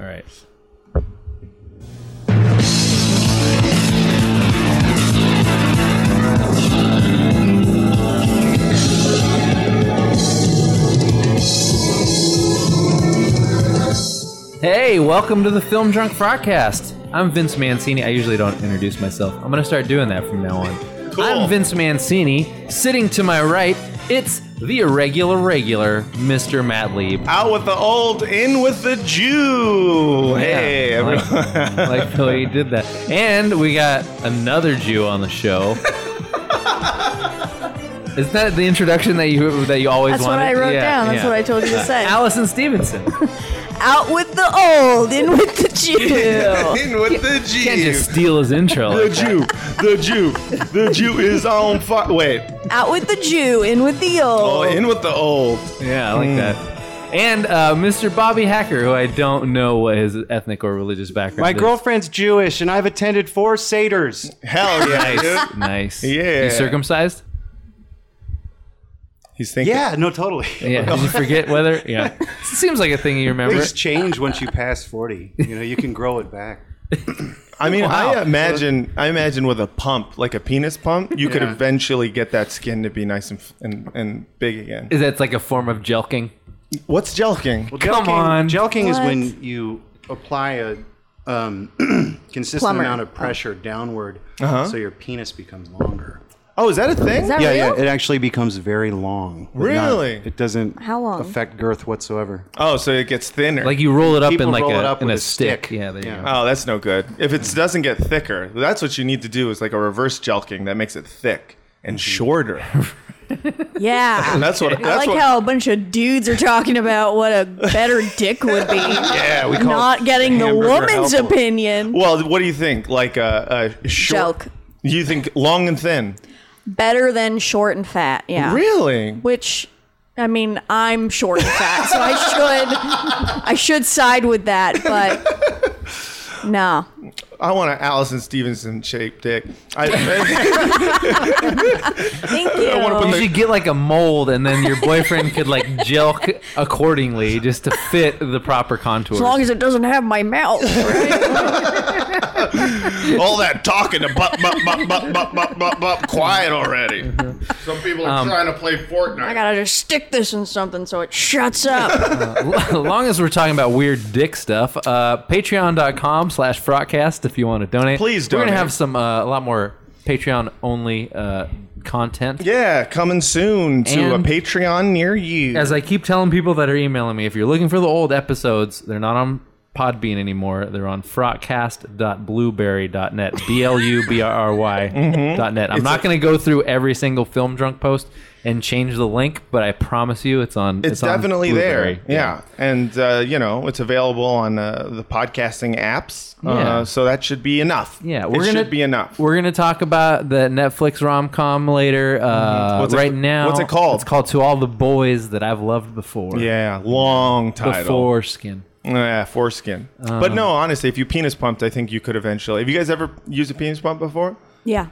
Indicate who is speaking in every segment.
Speaker 1: All right. Hey, welcome to the Film Drunk Frogcast. I'm Vince Mancini. I usually don't introduce myself. I'm going to start doing that from now on.
Speaker 2: Cool.
Speaker 1: I'm Vince Mancini. Sitting to my right, it's the irregular regular, Mr. Matt Lieb.
Speaker 2: Out with the old, in with the Jew. Hey,
Speaker 1: Yeah,
Speaker 2: everyone.
Speaker 1: I like, like the way you did that. And we got another Jew on the show. Isn't that the introduction that you that you always
Speaker 3: That's what
Speaker 1: wanted?
Speaker 3: I wrote
Speaker 1: Yeah,
Speaker 3: down. That's
Speaker 1: yeah.
Speaker 3: what I told you to say.
Speaker 1: Allison Stevenson.
Speaker 3: Out with the old, in with the Jew.
Speaker 2: in with the Jew.
Speaker 1: Can't just steal his intro.
Speaker 2: the
Speaker 1: like that.
Speaker 2: Jew, the Jew, the Jew is on fire. Wait,
Speaker 3: Out with the Jew, in with the
Speaker 2: oh,
Speaker 3: old.
Speaker 2: in with the old.
Speaker 1: Yeah, I like that. And uh, Mr. Bobby Hacker, who I don't know what his ethnic or religious background
Speaker 4: My
Speaker 1: is.
Speaker 4: girlfriend's Jewish, and I've attended four satyrs.
Speaker 2: Hell yeah, dude.
Speaker 1: Nice. Nice.
Speaker 2: Yeah.
Speaker 1: You circumcised?
Speaker 2: He's thinking.
Speaker 4: Yeah, no, totally.
Speaker 1: Yeah. Did you forget whether? Yeah. Seems like a thing you remember.
Speaker 4: Things change once you pass forty. You know, you can grow it back.
Speaker 2: I mean,
Speaker 1: Wow.
Speaker 2: I imagine, I imagine with a pump, like a penis pump, you could
Speaker 4: Yeah.
Speaker 2: eventually get that skin to be nice and f- and, and big again.
Speaker 1: Is that like a form of jelking?
Speaker 2: What's jelking?
Speaker 4: Well,
Speaker 1: Come
Speaker 4: gelking-
Speaker 1: on.
Speaker 4: gelking is
Speaker 3: What?
Speaker 4: when you apply a um, consistent
Speaker 3: Plumber. Oh.
Speaker 4: amount of pressure downward, so your penis becomes longer.
Speaker 2: Oh, is that a thing?
Speaker 3: Is that
Speaker 4: Uh-huh. yeah,
Speaker 3: real?
Speaker 4: yeah, it actually becomes very long. but not-
Speaker 2: Really?
Speaker 4: it doesn't
Speaker 3: How long?
Speaker 4: affect girth whatsoever.
Speaker 2: oh, so it gets thinner.
Speaker 1: Like you roll it up
Speaker 4: People
Speaker 1: in like
Speaker 4: roll
Speaker 1: a,
Speaker 4: it up
Speaker 1: in a,
Speaker 4: with a
Speaker 1: stick.
Speaker 4: stick.
Speaker 1: Yeah, there you
Speaker 4: Yeah.
Speaker 1: go.
Speaker 2: Oh, that's no good. If it doesn't get thicker, that's what you need to do is like a reverse jelking that makes it thick and shorter.
Speaker 3: yeah.
Speaker 2: That's what.
Speaker 3: I
Speaker 2: That's
Speaker 3: like
Speaker 2: what.
Speaker 3: how a bunch of dudes are talking about what a better dick would be.
Speaker 2: yeah, we call it
Speaker 3: Not getting the
Speaker 2: hamburger
Speaker 3: woman's
Speaker 2: elbow.
Speaker 3: opinion.
Speaker 2: Well, what do you think? Like a, a short.
Speaker 3: Jelk.
Speaker 2: You think long and thin?
Speaker 3: Better than short and fat. Yeah.
Speaker 2: Really?
Speaker 3: Which, I mean, I'm short and fat, so I should, I should side with that, but no.
Speaker 2: I want an Allison Stevenson shaped dick. I,
Speaker 3: Thank you.
Speaker 2: wanna put
Speaker 1: You
Speaker 2: the-
Speaker 1: should get like a mold, and then your boyfriend could like jelk accordingly, just to fit the proper contours.
Speaker 3: as long as it doesn't have my mouth.
Speaker 2: all that talking to bup bup bup bup bup bup bup bup. Quiet already. Some people are trying to play Fortnite.
Speaker 3: I gotta just stick this in something so it shuts up.
Speaker 1: as long as we're talking about weird dick stuff, uh, patreon.com slash frogcast if you want to donate.
Speaker 2: Please
Speaker 1: We're
Speaker 2: donate.
Speaker 1: gonna have some uh, a lot more Patreon only uh, content.
Speaker 2: yeah, coming soon to
Speaker 1: And-
Speaker 2: a Patreon near you.
Speaker 1: As I keep telling people that are emailing me, if you're looking for the old episodes, they're not on Podbean anymore. They're on frotcast.blueberry.net. B L U B R R Y
Speaker 2: Mm-hmm.
Speaker 1: dot net. I'm not going to go through every single film drunk post and change the link, but I promise you it's on.
Speaker 2: it's,
Speaker 1: on
Speaker 2: definitely there.
Speaker 1: Blueberry.
Speaker 2: Yeah. And, uh, you know, it's available on uh, the podcasting apps.
Speaker 1: Yeah.
Speaker 2: Uh, so that should be enough.
Speaker 1: Yeah,
Speaker 2: it
Speaker 1: we're gonna
Speaker 2: should be enough.
Speaker 1: We're gonna talk about the Netflix rom com later. Uh,
Speaker 2: Mm-hmm. What's it-
Speaker 1: right now,
Speaker 2: what's it called?
Speaker 1: It's called "To All the Boys That I've Loved Before."
Speaker 2: yeah, long title.
Speaker 1: before Um, skin.
Speaker 2: Yeah, foreskin. but no, honestly, if you penis pumped, I think you could eventually. Have you guys ever used a penis pump before?
Speaker 3: yeah.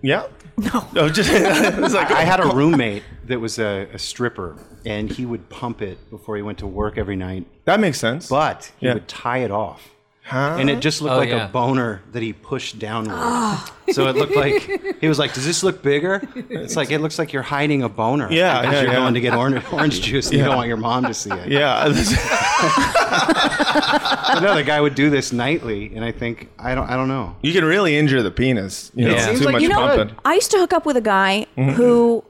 Speaker 2: Yeah. No. just it's like
Speaker 4: I had a roommate that was a, a stripper, and he would pump it before he went to work every night.
Speaker 2: that makes sense.
Speaker 4: But he
Speaker 2: Yeah.
Speaker 4: would tie it off.
Speaker 2: huh?
Speaker 4: and it just looked
Speaker 1: Oh,
Speaker 4: like
Speaker 1: yeah.
Speaker 4: a boner that he pushed downward. so it looked like he was like, "Does this look bigger?" It's like it looks like you're hiding a boner.
Speaker 2: Yeah,
Speaker 4: because
Speaker 2: yeah,
Speaker 4: you're
Speaker 2: yeah.
Speaker 4: going to get orange, orange juice. And You don't want your mom to see it.
Speaker 2: yeah.
Speaker 4: But no, the guy would do this nightly, and I think I don't. I don't know.
Speaker 2: you can really injure the penis. You know,
Speaker 1: Yeah. Seems
Speaker 2: too
Speaker 4: like
Speaker 2: much
Speaker 4: you know-
Speaker 2: pumping.
Speaker 3: I used to hook up with a guy
Speaker 1: Mm-hmm.
Speaker 3: who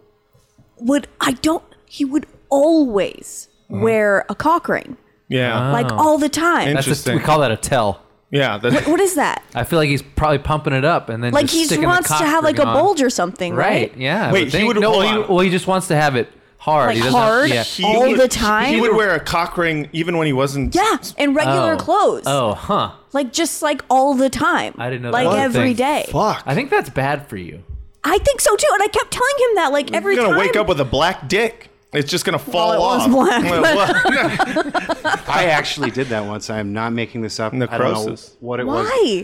Speaker 3: would I don't he would always
Speaker 1: Mm-hmm.
Speaker 3: wear a cock ring.
Speaker 2: Yeah.
Speaker 1: Uh, Oh.
Speaker 3: Like all the time.
Speaker 2: Interesting.
Speaker 1: That's a, we call that a tell.
Speaker 2: yeah. That's,
Speaker 3: what is that?
Speaker 1: I feel like he's probably pumping it up and then
Speaker 3: Like
Speaker 1: just
Speaker 3: he just
Speaker 1: sticking the
Speaker 3: wants to
Speaker 1: cock
Speaker 3: have like a
Speaker 1: ring on.
Speaker 3: bulge or something, right?
Speaker 1: right? Yeah. I
Speaker 2: Wait, he
Speaker 1: think-
Speaker 2: would-
Speaker 1: no.
Speaker 2: hold
Speaker 1: Well
Speaker 2: on.
Speaker 1: he, well, he just wants to have it hard.
Speaker 3: Like
Speaker 1: he doesn't-
Speaker 3: hard?
Speaker 1: yeah.
Speaker 2: he
Speaker 3: All
Speaker 2: would-
Speaker 3: the time?
Speaker 2: He would wear a cock ring even when he wasn't.
Speaker 3: Yeah, in regular
Speaker 1: Oh.
Speaker 3: clothes.
Speaker 1: Oh, huh.
Speaker 3: Like just like all the time.
Speaker 1: I didn't know that
Speaker 3: Like
Speaker 1: was a
Speaker 3: every
Speaker 1: thing.
Speaker 3: day.
Speaker 2: Fuck.
Speaker 1: I think that's bad for you.
Speaker 3: I think so too, and I kept telling him that like every
Speaker 2: You're gonna
Speaker 3: time.
Speaker 2: wake up with a black dick. It's just gonna fall
Speaker 3: it was
Speaker 2: off.
Speaker 3: black.
Speaker 2: Well,
Speaker 4: I actually did that once. I am not making this up. I don't know
Speaker 2: Necrosis.
Speaker 4: what it
Speaker 3: Why?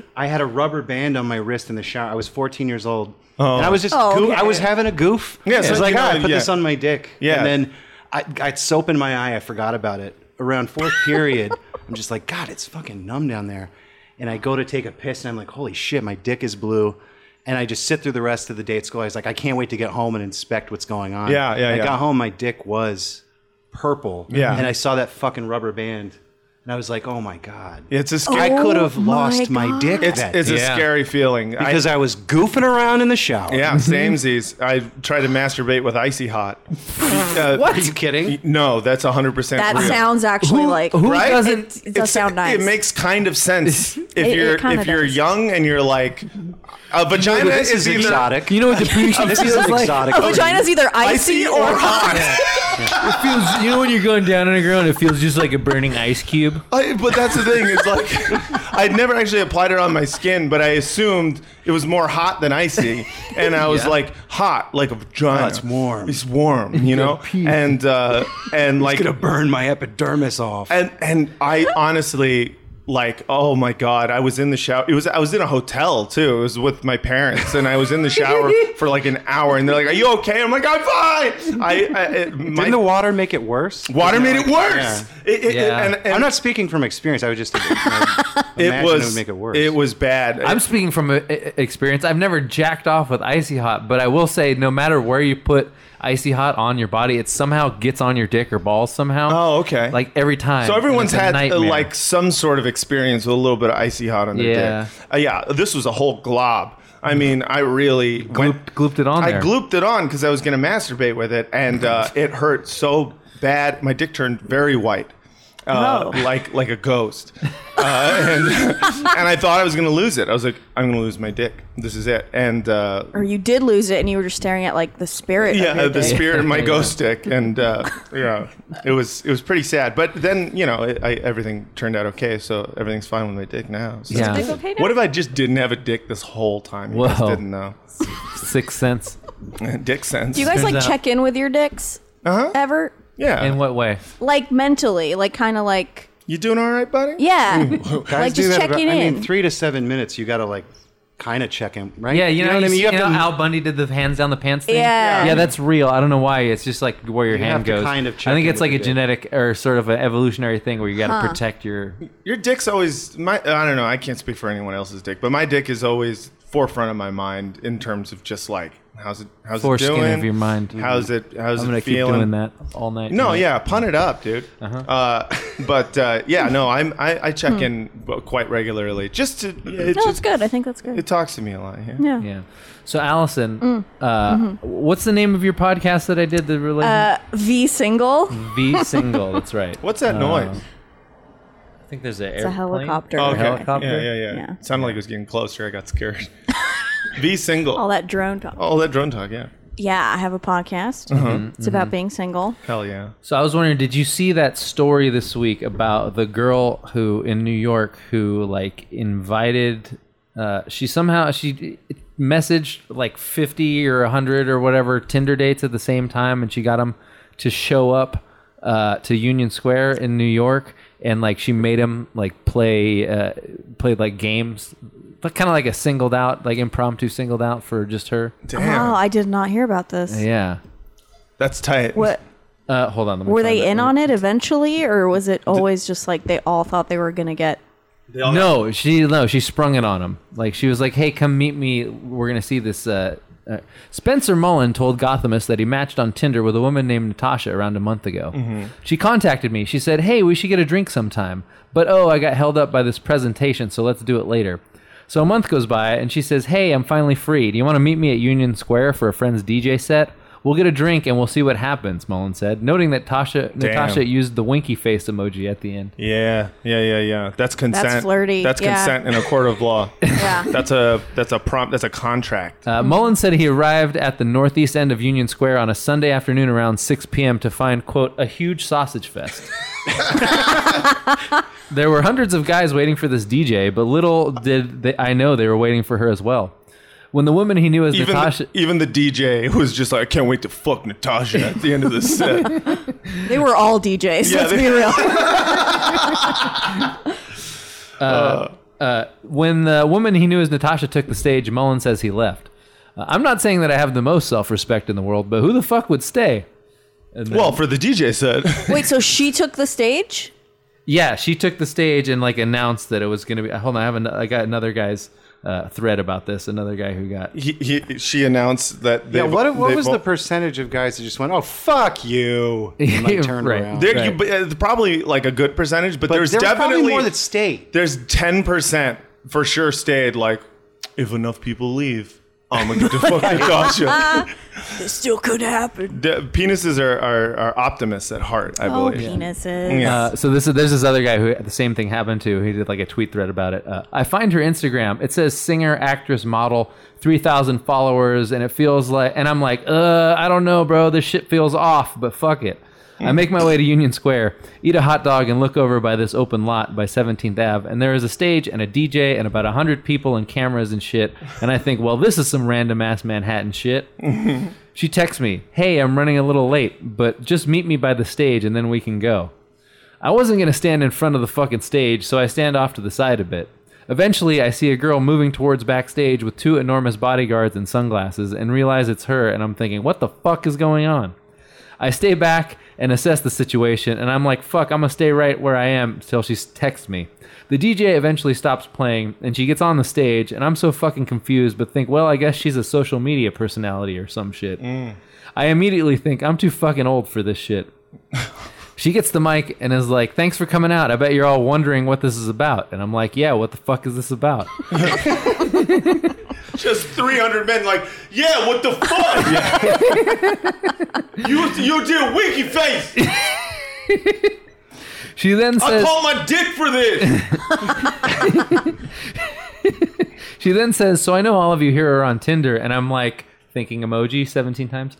Speaker 4: was. I had a rubber band on my wrist in the shower. I was 14 years old. And I was just,
Speaker 3: Oh,
Speaker 4: goof-
Speaker 3: okay.
Speaker 4: I was having a goof.
Speaker 2: Yeah,
Speaker 4: I
Speaker 2: so
Speaker 4: was
Speaker 2: like,
Speaker 4: like,
Speaker 2: you
Speaker 4: "Oh,
Speaker 2: know,
Speaker 4: I put
Speaker 2: yeah.
Speaker 4: this on my dick.
Speaker 2: Yeah.
Speaker 4: And then I got soap in my eye. I forgot about it. Around fourth period, I'm just like, God, it's fucking numb down there. And I go to take a piss, and I'm like, holy shit, my dick is blue. And I just sit through the rest of the day at school. I was like, I can't wait to get home and inspect what's going on.
Speaker 2: Yeah, yeah,
Speaker 4: I
Speaker 2: yeah.
Speaker 4: got home, my dick was purple.
Speaker 2: Yeah.
Speaker 4: And I saw that fucking rubber band, and I was like, oh my God.
Speaker 2: It's a
Speaker 4: I
Speaker 2: scary.
Speaker 4: could have
Speaker 3: Oh my
Speaker 4: lost my,
Speaker 3: God.
Speaker 4: dick
Speaker 2: It's
Speaker 4: that
Speaker 2: it's
Speaker 4: day
Speaker 2: a
Speaker 1: Yeah.
Speaker 2: scary feeling. I-
Speaker 4: because I, was goofing around in the shower.
Speaker 2: Yeah, samesies. I tried to masturbate with icy hot. Uh,
Speaker 4: Are you kidding?
Speaker 2: No, that's 100%
Speaker 3: That
Speaker 2: real.
Speaker 3: sounds actually like
Speaker 1: who
Speaker 2: Right?
Speaker 1: doesn't?
Speaker 3: it does
Speaker 2: It's-
Speaker 3: sound nice.
Speaker 2: It makes kind of sense if
Speaker 3: it
Speaker 2: you're
Speaker 3: kinda
Speaker 2: if you're
Speaker 3: does.
Speaker 2: young and you're like a vagina
Speaker 4: This
Speaker 2: is,
Speaker 4: is
Speaker 2: either
Speaker 4: exotic.
Speaker 1: you know what depletion
Speaker 4: this is
Speaker 1: feels like?
Speaker 4: exotic.
Speaker 3: a vagina's either icy,
Speaker 2: icy
Speaker 3: or
Speaker 2: or hot.
Speaker 1: It feels. You know when you're going down on the ground, it feels just like a burning ice cube.
Speaker 2: I- but that's the thing. It's like I'd never actually applied it on my skin, but I assumed it was more hot than icy, and I was
Speaker 1: Yeah.
Speaker 2: like hot, like a vagina.
Speaker 4: Oh, it's warm.
Speaker 2: It's warm, you know. and uh, and like
Speaker 4: gonna burn my epidermis off.
Speaker 2: and and I honestly like oh my god I was in the shower it was I was in a hotel too it was with my parents and I was in the shower for like an hour and they're like are you okay I'm like I'm fine I, I it, my
Speaker 4: Didn't the water make it worse?
Speaker 2: water made it worse It- it-
Speaker 1: Yeah.
Speaker 2: and, and
Speaker 4: I'm not speaking from experience. I would just imagine
Speaker 2: it was
Speaker 4: it would make it worse.
Speaker 2: was bad
Speaker 1: I'm speaking from a, a- experience. I've never jacked off with icy hot, but I will say, no matter where you put icy hot on your body, it somehow gets on your dick or balls somehow.
Speaker 2: Oh, okay.
Speaker 1: Like every time.
Speaker 2: so
Speaker 1: and
Speaker 2: everyone's
Speaker 1: it's a
Speaker 2: had uh,
Speaker 1: nightmare.
Speaker 2: like some sort of experience with a little bit of icy hot on their
Speaker 1: Yeah. Mm.
Speaker 2: dick uh, yeah this was a whole glob I mean I really went-
Speaker 1: Glooped- glooped it on
Speaker 2: I
Speaker 1: there.
Speaker 2: glooped it on because I was going to masturbate with it, and uh, it hurt so bad. My dick turned very white, uh,
Speaker 3: Oh.
Speaker 2: like like a ghost. Uh, and, and I thought I was going to lose it. I was like, I'm going to lose my dick. This is it. And uh,
Speaker 3: or you did lose it and you were just staring at like the spirit.
Speaker 2: yeah,
Speaker 3: of your
Speaker 2: the
Speaker 3: dick.
Speaker 2: spirit of my
Speaker 1: Yeah.
Speaker 2: ghost dick, and uh, yeah, it was it was pretty sad. But then you know, it, I, everything turned out okay, so everything's fine with my dick now. So.
Speaker 1: Yeah.
Speaker 5: Is it okay now?
Speaker 2: What if I just didn't have a dick this whole time? You just
Speaker 1: Whoa.
Speaker 2: didn't know.
Speaker 1: Sixth Sense.
Speaker 2: dick sense.
Speaker 3: Do you guys
Speaker 1: Turns
Speaker 3: like
Speaker 1: out-
Speaker 3: check in with your dicks
Speaker 2: Uh-huh.
Speaker 3: ever?
Speaker 2: yeah.
Speaker 1: In what way?
Speaker 3: Like mentally, like kind of like
Speaker 2: you doing all right, buddy?
Speaker 3: yeah,
Speaker 4: Guys
Speaker 3: like just
Speaker 4: about-
Speaker 3: checking
Speaker 4: I
Speaker 3: in.
Speaker 4: mean, three to seven minutes. You gotta like kind of check in, right?
Speaker 1: Yeah, you know, you
Speaker 4: what I mean.
Speaker 1: You,
Speaker 4: You have to.
Speaker 1: know Al Bundy did the hands down the pants thing.
Speaker 3: Yeah.
Speaker 1: yeah, that's real. I don't know why. It's just like where your
Speaker 4: You
Speaker 1: hand
Speaker 4: have to
Speaker 1: goes.
Speaker 4: kind of check
Speaker 1: I think
Speaker 4: in
Speaker 1: it's
Speaker 4: with
Speaker 1: like a
Speaker 4: your dick.
Speaker 1: genetic or sort of an evolutionary thing where you got to protect your.
Speaker 2: Your dick's always my. I don't know. I can't speak for anyone else's dick, but my dick is always forefront of my mind in terms of just like how's it how's
Speaker 1: Foreskin
Speaker 2: it
Speaker 1: of
Speaker 2: doing?
Speaker 1: your mind.
Speaker 2: How's it how's
Speaker 1: I'm gonna
Speaker 2: it
Speaker 1: keep
Speaker 2: feeling?
Speaker 1: doing that all night.
Speaker 2: No,
Speaker 1: tonight.
Speaker 2: yeah, pun it up, dude.
Speaker 1: Uh-huh.
Speaker 2: Uh, but uh, yeah, no, I'm I, I check in b- quite regularly just to. It
Speaker 3: Hmm. no,
Speaker 2: just,
Speaker 3: that's good. I think that's good.
Speaker 2: It talks to me a lot. Yeah.
Speaker 3: yeah.
Speaker 1: Yeah. So Allison, uh, what's the name of your podcast that I did the relation
Speaker 3: Uh, v single.
Speaker 1: V single? That's right.
Speaker 2: What's that
Speaker 1: Uh,
Speaker 2: noise?
Speaker 1: I think there's an
Speaker 3: It's a helicopter.
Speaker 2: Oh, okay.
Speaker 1: helicopter?
Speaker 2: Yeah, yeah, yeah,
Speaker 3: Yeah.
Speaker 2: Sounded like it was getting closer. I got scared. V single.
Speaker 3: All that drone talk.
Speaker 2: All that drone talk. Yeah.
Speaker 3: Yeah, I have a podcast.
Speaker 2: Uh-huh.
Speaker 1: Mm-hmm.
Speaker 3: It's about being single.
Speaker 2: Hell yeah.
Speaker 1: So I was wondering, did you see that story this week about the girl who in New York who like invited? Uh, she somehow she messaged like fifty or hundred or whatever Tinder dates at the same time, and she got them to show up uh, to Union Square in New York, and like she made them like play uh, played like games, but kind of like a singled out, like impromptu singled out for just her.
Speaker 2: Damn.
Speaker 3: Oh, I did not hear about this.
Speaker 1: Yeah.
Speaker 2: That's tight.
Speaker 3: What
Speaker 1: Uh, hold on. Let me
Speaker 3: were
Speaker 1: find
Speaker 3: they
Speaker 1: that.
Speaker 3: in on it eventually, or was it always just like they all thought they were gonna get?
Speaker 1: No, she no, she sprung it on him. Like she was like, "Hey, come meet me. We're gonna see this." Uh, uh, Spencer Mullen told Gothamist that he matched on Tinder with a woman named Natasha around a month ago. She contacted me. She said, "Hey, we should get a drink sometime." But oh, I got held up by this presentation, so let's do it later. So a month goes by, and she says, "Hey, I'm finally free. Do you want to meet me at Union Square for a friend's DJ set?" We'll get a drink and we'll see what happens, Mullen said, noting that Tasha Natasha used the winky face emoji at the end.
Speaker 2: Yeah, yeah, yeah, yeah. That's consent.
Speaker 3: flirty,
Speaker 2: That's
Speaker 3: yeah.
Speaker 2: consent in a court of law.
Speaker 3: Yeah.
Speaker 2: That's a that's a prompt. That's a contract.
Speaker 1: Uh, Mullen said he arrived at the northeast end of Union Square on a Sunday afternoon around 6 p.m. to find, quote, a huge sausage fest. there were hundreds of guys waiting for this DJ, but little did they, I know they were waiting for her as well. When the woman he knew as
Speaker 2: even
Speaker 1: Natasha.
Speaker 2: the, even the DJ was just like, I can't wait to fuck Natasha at the end of the set.
Speaker 3: They were all DJs.
Speaker 2: Yeah,
Speaker 3: let's
Speaker 2: they-
Speaker 3: be real.
Speaker 1: When the woman he knew as Natasha took the stage, Mullen says he left. Uh, I'm not saying that I have the most self respect in the world, but who the fuck would stay?
Speaker 2: well, for the DJ set,
Speaker 3: Wait, so she took the stage?
Speaker 1: Yeah, she took the stage and like announced that it was going to be. Hold on, I have an, I got another guy's uh, thread about this. Another guy who got.
Speaker 2: He, he, she announced that.
Speaker 4: Yeah,
Speaker 2: they've-
Speaker 4: what, what
Speaker 2: they've
Speaker 4: was
Speaker 2: all-
Speaker 4: the percentage of guys that just went, oh, fuck you, and like turned
Speaker 1: Right.
Speaker 4: around?
Speaker 2: There, you,
Speaker 1: Right.
Speaker 2: but, uh, probably like a good percentage, but,
Speaker 4: but
Speaker 2: there's
Speaker 4: there was probably
Speaker 2: definitely
Speaker 4: more that stayed.
Speaker 2: there's ten percent for sure stayed. Like, if enough people leave, I'm gonna get to fuck Natasha.
Speaker 3: This still could happen.
Speaker 2: The penises are, are are optimists at heart, I
Speaker 3: Oh,
Speaker 2: believe.
Speaker 3: penises.
Speaker 2: Yeah.
Speaker 1: Uh, so this is there's this other guy who the same thing happened to. He did like a tweet thread about it. Uh, I find her Instagram. It says singer, actress, model, three thousand followers, and it feels like. And I'm like, uh, I don't know, bro. This shit feels off, but fuck it. I make my way to Union Square, eat a hot dog, and look over by this open lot by 17th Ave, and there is a stage and a DJ and about hundred people and cameras and shit. And I think, well, this is some random ass Manhattan shit. She texts me, "Hey, I'm running a little late, but just meet me by the stage, and then we can go." I wasn't going to stand in front of the fucking stage, so I stand off to the side a bit. Eventually, I see a girl moving towards backstage with two enormous bodyguards and sunglasses and realize it's her, and I'm thinking, what the fuck is going on? I stay back and assess the situation, and I'm like, fuck, I'm gonna stay right where I am till she texts me. The DJ eventually stops playing, and she gets on the stage, and I'm so fucking confused, but think, well, I guess she's a social media personality or some shit. I immediately think, I'm too fucking old for this shit. She gets the mic and is like, Thanks for coming out. I bet you're all wondering what this is about. And I'm like, Yeah, what the fuck is this about?
Speaker 2: Just 300 men, like, yeah, what the fuck? you you did a winky face.
Speaker 1: She then
Speaker 2: I
Speaker 1: says,
Speaker 2: call my dick for this.
Speaker 1: She then says, So I know all of you here are on Tinder. And I'm like, Thinking emoji 17 times.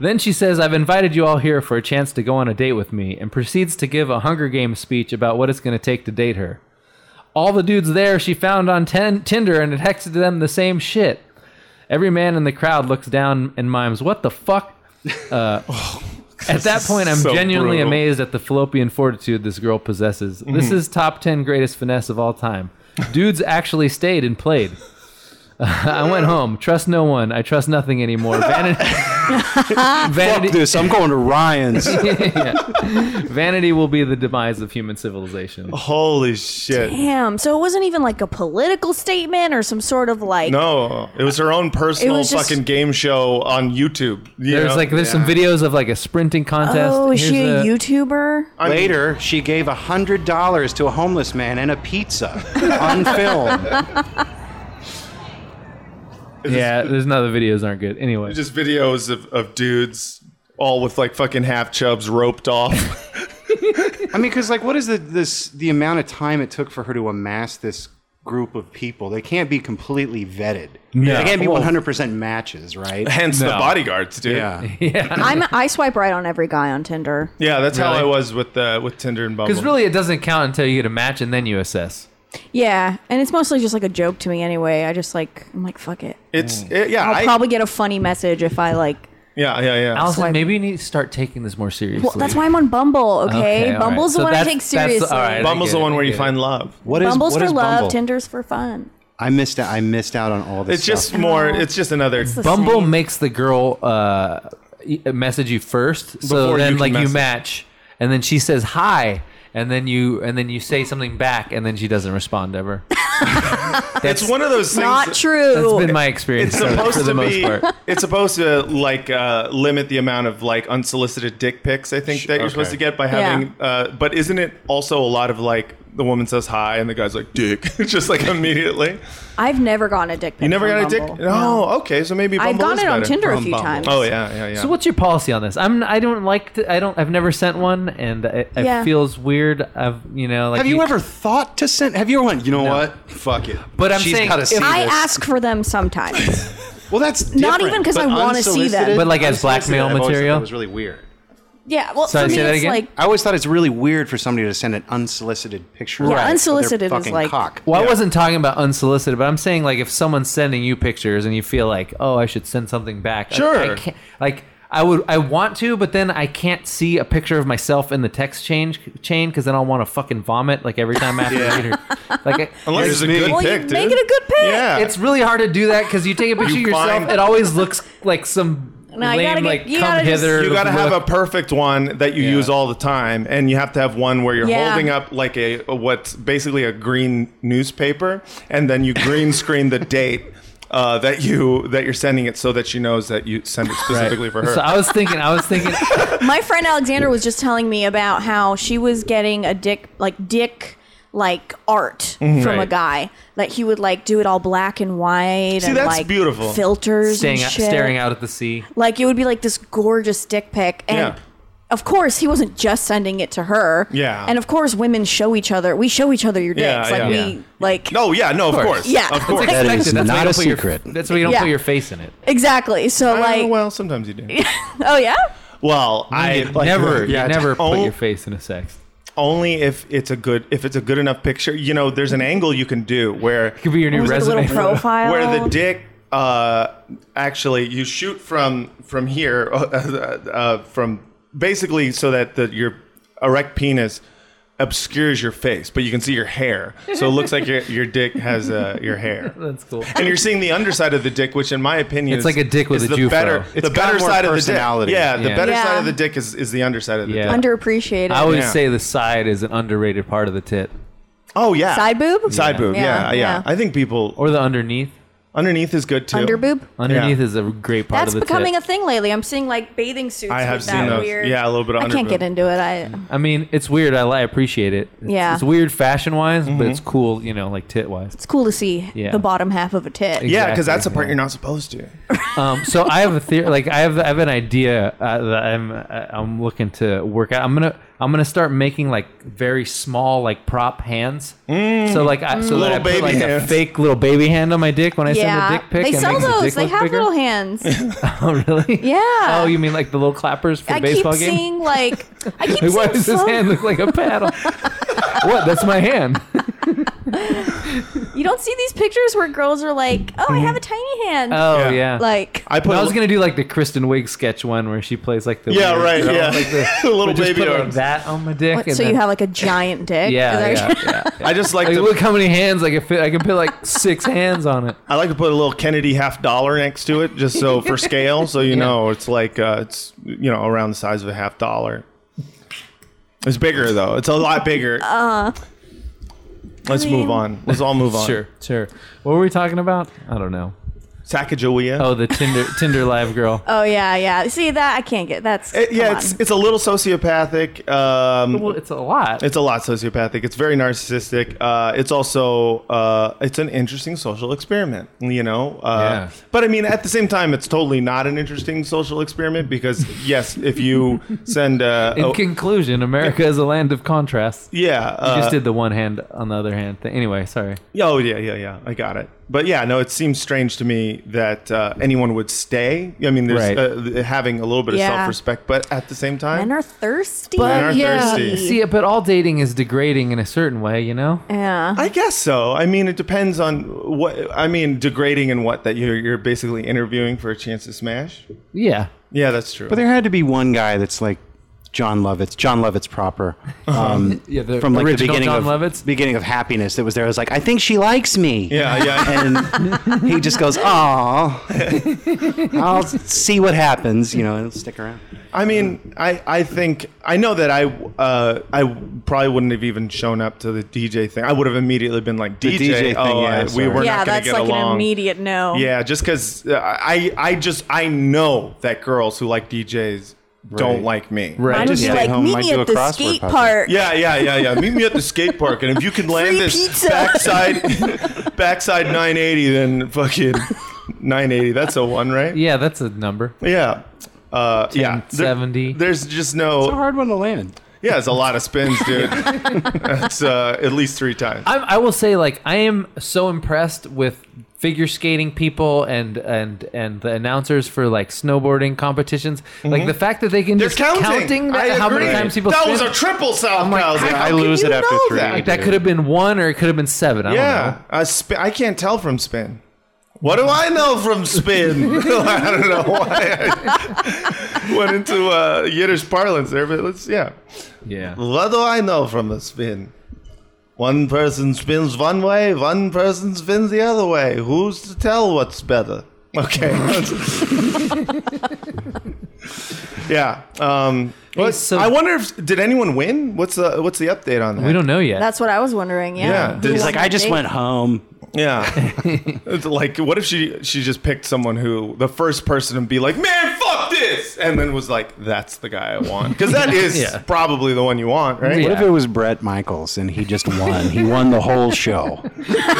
Speaker 1: Then she says, I've invited you all here for a chance to go on a date with me, and proceeds to give a Hunger Games speech about what it's going to take to date her. All the dudes there she found on ten- Tinder and had texted them the same shit. Every man in the crowd looks down and mimes, What the fuck? Uh, at that point, I'm
Speaker 2: Oh, so
Speaker 1: genuinely
Speaker 2: brutal. Mm-hmm.
Speaker 1: amazed at the fallopian fortitude this girl possesses. This is top 10 greatest finesse of all time. Dudes actually stayed and played. I went home. Trust no one. I trust nothing anymore. Vanity.
Speaker 4: Fuck
Speaker 1: vanity,
Speaker 4: this, I'm going to Ryan's.
Speaker 1: Yeah. vanity will be the demise of human civilization.
Speaker 2: Oh, Holy shit.
Speaker 3: Damn. So it wasn't even like a political statement or some sort of like.
Speaker 2: No, it was her own personal
Speaker 3: was just-
Speaker 2: fucking game show on YouTube. you
Speaker 1: There's
Speaker 2: know?
Speaker 1: like there's some videos of like a sprinting contest.
Speaker 3: Oh, is
Speaker 1: Here's
Speaker 3: she a
Speaker 1: a-
Speaker 3: YouTuber?
Speaker 2: I mean-
Speaker 4: Later, she gave $100 to a homeless man and a pizza on film.
Speaker 1: Yeah, there's no the videos aren't good. Anyway,
Speaker 2: just videos of, of dudes all with like fucking half chubs roped off.
Speaker 4: I mean, because, like, what is the, this, the amount of time it took for her to amass this group of people? They can't be completely vetted. They can't be 100% matches, right?
Speaker 2: Hence the
Speaker 1: No.
Speaker 2: bodyguards, dude.
Speaker 4: Yeah.
Speaker 3: I'm, I swipe right on every guy on Tinder.
Speaker 2: Yeah, that's how
Speaker 1: Really?
Speaker 2: I was with uh, with Tinder and Bumble.
Speaker 1: because really it doesn't count until you get a match and then you assess.
Speaker 3: Yeah, and it's mostly just like a joke to me anyway. I just like I'm like fuck it.
Speaker 2: it's
Speaker 1: mm.
Speaker 2: it, yeah,
Speaker 3: I'll
Speaker 2: I,
Speaker 3: probably get a funny message if I like.
Speaker 2: yeah, yeah, yeah.
Speaker 1: Allison,
Speaker 3: Swipe.
Speaker 1: maybe you need to start taking this more seriously.
Speaker 3: Well, that's why I'm on Bumble. Okay,
Speaker 1: all right.
Speaker 3: Bumble's
Speaker 1: So
Speaker 3: the one I
Speaker 1: that's-
Speaker 3: take
Speaker 1: that's- all
Speaker 3: seriously.
Speaker 1: right. Bumble-
Speaker 2: Bumble's
Speaker 1: I get
Speaker 2: the
Speaker 1: it,
Speaker 2: one where
Speaker 1: I
Speaker 2: you
Speaker 1: get
Speaker 2: find love.
Speaker 4: What is,
Speaker 3: Bumble's
Speaker 4: what
Speaker 3: for
Speaker 4: is
Speaker 3: love,
Speaker 4: Bumble?
Speaker 3: Tinder's for fun.
Speaker 4: I missed out. I missed out on all this
Speaker 2: It's
Speaker 4: stuff.
Speaker 2: just more. It's just another.
Speaker 3: the
Speaker 1: Bumble
Speaker 3: same.
Speaker 1: makes the girl uh, e- message you first, so
Speaker 2: Before
Speaker 1: then
Speaker 2: you
Speaker 1: like
Speaker 2: can
Speaker 1: you
Speaker 2: message.
Speaker 1: match, and then she says hi, and then you and then you say something back, and then she doesn't respond ever.
Speaker 2: It's one of those things.
Speaker 3: Not
Speaker 2: that-
Speaker 3: true.
Speaker 1: That's been my experience
Speaker 2: It's
Speaker 1: for-
Speaker 2: supposed
Speaker 1: for the
Speaker 2: to
Speaker 1: most
Speaker 2: be.
Speaker 1: part.
Speaker 2: It's supposed to like uh, limit the amount of like unsolicited dick pics. I think that you're supposed to get by having. Uh, but isn't it also a lot of like the woman says hi and the guy's like dick, just like immediately.
Speaker 3: I've never gotten a dick. Pic
Speaker 2: You never
Speaker 3: from
Speaker 2: got a dick?
Speaker 3: Bumble.
Speaker 2: No. Okay, so maybe Bumble
Speaker 3: I've gotten
Speaker 2: is
Speaker 3: it on
Speaker 2: better.
Speaker 3: Tinder a
Speaker 4: From
Speaker 3: few
Speaker 4: Bumble.
Speaker 3: times.
Speaker 2: Oh yeah, yeah, yeah.
Speaker 1: So what's your policy on this? I'm I don't like to, I don't I've never sent one and it, it
Speaker 3: Yeah.
Speaker 1: feels weird. I've you know like
Speaker 4: Have you ever thought to send? Have you ever went? You know what? Fuck it.
Speaker 1: But I'm
Speaker 4: She's
Speaker 1: saying
Speaker 4: gotta
Speaker 1: if-
Speaker 4: see
Speaker 3: I
Speaker 4: this.
Speaker 3: ask for them sometimes.
Speaker 4: Well, that's
Speaker 3: Not
Speaker 4: different,
Speaker 3: even 'cause
Speaker 4: but
Speaker 3: I wanna see them.
Speaker 4: unsolicited-
Speaker 1: But, like, as
Speaker 4: unsolicited,
Speaker 1: blackmail
Speaker 4: I've always thought
Speaker 1: material?
Speaker 4: that was really weird.
Speaker 3: yeah. Well,
Speaker 1: Sorry,
Speaker 3: for me,
Speaker 1: say that
Speaker 3: it's
Speaker 1: again?
Speaker 3: like
Speaker 4: I always thought it's really weird for somebody to send an unsolicited picture.
Speaker 3: Yeah,
Speaker 4: of their
Speaker 3: unsolicited is
Speaker 4: fucking
Speaker 3: like-
Speaker 4: cock.
Speaker 1: well, I wasn't talking about unsolicited, but I'm saying like if someone's sending you pictures and you feel like, oh, I should send something back. like, I,
Speaker 2: Sure.
Speaker 1: can't, like I would, I want to, but then I can't see a picture of myself in the text change chain because then I'll want to fucking vomit like every time after the reader. Like, I,
Speaker 2: Unless it's a
Speaker 4: Here's
Speaker 2: good
Speaker 4: me.
Speaker 3: well,
Speaker 2: pick,
Speaker 3: you
Speaker 2: dude.
Speaker 3: make it a good pick.
Speaker 2: yeah.
Speaker 1: it's really hard to do that because you take a picture of yourself,
Speaker 2: find-
Speaker 1: it always looks like some
Speaker 3: No, you gotta
Speaker 1: lame,
Speaker 3: get-
Speaker 1: like
Speaker 3: you
Speaker 1: come
Speaker 3: gotta just-
Speaker 1: hither.
Speaker 2: You got to have a
Speaker 1: look.
Speaker 2: perfect one that you
Speaker 1: Yeah.
Speaker 2: use all the time, and you have to have one where you're
Speaker 3: Yeah.
Speaker 2: holding up like a what's basically a green newspaper, and then you green screen the date uh, that you that you're sending it so that she knows that you sent it specifically for her.
Speaker 1: So I was thinking, I was thinking,
Speaker 3: My friend Alexander was just telling me about how she was getting a dick like dick like art from a
Speaker 1: Right.
Speaker 3: guy that he would like do it all black and white
Speaker 2: See,
Speaker 3: and
Speaker 2: that's
Speaker 3: like
Speaker 2: beautiful.
Speaker 3: filters
Speaker 1: staying,
Speaker 3: and
Speaker 1: out,
Speaker 3: shit.
Speaker 1: staring out at the sea.
Speaker 3: Like it would be like this gorgeous dick pic and
Speaker 2: Yeah.
Speaker 3: of course he wasn't just sending it to her.
Speaker 2: Yeah.
Speaker 3: And of course women show each other we show each other your dicks.
Speaker 2: Yeah,
Speaker 3: like
Speaker 2: yeah.
Speaker 3: we
Speaker 1: Yeah.
Speaker 3: like
Speaker 2: no, yeah, no, of course,
Speaker 1: course.
Speaker 3: Yeah.
Speaker 2: of course.
Speaker 3: It's
Speaker 1: That's
Speaker 3: like-
Speaker 1: expected. That's why
Speaker 4: not
Speaker 1: you don't
Speaker 4: a
Speaker 1: put your-
Speaker 4: secret.
Speaker 1: that's why you don't
Speaker 3: Yeah.
Speaker 1: put your face in it.
Speaker 3: Exactly. So
Speaker 2: Uh,
Speaker 3: like
Speaker 2: well, sometimes you do.
Speaker 3: oh yeah?
Speaker 2: Well, I
Speaker 1: You
Speaker 2: like, oh.
Speaker 1: never, you
Speaker 2: yeah,
Speaker 1: never put
Speaker 2: on-
Speaker 1: your face in a sex.
Speaker 2: only if it's a good if it's a good enough picture. You know, there's an angle you can do where
Speaker 1: Could be your new
Speaker 3: Was it a
Speaker 1: resume.
Speaker 3: little profile?
Speaker 2: where the dick uh, actually you shoot from from here uh, uh, from basically so that the, your erect penis obscures your face but you can see your hair so it looks like your, your dick has uh, your hair
Speaker 1: That's cool.
Speaker 2: and you're seeing the underside of the dick which in my opinion
Speaker 1: It's
Speaker 2: is-
Speaker 1: like a dick with
Speaker 2: is
Speaker 1: a
Speaker 2: the
Speaker 1: Jufro.
Speaker 2: better
Speaker 4: It's
Speaker 2: the
Speaker 4: got
Speaker 2: better
Speaker 4: more
Speaker 2: side of the dick
Speaker 4: personality.
Speaker 2: yeah the
Speaker 1: Yeah.
Speaker 2: better side
Speaker 3: Yeah.
Speaker 2: of the dick is, is the underside of the
Speaker 1: Yeah.
Speaker 2: dick
Speaker 3: underappreciated.
Speaker 1: I always
Speaker 2: Yeah.
Speaker 1: say the side is an underrated part of the tit,
Speaker 2: oh yeah
Speaker 3: Side boob?
Speaker 2: side boob yeah yeah,
Speaker 3: Yeah, yeah.
Speaker 2: i think people
Speaker 1: or the underneath.
Speaker 2: underneath is good too
Speaker 3: Underboob?
Speaker 1: Underneath
Speaker 2: Yeah.
Speaker 1: is a great part
Speaker 3: That's
Speaker 1: of the
Speaker 3: becoming
Speaker 1: tit.
Speaker 3: a thing lately. I'm seeing like bathing suits.
Speaker 2: I have
Speaker 3: with
Speaker 2: seen
Speaker 3: that
Speaker 2: those.
Speaker 3: Weird.
Speaker 2: Yeah, a little bit of
Speaker 3: I can't
Speaker 2: underboob.
Speaker 3: get into it. I
Speaker 1: I mean, it's weird. I, I appreciate it. It's,
Speaker 3: Yeah.
Speaker 1: it's weird fashion wise, but
Speaker 2: Mm-hmm.
Speaker 1: it's cool. You know, like tit wise.
Speaker 3: it's cool to see
Speaker 1: Yeah.
Speaker 3: the bottom half of a tit.
Speaker 2: yeah because
Speaker 1: Exactly,
Speaker 2: that's the part
Speaker 1: yeah.
Speaker 2: you're not supposed to
Speaker 1: Um, so I have a theory. Like I have, I have an idea uh, that I'm, uh, I'm looking to work out. I'm gonna, I'm gonna start making like very small, like prop hands. So like, I, so that I
Speaker 2: Mm. Little
Speaker 1: put
Speaker 2: baby
Speaker 1: like a
Speaker 2: hands.
Speaker 1: fake little baby hand on my dick when I send a
Speaker 3: Yeah,
Speaker 1: dick pic.
Speaker 3: they
Speaker 1: and
Speaker 3: sell
Speaker 1: makes the dick
Speaker 3: those. They
Speaker 1: look
Speaker 3: have
Speaker 1: bigger?
Speaker 3: little hands.
Speaker 1: Oh really?
Speaker 3: Yeah.
Speaker 1: Oh, you mean like the little clappers for
Speaker 3: I
Speaker 1: the baseball
Speaker 3: keep
Speaker 1: game?
Speaker 3: seeing like I keep
Speaker 1: Why
Speaker 3: seeing
Speaker 1: does his
Speaker 3: photo-
Speaker 1: hand look like a paddle? what? That's my hand.
Speaker 3: You don't see these pictures where girls are like, "Oh, I have a tiny hand."
Speaker 1: Mm-hmm. Oh yeah.
Speaker 2: Yeah.
Speaker 3: like
Speaker 2: I put
Speaker 1: No, I was
Speaker 2: a-
Speaker 1: gonna do like the Kristen Wiig sketch one where she plays like the
Speaker 2: Yeah,
Speaker 1: weird
Speaker 2: right,
Speaker 1: girl,
Speaker 2: yeah.
Speaker 1: like
Speaker 2: The little
Speaker 1: but just
Speaker 2: baby
Speaker 1: put, like,
Speaker 2: arms.
Speaker 1: that on my dick.
Speaker 3: what,
Speaker 1: and
Speaker 3: so you
Speaker 1: then-
Speaker 3: have like a giant dick. Is
Speaker 1: yeah, yeah,
Speaker 3: that-
Speaker 1: yeah, yeah.
Speaker 2: I just like
Speaker 1: Like,
Speaker 2: to
Speaker 1: look how many hands I can fit. I can put like six hands on it.
Speaker 2: I like to put a little Kennedy half dollar next to it just so for scale so you know it's like uh, it's you know around the size of a half dollar. It's bigger though. It's a lot bigger. Uh, Let's move on. Let's all move on.
Speaker 1: Sure, sure. What were we talking about? I don't know.
Speaker 2: Sacagawea.
Speaker 1: Oh, the Tinder Tinder live girl.
Speaker 3: Oh yeah, yeah. See that? I can't get that's.
Speaker 2: It- Eh, yeah,
Speaker 3: come
Speaker 2: it's
Speaker 3: on.
Speaker 2: it's a little sociopathic. Um,
Speaker 1: Well, it's a lot.
Speaker 2: It's a lot sociopathic. It's very narcissistic. Uh, it's also uh, it's an interesting social experiment, you know. Uh,
Speaker 1: Yeah.
Speaker 2: But I mean, at the same time, it's totally not an interesting social experiment because yes, if you send uh,
Speaker 1: In
Speaker 2: a-
Speaker 1: conclusion, America is a land of contrasts.
Speaker 2: yeah, uh,
Speaker 1: Just did the one hand on the other hand thing. Anyway, sorry.
Speaker 2: oh yeah, yeah, yeah, I got it. But yeah, no, it seems strange to me that uh, anyone would stay. I mean, there's
Speaker 1: Right.
Speaker 2: uh, having a little bit of
Speaker 3: Yeah.
Speaker 2: self-respect, but at the same time,
Speaker 3: Men are thirsty.
Speaker 2: Men are yeah, thirsty.
Speaker 1: See, but all dating is degrading in a certain way, you know.
Speaker 3: yeah.
Speaker 2: I guess so. I mean, it depends on what. I mean, degrading and what that you're you're basically interviewing for a chance to smash.
Speaker 1: Yeah.
Speaker 2: Yeah, that's true.
Speaker 4: But there had to be one guy that's like John Lovitz, John Lovitz proper, um,
Speaker 1: Yeah, the
Speaker 4: from like the
Speaker 1: original
Speaker 4: beginning
Speaker 1: John
Speaker 4: of
Speaker 1: Lovitz?
Speaker 4: beginning of Happiness. That was there. I was like, I think she likes me.
Speaker 2: Yeah, yeah.
Speaker 4: and he just goes, "Aw, I'll see what happens." You know, and it'll stick around.
Speaker 2: I mean, I, I think I know that I uh, I probably wouldn't have even shown up to the DJ thing. I would have immediately been like DJ.
Speaker 4: DJ thing,
Speaker 2: oh,
Speaker 4: yeah,
Speaker 2: I- we
Speaker 4: sorry.
Speaker 2: were
Speaker 3: yeah,
Speaker 2: not going to
Speaker 3: that's
Speaker 2: get
Speaker 3: like
Speaker 2: along.
Speaker 3: an immediate no.
Speaker 2: yeah, just because I I just I know that girls who like DJs don't
Speaker 4: Right.
Speaker 2: like me.
Speaker 1: Right.
Speaker 3: Mine would
Speaker 1: Just
Speaker 3: be
Speaker 1: stay
Speaker 3: like,
Speaker 4: home,
Speaker 3: meet
Speaker 4: might
Speaker 3: me at
Speaker 4: do a
Speaker 3: the
Speaker 4: crossword
Speaker 3: skate
Speaker 4: puzzle.
Speaker 3: park.
Speaker 2: Yeah, yeah, yeah, yeah. Meet me at the skate park, and if you can land
Speaker 3: Free
Speaker 2: this
Speaker 3: pizza.
Speaker 2: backside backside 980, then fucking 980. That's a one, right?
Speaker 1: Yeah, that's a number.
Speaker 2: Yeah. Uh, yeah. There-
Speaker 1: 70.
Speaker 2: there's just no.
Speaker 4: It's a hard one to land.
Speaker 2: Yeah, it's a lot of spins, dude. That's uh, at least three times.
Speaker 1: I, I will say, like, I am so impressed with figure skating people and and and the announcers for like snowboarding competitions. Like the fact that they can
Speaker 2: Mm-hmm. They're
Speaker 1: just
Speaker 2: counting.
Speaker 1: that-
Speaker 2: I
Speaker 1: how many
Speaker 2: agree.
Speaker 1: times people
Speaker 2: That
Speaker 1: spin.
Speaker 2: was a triple south
Speaker 1: like,
Speaker 2: Thousand.
Speaker 1: how
Speaker 2: I
Speaker 1: can
Speaker 2: lose
Speaker 1: you
Speaker 2: it after
Speaker 1: know
Speaker 2: three.
Speaker 1: Like, that could have been one or it could have been seven. I don't
Speaker 2: Yeah,
Speaker 1: know.
Speaker 2: I, spin, I can't tell from spin. What do I know from spin? I don't know why I went into uh, Yiddish parlance there, but let's yeah.
Speaker 1: Yeah.
Speaker 2: What do I know from a spin? One person spins one way, one person spins the other way. Who's to tell what's better? Okay. Yeah. Um, well,
Speaker 1: so-
Speaker 2: I wonder if did anyone win? What's the what's the update on that?
Speaker 1: We don't know yet.
Speaker 3: That's what I was wondering.
Speaker 2: Yeah.
Speaker 3: Yeah. Who
Speaker 2: He's
Speaker 5: He's
Speaker 3: won
Speaker 5: like,
Speaker 3: that
Speaker 5: I just
Speaker 3: date?
Speaker 5: went home.
Speaker 2: Yeah. It's like, what if she she just picked someone who the first person to be like, man, fuck this, and then was like, that's the guy I want because that is
Speaker 1: Yeah.
Speaker 2: probably the one you want, right?
Speaker 1: Yeah.
Speaker 4: What if it was Brett Michaels and he just won? he won the whole show.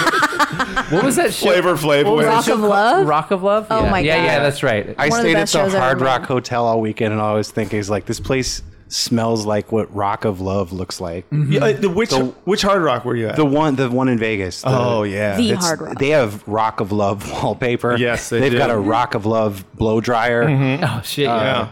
Speaker 1: what was that show?
Speaker 2: Flavor Flav
Speaker 1: What was that
Speaker 2: wins.
Speaker 3: Rock
Speaker 1: show
Speaker 3: of
Speaker 1: called?
Speaker 3: Love?
Speaker 1: Rock of Love.
Speaker 3: Oh
Speaker 1: yeah.
Speaker 3: my
Speaker 1: Yeah,
Speaker 3: God.
Speaker 1: yeah, that's right.
Speaker 4: I
Speaker 3: One of the
Speaker 4: stayed at
Speaker 3: best
Speaker 4: the
Speaker 3: shows I've
Speaker 4: Hard
Speaker 3: ever
Speaker 4: Rock
Speaker 3: been.
Speaker 4: Hotel all weekend, and I was thinking, is like this place smells like what Rock of Love looks like.
Speaker 2: Yeah, uh, the- which
Speaker 4: The-
Speaker 2: which Hard Rock were you at?
Speaker 4: The one, the one in Vegas. the-
Speaker 2: oh yeah.
Speaker 3: The
Speaker 4: it's-
Speaker 3: Hard Rock.
Speaker 4: They have Rock of Love wallpaper.
Speaker 2: Yes, they
Speaker 4: have
Speaker 2: do.
Speaker 4: got a Rock of Love blow dryer.
Speaker 1: oh shit. yeah.
Speaker 2: yeah.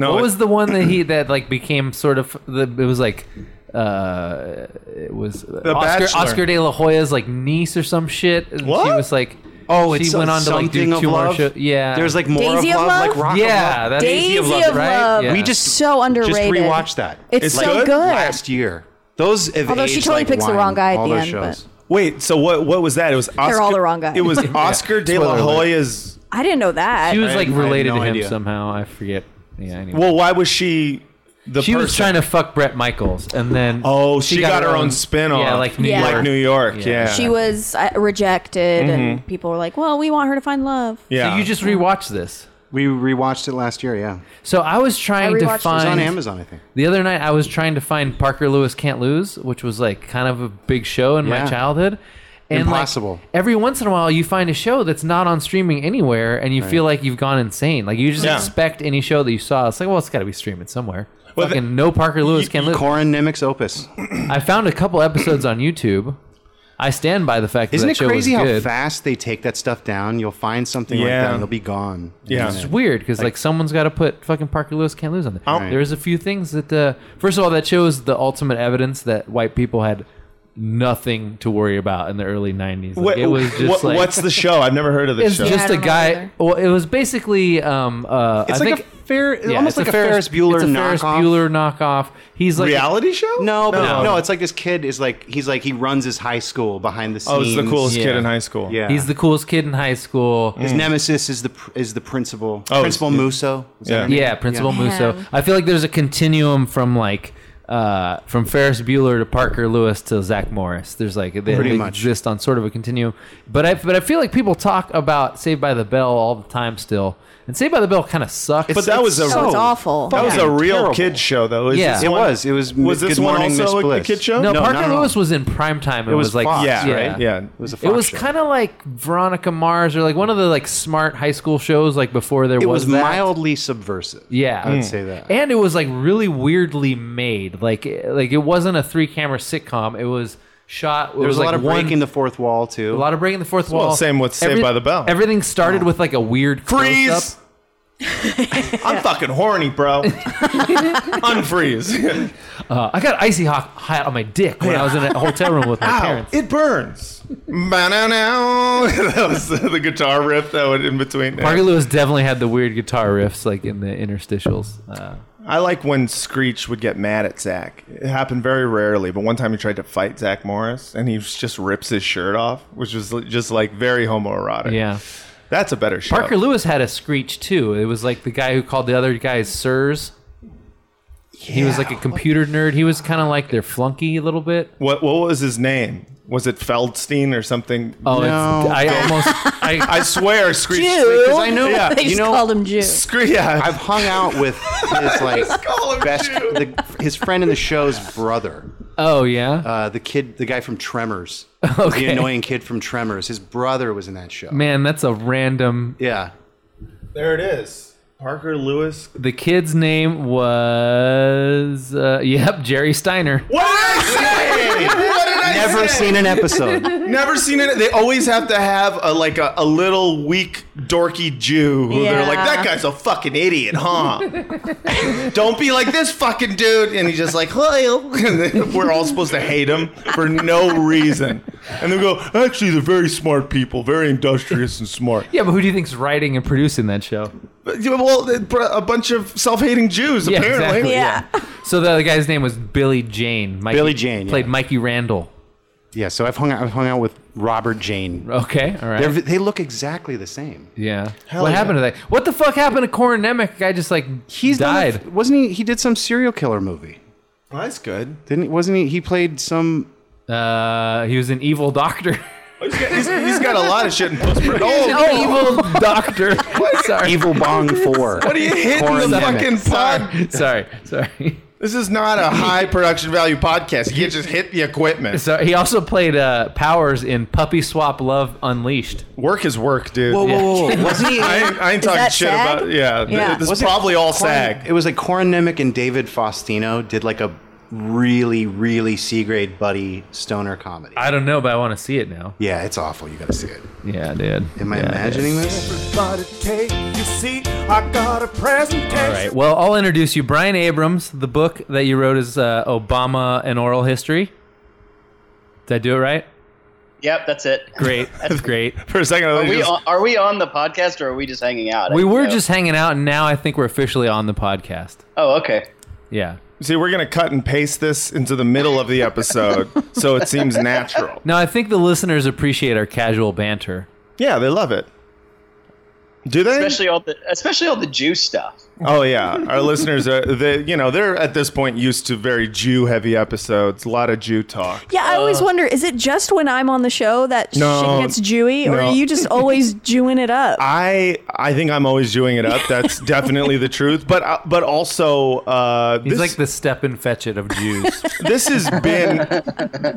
Speaker 2: No,
Speaker 1: What
Speaker 2: it-
Speaker 1: was the one that he that like became sort of the it was like uh it was Oscar,
Speaker 2: Bachelor.
Speaker 1: Oscar De La Hoya's like niece or some shit. And She
Speaker 2: What?
Speaker 1: was like
Speaker 4: Oh,
Speaker 1: she
Speaker 4: it's
Speaker 1: went on to like
Speaker 4: something
Speaker 1: do
Speaker 4: of
Speaker 1: two more
Speaker 4: love?
Speaker 1: shows. Yeah,
Speaker 4: There's like more
Speaker 3: Daisy
Speaker 4: of
Speaker 3: of
Speaker 4: love,
Speaker 3: Love?
Speaker 4: like Rock of
Speaker 1: yeah,
Speaker 4: Love.
Speaker 1: that's
Speaker 3: Daisy of Love,
Speaker 1: right?
Speaker 3: Love.
Speaker 1: Yeah.
Speaker 4: we just
Speaker 3: So
Speaker 4: Just
Speaker 3: underrated.
Speaker 4: rewatched that.
Speaker 3: It's,
Speaker 2: It's
Speaker 3: so
Speaker 2: good?
Speaker 3: good.
Speaker 4: last year. Those have
Speaker 3: Although she
Speaker 4: aged
Speaker 3: totally
Speaker 4: like
Speaker 3: picks the
Speaker 4: wine,
Speaker 3: wrong guy at
Speaker 4: all
Speaker 3: the
Speaker 4: those
Speaker 3: end,
Speaker 4: shows.
Speaker 2: wait? So what what was that? It was Oscar,
Speaker 3: all the wrong guy.
Speaker 2: It was Oscar De La
Speaker 4: Spoiler alert.
Speaker 2: Hoya's.
Speaker 3: I didn't know that.
Speaker 1: she was like
Speaker 4: I had
Speaker 1: related
Speaker 4: no
Speaker 1: to him
Speaker 4: idea.
Speaker 1: somehow. I forget. Yeah, anyway.
Speaker 2: Well, why was she the?
Speaker 1: she was
Speaker 2: person?
Speaker 1: trying to fuck Brett Michaels, and then
Speaker 2: Oh, she, got, her own spin off.
Speaker 1: Yeah, like New
Speaker 3: Yeah.
Speaker 1: York.
Speaker 2: Like New York. Yeah.
Speaker 1: Yeah.
Speaker 3: she was uh, rejected, and people were like, "Well, we want her to find love."
Speaker 2: yeah.
Speaker 1: So you just rewatched this.
Speaker 4: We rewatched it last year. Yeah,
Speaker 1: So I was trying
Speaker 3: I
Speaker 1: to
Speaker 3: rewatched this on
Speaker 4: it's on
Speaker 1: find
Speaker 4: Amazon, I think.
Speaker 1: The other night, I was trying to find Parker Lewis Can't Lose, which was like kind of a big show in
Speaker 4: Yeah.
Speaker 1: my childhood. And like,
Speaker 4: Impossible.
Speaker 1: every once in a while, you find a show that's not on streaming anywhere, and you feel like you've gone insane. Like you just
Speaker 2: Yeah.
Speaker 1: expect any show that you saw, it's like, well, it's got to be streaming somewhere.
Speaker 2: Well,
Speaker 1: Fucking
Speaker 2: the-
Speaker 1: no Parker Lewis Can't Lose.
Speaker 4: Corin Nimmick's opus.
Speaker 1: I found a couple episodes on YouTube. I stand by the fact
Speaker 4: Isn't
Speaker 1: that
Speaker 4: it
Speaker 1: that show
Speaker 4: crazy
Speaker 1: was
Speaker 4: how
Speaker 1: good.
Speaker 4: fast they take that stuff down? You'll find something like
Speaker 2: Yeah.
Speaker 4: that and it'll be gone.
Speaker 2: Yeah.
Speaker 1: It's weird because like, someone's got to put fucking Parker Lewis can't lose on there.
Speaker 2: I'll-
Speaker 1: There's a few things that uh, first of all that shows the ultimate evidence that white people had nothing to worry about in the early '90s. Like,
Speaker 2: What-
Speaker 1: it was just
Speaker 2: what-
Speaker 1: like
Speaker 2: what's the show? I've never heard of this
Speaker 1: it's
Speaker 2: show.
Speaker 3: Yeah,
Speaker 1: just
Speaker 3: I
Speaker 1: a
Speaker 3: don't know
Speaker 1: guy.
Speaker 3: either.
Speaker 1: Well, it was basically um uh
Speaker 4: It's
Speaker 1: I
Speaker 4: like
Speaker 1: think
Speaker 4: a fair,
Speaker 1: yeah,
Speaker 4: almost
Speaker 1: it's
Speaker 4: like a Ferris, Bueller
Speaker 1: it's a
Speaker 4: knockoff.
Speaker 1: Ferris Bueller knockoff. He's like
Speaker 2: reality show?
Speaker 4: No, but
Speaker 1: No.
Speaker 4: no. it's like this kid is like he's like he runs his high school behind the scenes.
Speaker 2: Oh, it's the coolest
Speaker 1: Yeah.
Speaker 2: kid in high school.
Speaker 4: Yeah,
Speaker 1: he's the coolest kid in high school.
Speaker 4: his nemesis is the pr- is the principal.
Speaker 2: Oh,
Speaker 4: principal
Speaker 2: it's-
Speaker 4: Musso. Is that
Speaker 2: yeah.
Speaker 4: her name?
Speaker 1: Yeah, Principal Musso.
Speaker 3: Man.
Speaker 1: I feel like there's a continuum from like uh, from Ferris Bueller to Parker Lewis to Zach Morris. There's like they,
Speaker 4: Pretty
Speaker 1: they
Speaker 4: much.
Speaker 1: exist on sort of a continuum. But I but I feel like people talk about Saved by the Bell all the time still, and Saved by the Bell kind of sucks.
Speaker 2: But that was a
Speaker 3: so it's awful.
Speaker 2: that was
Speaker 4: fucking
Speaker 2: a real
Speaker 4: terrible.
Speaker 2: kid show though. Is
Speaker 1: Yeah.
Speaker 2: this
Speaker 4: It
Speaker 2: one-
Speaker 4: was. It was.
Speaker 2: Was
Speaker 4: Good
Speaker 2: this one
Speaker 4: Morning,
Speaker 2: also
Speaker 4: Miss
Speaker 2: a- a
Speaker 4: Bliss.
Speaker 2: kid show?
Speaker 1: no,
Speaker 4: no,
Speaker 1: Parker
Speaker 4: not at
Speaker 1: Lewis
Speaker 4: all.
Speaker 1: was in prime time. It,
Speaker 4: It was
Speaker 1: like
Speaker 4: Fox,
Speaker 2: Yeah,
Speaker 1: yeah.
Speaker 2: right? Yeah.
Speaker 4: It was a
Speaker 1: It
Speaker 4: Fox
Speaker 1: was
Speaker 4: show.
Speaker 1: kind of like Veronica Mars or like one of the like smart high school shows like before there
Speaker 4: It was Mm.
Speaker 1: that.
Speaker 4: mildly subversive.
Speaker 1: Yeah,
Speaker 4: I would say that.
Speaker 1: And it was like really weirdly made. Like like it wasn't a three camera sitcom. It was shot. It
Speaker 4: There was, a
Speaker 1: like
Speaker 4: lot of
Speaker 1: one,
Speaker 4: breaking the fourth wall
Speaker 1: a
Speaker 4: too.
Speaker 1: lot of breaking the fourth wall.
Speaker 2: Well, same with Saved by the Bell.
Speaker 1: Everything started with like a weird
Speaker 2: Freeze.
Speaker 1: close-up.
Speaker 2: I'm fucking horny, bro. Unfreeze.
Speaker 1: Uh, I got icy hot, hot on my dick when I was in a hotel room with my
Speaker 2: Ow,
Speaker 1: parents.
Speaker 2: it burns. Ba-na-now. that was the guitar riff that went in between. there.
Speaker 1: Margaret Lewis definitely had the weird guitar riffs like in the interstitials. Uh,
Speaker 2: I like when Screech would get mad at Zach. It happened very rarely, but one time he tried to fight Zach Morris, and he just rips his shirt off, which was just like very homoerotic.
Speaker 1: yeah.
Speaker 2: that's a better show.
Speaker 1: Parker Lewis had a screech too. It was like the guy who called the other guys sirs. He was like a computer nerd. He was kind of like their flunky a little bit.
Speaker 2: What what was his name? Was it Feldstein or something?
Speaker 1: Oh,
Speaker 4: No.
Speaker 1: it's, I almost. I,
Speaker 2: I swear, Screech.
Speaker 3: Jew.
Speaker 4: because I know-
Speaker 2: Yeah,
Speaker 3: they
Speaker 4: you
Speaker 3: just
Speaker 4: know-
Speaker 3: called him Jew.
Speaker 2: Screech. Yeah.
Speaker 4: I've hung out with his like
Speaker 2: Call him
Speaker 4: best
Speaker 2: Jew.
Speaker 4: the, his friend in the show's brother.
Speaker 1: oh yeah,
Speaker 4: Uh, the kid, the guy from Tremors,
Speaker 1: Okay.
Speaker 4: the annoying kid from Tremors. His brother was in that show.
Speaker 1: man, that's a random.
Speaker 4: Yeah,
Speaker 2: there it is. Parker Lewis.
Speaker 1: The kid's name was uh, yep, Jerry Steiner.
Speaker 2: What did I say? what did I
Speaker 4: never seen an episode.
Speaker 2: Never seen it. They always have to have a like a, a little weak dorky Jew who they're like,
Speaker 3: Yeah.
Speaker 2: that guy's a fucking idiot, huh? Don't be like this fucking dude. And he's just like, "Well," and then we're all supposed to hate him for no reason. And they go, actually, they're very smart people, very industrious and smart.
Speaker 1: Yeah, but who do you think's writing and producing that show?
Speaker 2: But, you know, well, they- br- a bunch of self-hating Jews
Speaker 1: Yeah, exactly.
Speaker 2: apparently.
Speaker 3: Yeah.
Speaker 1: So the other guy's name was Billy Jane. Mikey,
Speaker 4: Billy Jane, yeah.
Speaker 1: played Mikey Randall.
Speaker 4: yeah. So I've hung out, I've hung out with Robert Jane.
Speaker 1: Okay, all right.
Speaker 4: They're, they look exactly the same.
Speaker 1: yeah. what happened to that? What the fuck happened to Corin Nemec? Guy just like
Speaker 4: He's done a-
Speaker 1: died.
Speaker 4: wasn't he? He did some serial killer movie.
Speaker 2: Well, that's good.
Speaker 4: Didn't he? Wasn't he? He played some.
Speaker 1: uh, he was an evil doctor.
Speaker 2: He's got, he's- he's got a lot of shit in post
Speaker 1: An
Speaker 2: Oh,
Speaker 1: evil doctor. sorry.
Speaker 4: Evil Bong 4.
Speaker 2: what are you hitting
Speaker 4: Corin
Speaker 2: the
Speaker 4: Nemec.
Speaker 2: fucking pod?
Speaker 1: Sorry, sorry, sorry.
Speaker 2: This is not a high production value podcast. You can't just hit the equipment.
Speaker 1: So he also played uh, Powers in Puppy Swap Love Unleashed.
Speaker 2: Work is work, dude.
Speaker 4: whoa, whoa. Wasn't he?
Speaker 2: I, ain't- I ain't
Speaker 3: Is
Speaker 2: talking
Speaker 3: that
Speaker 2: shit
Speaker 3: SAG?
Speaker 2: about. Yeah, th-
Speaker 3: Yeah.
Speaker 2: this is
Speaker 4: Was it
Speaker 2: probably all
Speaker 4: Corin-
Speaker 2: SAG.
Speaker 4: It was like Corin Nemec and David Faustino did like a really, really C grade buddy stoner comedy.
Speaker 1: I don't know, but I want to see it now.
Speaker 4: yeah, it's awful. You gotta see it.
Speaker 1: Yeah, dude.
Speaker 4: Am I
Speaker 1: Yeah,
Speaker 4: imagining this?
Speaker 1: All right. Well, I'll introduce you. Brian Abrams. The book that you wrote is uh, Obama and Oral History. Did I do it right?
Speaker 5: Yep, that's it.
Speaker 1: Great. That's great.
Speaker 2: For a second, I
Speaker 5: Are
Speaker 2: was
Speaker 5: we
Speaker 2: just-
Speaker 5: on, are we on the podcast or are we just hanging out?
Speaker 1: We
Speaker 5: I-
Speaker 1: were
Speaker 5: no.
Speaker 1: just hanging out, and now I think we're officially on the podcast.
Speaker 5: Oh, okay.
Speaker 1: Yeah.
Speaker 2: see, we're gonna cut and paste this into the middle of the episode, so it seems natural.
Speaker 1: No, I think the listeners appreciate our casual banter.
Speaker 2: Yeah, they love it. Do they?
Speaker 5: Especially all the especially all the Jew stuff.
Speaker 2: oh yeah, our listeners are they, you know they're at this point used to very Jew heavy episodes, a lot of Jew talk.
Speaker 3: Yeah, I always wonder is it just when I'm on the show that
Speaker 2: No,
Speaker 3: shit gets Jewy, or
Speaker 2: no.
Speaker 3: are you just always Jewing it up?
Speaker 2: I I think I'm always Jewing it up. That's definitely the truth. But uh, but also uh,
Speaker 1: He's
Speaker 2: this,
Speaker 1: like the step and fetch it of Jews.
Speaker 2: this has been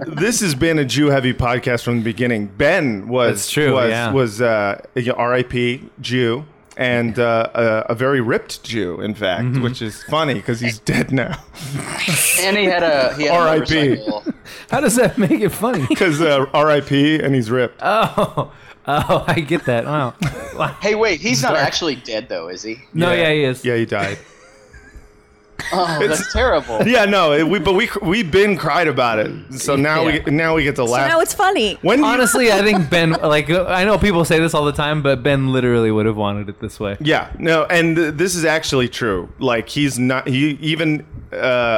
Speaker 2: this has been a Jew heavy podcast from the beginning. Ben was
Speaker 1: That's true,
Speaker 2: was
Speaker 1: yeah.
Speaker 2: was uh, a R.I.P. Jew and uh, a, a very ripped Jew, in fact,
Speaker 1: Mm-hmm.
Speaker 2: which is funny because he's dead now.
Speaker 5: And he had a he had a
Speaker 2: R.I.P..
Speaker 5: motorcycle.
Speaker 1: How does that make it funny?
Speaker 2: Because uh, R.I.P. and he's ripped.
Speaker 1: Oh, oh, I get that. Wow.
Speaker 5: Hey, wait, he's not actually dead though, is he?
Speaker 1: No, yeah, he is.
Speaker 2: yeah, he died.
Speaker 5: Oh, that's terrible.
Speaker 2: yeah, no, it- we but we we been cried about it. So now
Speaker 1: Yeah.
Speaker 2: we now we get to
Speaker 3: so
Speaker 2: laugh.
Speaker 3: now it's funny.
Speaker 2: when do you-
Speaker 1: Honestly, I think Ben. Like, I know people say this all the time, but Ben literally would have wanted it this way.
Speaker 2: Yeah, no, and th- this is actually true. Like he's not. He even uh,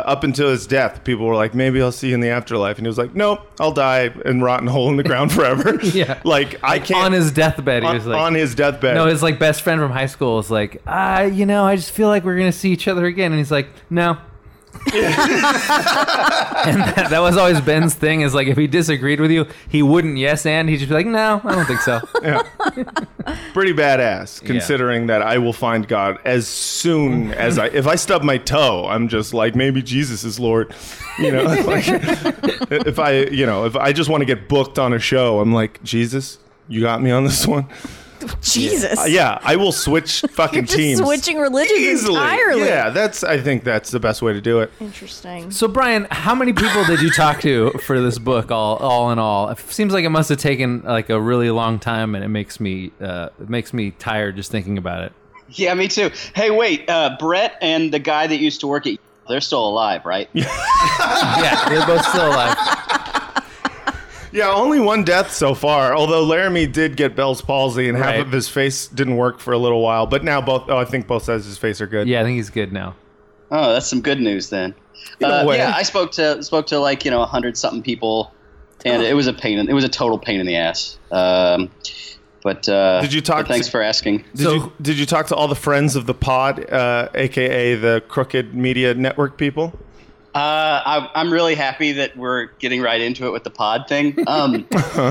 Speaker 2: up until his death, people were like, "Maybe I'll see you in the afterlife," and he was like, "Nope, I'll die and rot and hole in the ground forever."
Speaker 1: Yeah.
Speaker 2: like I can't
Speaker 1: On his deathbed, he
Speaker 2: on,
Speaker 1: was like,
Speaker 2: on his deathbed.
Speaker 1: No, his like best friend from high school is like, ah, you know, I just feel like we're gonna see each other again, and he's like, no. and that, that was always Ben's thing is like if he disagreed with you, he wouldn't yes and he'd just be like, no, I don't think so.
Speaker 2: pretty badass considering that I will find God as soon as I if I stub my toe, I'm just like maybe Jesus is Lord. You know, like, if I you know if I just want to get booked on a show, I'm like Jesus. You got me on this one.
Speaker 3: Jesus.
Speaker 2: Uh, yeah, I will switch fucking
Speaker 3: You're just
Speaker 2: teams.
Speaker 3: switching religions
Speaker 2: Easily.
Speaker 3: entirely.
Speaker 2: Yeah, that's. I think that's the best way to do it.
Speaker 3: Interesting.
Speaker 1: So Brian, how many people did you talk to for this book? All, all in all, it seems like it must have taken like a really long time, and it makes me, uh, it makes me tired just thinking about it.
Speaker 5: Yeah, me too. Hey, wait, uh, Brett and the guy that used to work at they're still alive, right?
Speaker 1: Yeah, they're both still alive.
Speaker 2: Yeah, only one death so far. Although Laramie did get Bell's palsy and
Speaker 1: Right.
Speaker 2: half of his face didn't work for a little while, but now both. Oh, I think both sides of his face are good.
Speaker 1: Yeah, I think he's good now.
Speaker 5: Oh, that's some good news then.
Speaker 2: a
Speaker 5: Uh,
Speaker 2: way.
Speaker 5: yeah, I spoke to spoke to like you know a hundred something people, and
Speaker 2: Oh.
Speaker 5: it was a pain. In, it was a total pain in the ass. Um, but uh,
Speaker 2: Did you talk
Speaker 5: but thanks
Speaker 2: to-
Speaker 5: for asking.
Speaker 2: Did
Speaker 1: So-
Speaker 2: you did you talk to all the friends of the pod, uh, aka the Crooked Media Network people?
Speaker 5: Uh, I, I'm really happy that we're getting right into it with the pod thing. Um,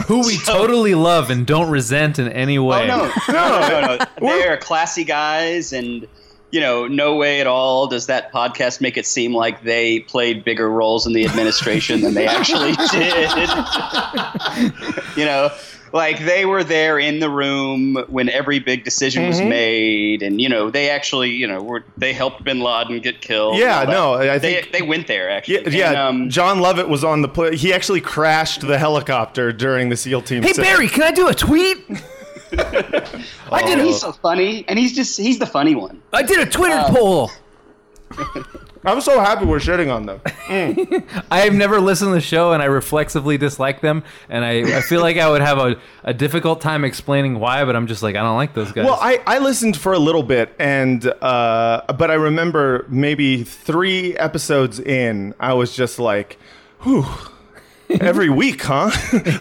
Speaker 1: Who we totally love and don't resent in any way.
Speaker 5: oh no, no, no, no, no. They are classy guys, and you know, no way at all does that podcast make it seem like they played bigger roles in the administration than they actually did. you know, like they were there in the room when every big decision
Speaker 2: Mm-hmm.
Speaker 5: was made, and you know, they actually, you know, were they helped Bin Laden get killed? and
Speaker 2: Yeah,
Speaker 5: all that.
Speaker 2: no, I
Speaker 5: they
Speaker 2: think-
Speaker 5: they went there
Speaker 2: Yeah,
Speaker 5: actually. And,
Speaker 2: yeah.
Speaker 5: um,
Speaker 2: John Lovett was on the. Pl- he actually crashed the helicopter during the SEAL team.
Speaker 1: Hey
Speaker 2: sit-
Speaker 1: Barry, can I do a tweet? I did
Speaker 5: and he's
Speaker 1: a,
Speaker 5: so funny, and he's just he's the funny one.
Speaker 1: I did a Twitter
Speaker 5: Uh,
Speaker 1: poll.
Speaker 2: I'm so happy we're shitting on them.
Speaker 1: I have never listened to the show and I reflexively dislike them and I, I feel like I would have a, a difficult time explaining why, but I'm just like I don't like those guys.
Speaker 2: Well, I, I listened for a little bit, and uh, but I remember maybe three episodes in, I was just like, "Whew, every week, huh?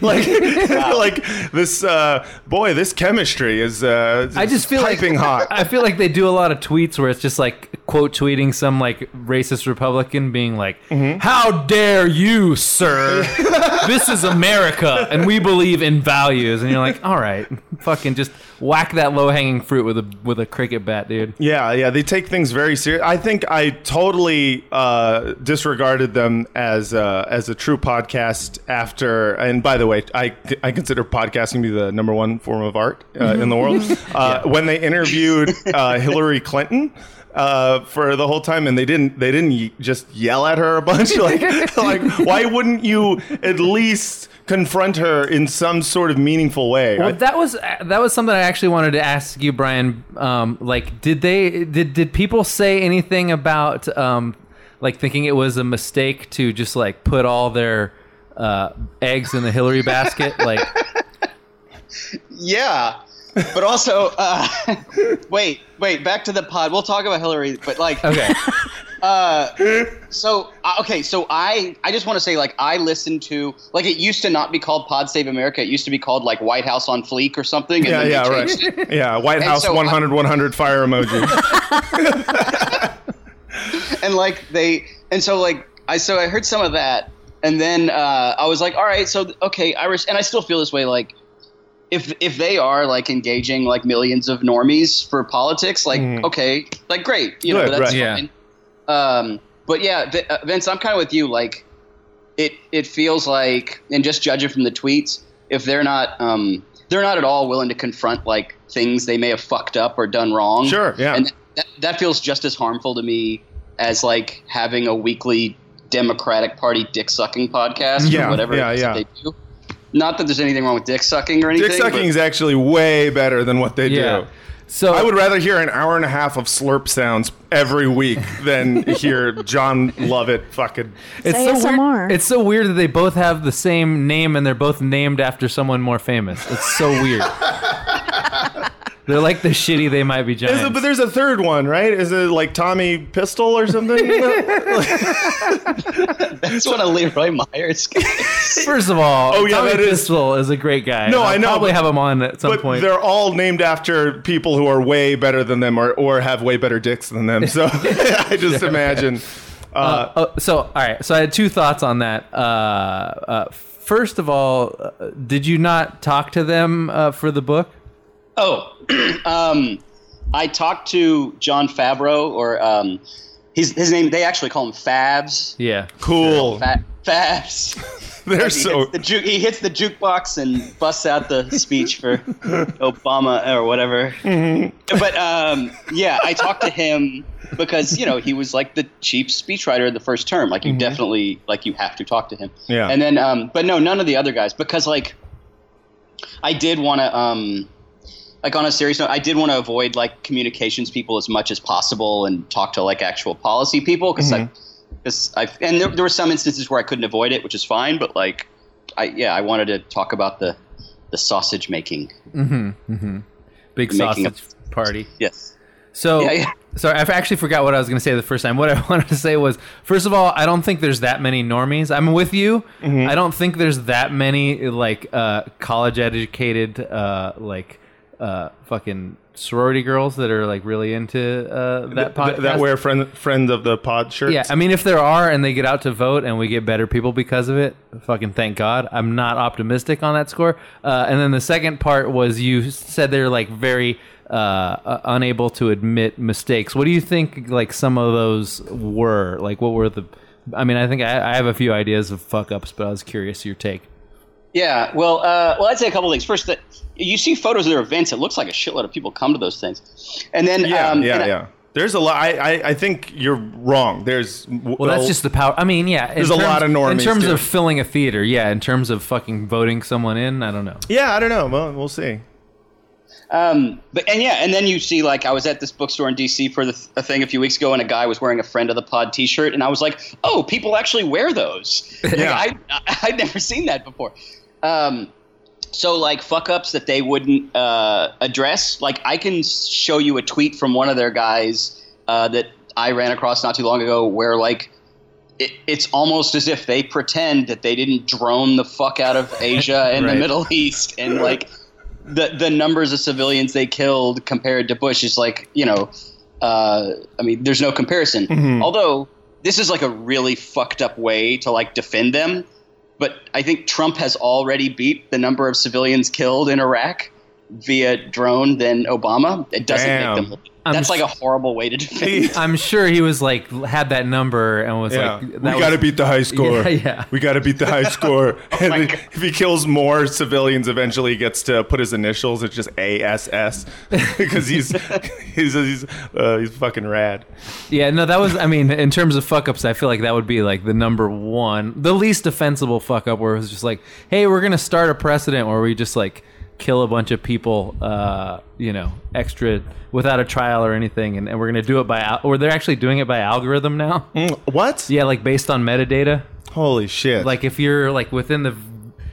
Speaker 2: like, like this. Uh, boy, this chemistry is. Uh,
Speaker 1: I just feel like
Speaker 2: piping hot.
Speaker 1: I feel like they do a lot of tweets where it's just like quote tweeting some like racist Republican being like,
Speaker 2: Mm-hmm.
Speaker 1: "How dare you, sir? this is America, and we believe in values." And you're like, "All right, fucking just whack that low hanging fruit with a with a cricket bat, dude."
Speaker 2: Yeah, yeah, they take things very serious. I think I totally uh, disregarded them as uh, as a true podcast after. And by the way, I I consider podcasting to be the number one form of art uh, in the world.
Speaker 5: Mm-hmm.
Speaker 2: Uh, When they interviewed uh, Hillary Clinton. Uh, for the whole time, and they didn't. They didn't ye- just yell at her a bunch. Like, like, why wouldn't you at least confront her in some sort of meaningful way? I-
Speaker 1: Well, that was that was something I actually wanted to ask you, Brian. Um, like, did they did did people say anything about um, like thinking it was a mistake to just like put all their uh, eggs in the Hillary basket? Like,
Speaker 5: Yeah. But also, uh, wait, wait, back to the pod. We'll talk about Hillary, but like, uh,
Speaker 1: okay,
Speaker 5: so uh, okay, so I I just want to say like I listened to like it used to not be called Pod Save America. It used to be called like White House on Fleek or something. And
Speaker 2: yeah,
Speaker 5: then they
Speaker 2: yeah,
Speaker 5: changed it.
Speaker 2: right. Yeah, White
Speaker 5: And
Speaker 2: House
Speaker 5: so I-
Speaker 2: 100 100 fire emoji.
Speaker 5: and like they and so like i so i heard some of that and then uh, i was like all right so okay iris and i still feel this way like if if they are like engaging like millions of normies for politics like okay like great you know
Speaker 2: Mm-hmm. Good,
Speaker 5: that's
Speaker 2: right.
Speaker 1: Yeah.
Speaker 5: fine um but yeah v- uh, vince i'm kind of with you like it it feels like and just judging from the tweets if they're not um they're not at all willing to confront like things they may have fucked up or done wrong
Speaker 2: Sure, yeah.
Speaker 5: and that, that feels just as harmful to me as like having a weekly Democratic Party dick sucking podcast
Speaker 2: Yeah,
Speaker 5: or whatever
Speaker 2: yeah,
Speaker 5: it is that
Speaker 2: yeah.
Speaker 5: they do. Not that there's anything wrong with dick sucking or anything.
Speaker 2: Dick sucking
Speaker 5: but-
Speaker 2: is actually way better than what they
Speaker 1: yeah.
Speaker 2: do.
Speaker 1: So
Speaker 2: I would rather hear an hour and a half of slurp sounds every week than hear John Lovett fucking.
Speaker 3: Say ASMR.
Speaker 1: weird. It's so weird that they both have the same name and they're both named after someone more famous. It's so weird. they're like the shitty they might be
Speaker 2: Is
Speaker 1: giants.
Speaker 2: it- but there's a third one, right? Is it like Tommy Pistol or something?
Speaker 5: That's one of Leroy Myers. guys.
Speaker 1: First of all,
Speaker 2: Oh, yeah,
Speaker 1: Tommy
Speaker 2: that is-
Speaker 1: Pistol is a great guy.
Speaker 2: No,
Speaker 1: and I'll
Speaker 2: I know,
Speaker 1: Probably
Speaker 2: but-
Speaker 1: have him on at some
Speaker 2: but
Speaker 1: point.
Speaker 2: they're all named after people who are way better than them or, or have way better dicks than them. So I just imagine. Uh,
Speaker 1: oh, so all right. So I had two thoughts on that. Uh, uh, first of all, uh, did you not talk to them uh, for the book?
Speaker 5: oh, um, I talked to John Fabro, or um, his his name. They actually call him Fabs.
Speaker 1: Yeah.
Speaker 2: cool.
Speaker 5: Fa- Fabs.
Speaker 2: They're
Speaker 5: he,
Speaker 2: so.
Speaker 5: hits the ju- he hits the jukebox and busts out the speech for Obama or whatever.
Speaker 2: Mm-hmm.
Speaker 5: But um, yeah, I talked to him because you know he was like the chief speechwriter in the first term. Like you
Speaker 2: Mm-hmm.
Speaker 5: definitely like you have to talk to him.
Speaker 2: Yeah.
Speaker 5: And then, um, but no, none of the other guys because like I did want to. Um, like on a serious note, I did want to avoid like communications people as much as possible and talk to like actual policy people because
Speaker 2: Mm-hmm.
Speaker 5: like because I and there, there were some instances where I couldn't avoid it, which is fine. But like, I yeah, I wanted to talk about the the sausage making.
Speaker 1: Big
Speaker 5: Making
Speaker 1: sausage party.
Speaker 5: Yes.
Speaker 1: So,
Speaker 5: Yeah, yeah.
Speaker 1: sorry, I actually forgot what I was going to say the first time. What I wanted to say was, first of all, I don't think there's that many normies. I'm with you. I don't think there's that many like uh, college educated uh, like uh, fucking sorority girls that are like really into uh, that
Speaker 2: Th-
Speaker 1: podcast.
Speaker 2: that wear friend friend of the pod shirt.
Speaker 1: Yeah, I mean, if there are and they get out to vote and we get better people because of it, fucking thank God. I'm not optimistic on that score. Uh, and then the second part was you said they're like very uh, uh, unable to admit mistakes. What do you think like some of those were? Like, what were the? I mean, I think I, I have a few ideas of fuck ups, but I was curious your take.
Speaker 5: Yeah. Well, uh, well, I'd say a couple things. First, that you see photos of their events, it looks like a shitload of people come to those things, and then
Speaker 2: yeah,
Speaker 5: um,
Speaker 2: yeah,
Speaker 5: and I-
Speaker 2: yeah. There's a lot. I, I, I think you're wrong. There's
Speaker 1: Well, that's just the power. I mean, yeah. in
Speaker 2: There's a lot of
Speaker 1: In
Speaker 2: normies,
Speaker 1: terms
Speaker 2: dude.
Speaker 1: of filling a theater, yeah. In terms of fucking voting someone in, I don't know.
Speaker 2: yeah. I don't know. Well, we'll see.
Speaker 5: Um, but and yeah, and then you see like I was at this bookstore in DC for the th- a thing a few weeks ago, and a guy was wearing a friend of the pod T-shirt, and I was like, oh, people actually wear those. Like,
Speaker 2: Yeah.
Speaker 5: I, I I'd never seen that before. Um, so like fuck ups that they wouldn't uh, address. Like I can show you a tweet from one of their guys uh, that I ran across not too long ago, where like it, it's almost as if they pretend that they didn't drone the fuck out of Asia and the Middle East and like the the numbers of civilians they killed compared to Bush is like you know uh, I mean there's no comparison
Speaker 1: Mm-hmm.
Speaker 2: Mm-hmm.
Speaker 5: although this is like a really fucked up way to like defend them but I think Trump has already beat the number of civilians killed in Iraq via drone than Obama it doesn't
Speaker 2: Damn.
Speaker 5: make them
Speaker 1: I'm
Speaker 5: that's like a
Speaker 1: s-
Speaker 5: horrible way to defend
Speaker 1: I'm sure he was like had that number and was
Speaker 2: Yeah.
Speaker 1: like,
Speaker 2: we
Speaker 1: that was-
Speaker 2: gotta beat the high score.
Speaker 1: Yeah, yeah. Oh
Speaker 2: We gotta beat the high score. and
Speaker 5: my
Speaker 2: then if he kills more civilians, eventually he gets to put his initials. It's just ASS because he's he's he's uh, he's fucking rad.
Speaker 1: Yeah, no, that was. I mean, in terms of fuck ups, I feel like that would be like the number one, the least defensible fuck up, where it was just like, hey, we're gonna start a precedent where we just like kill a bunch of people, uh, you know, extra without a trial or anything, and, and we're gonna do it by al- or they're actually doing it by algorithm now.
Speaker 2: Mm-hmm. Mm, What?
Speaker 1: Yeah, like based on metadata.
Speaker 2: Holy shit!
Speaker 1: Like if you're like within the,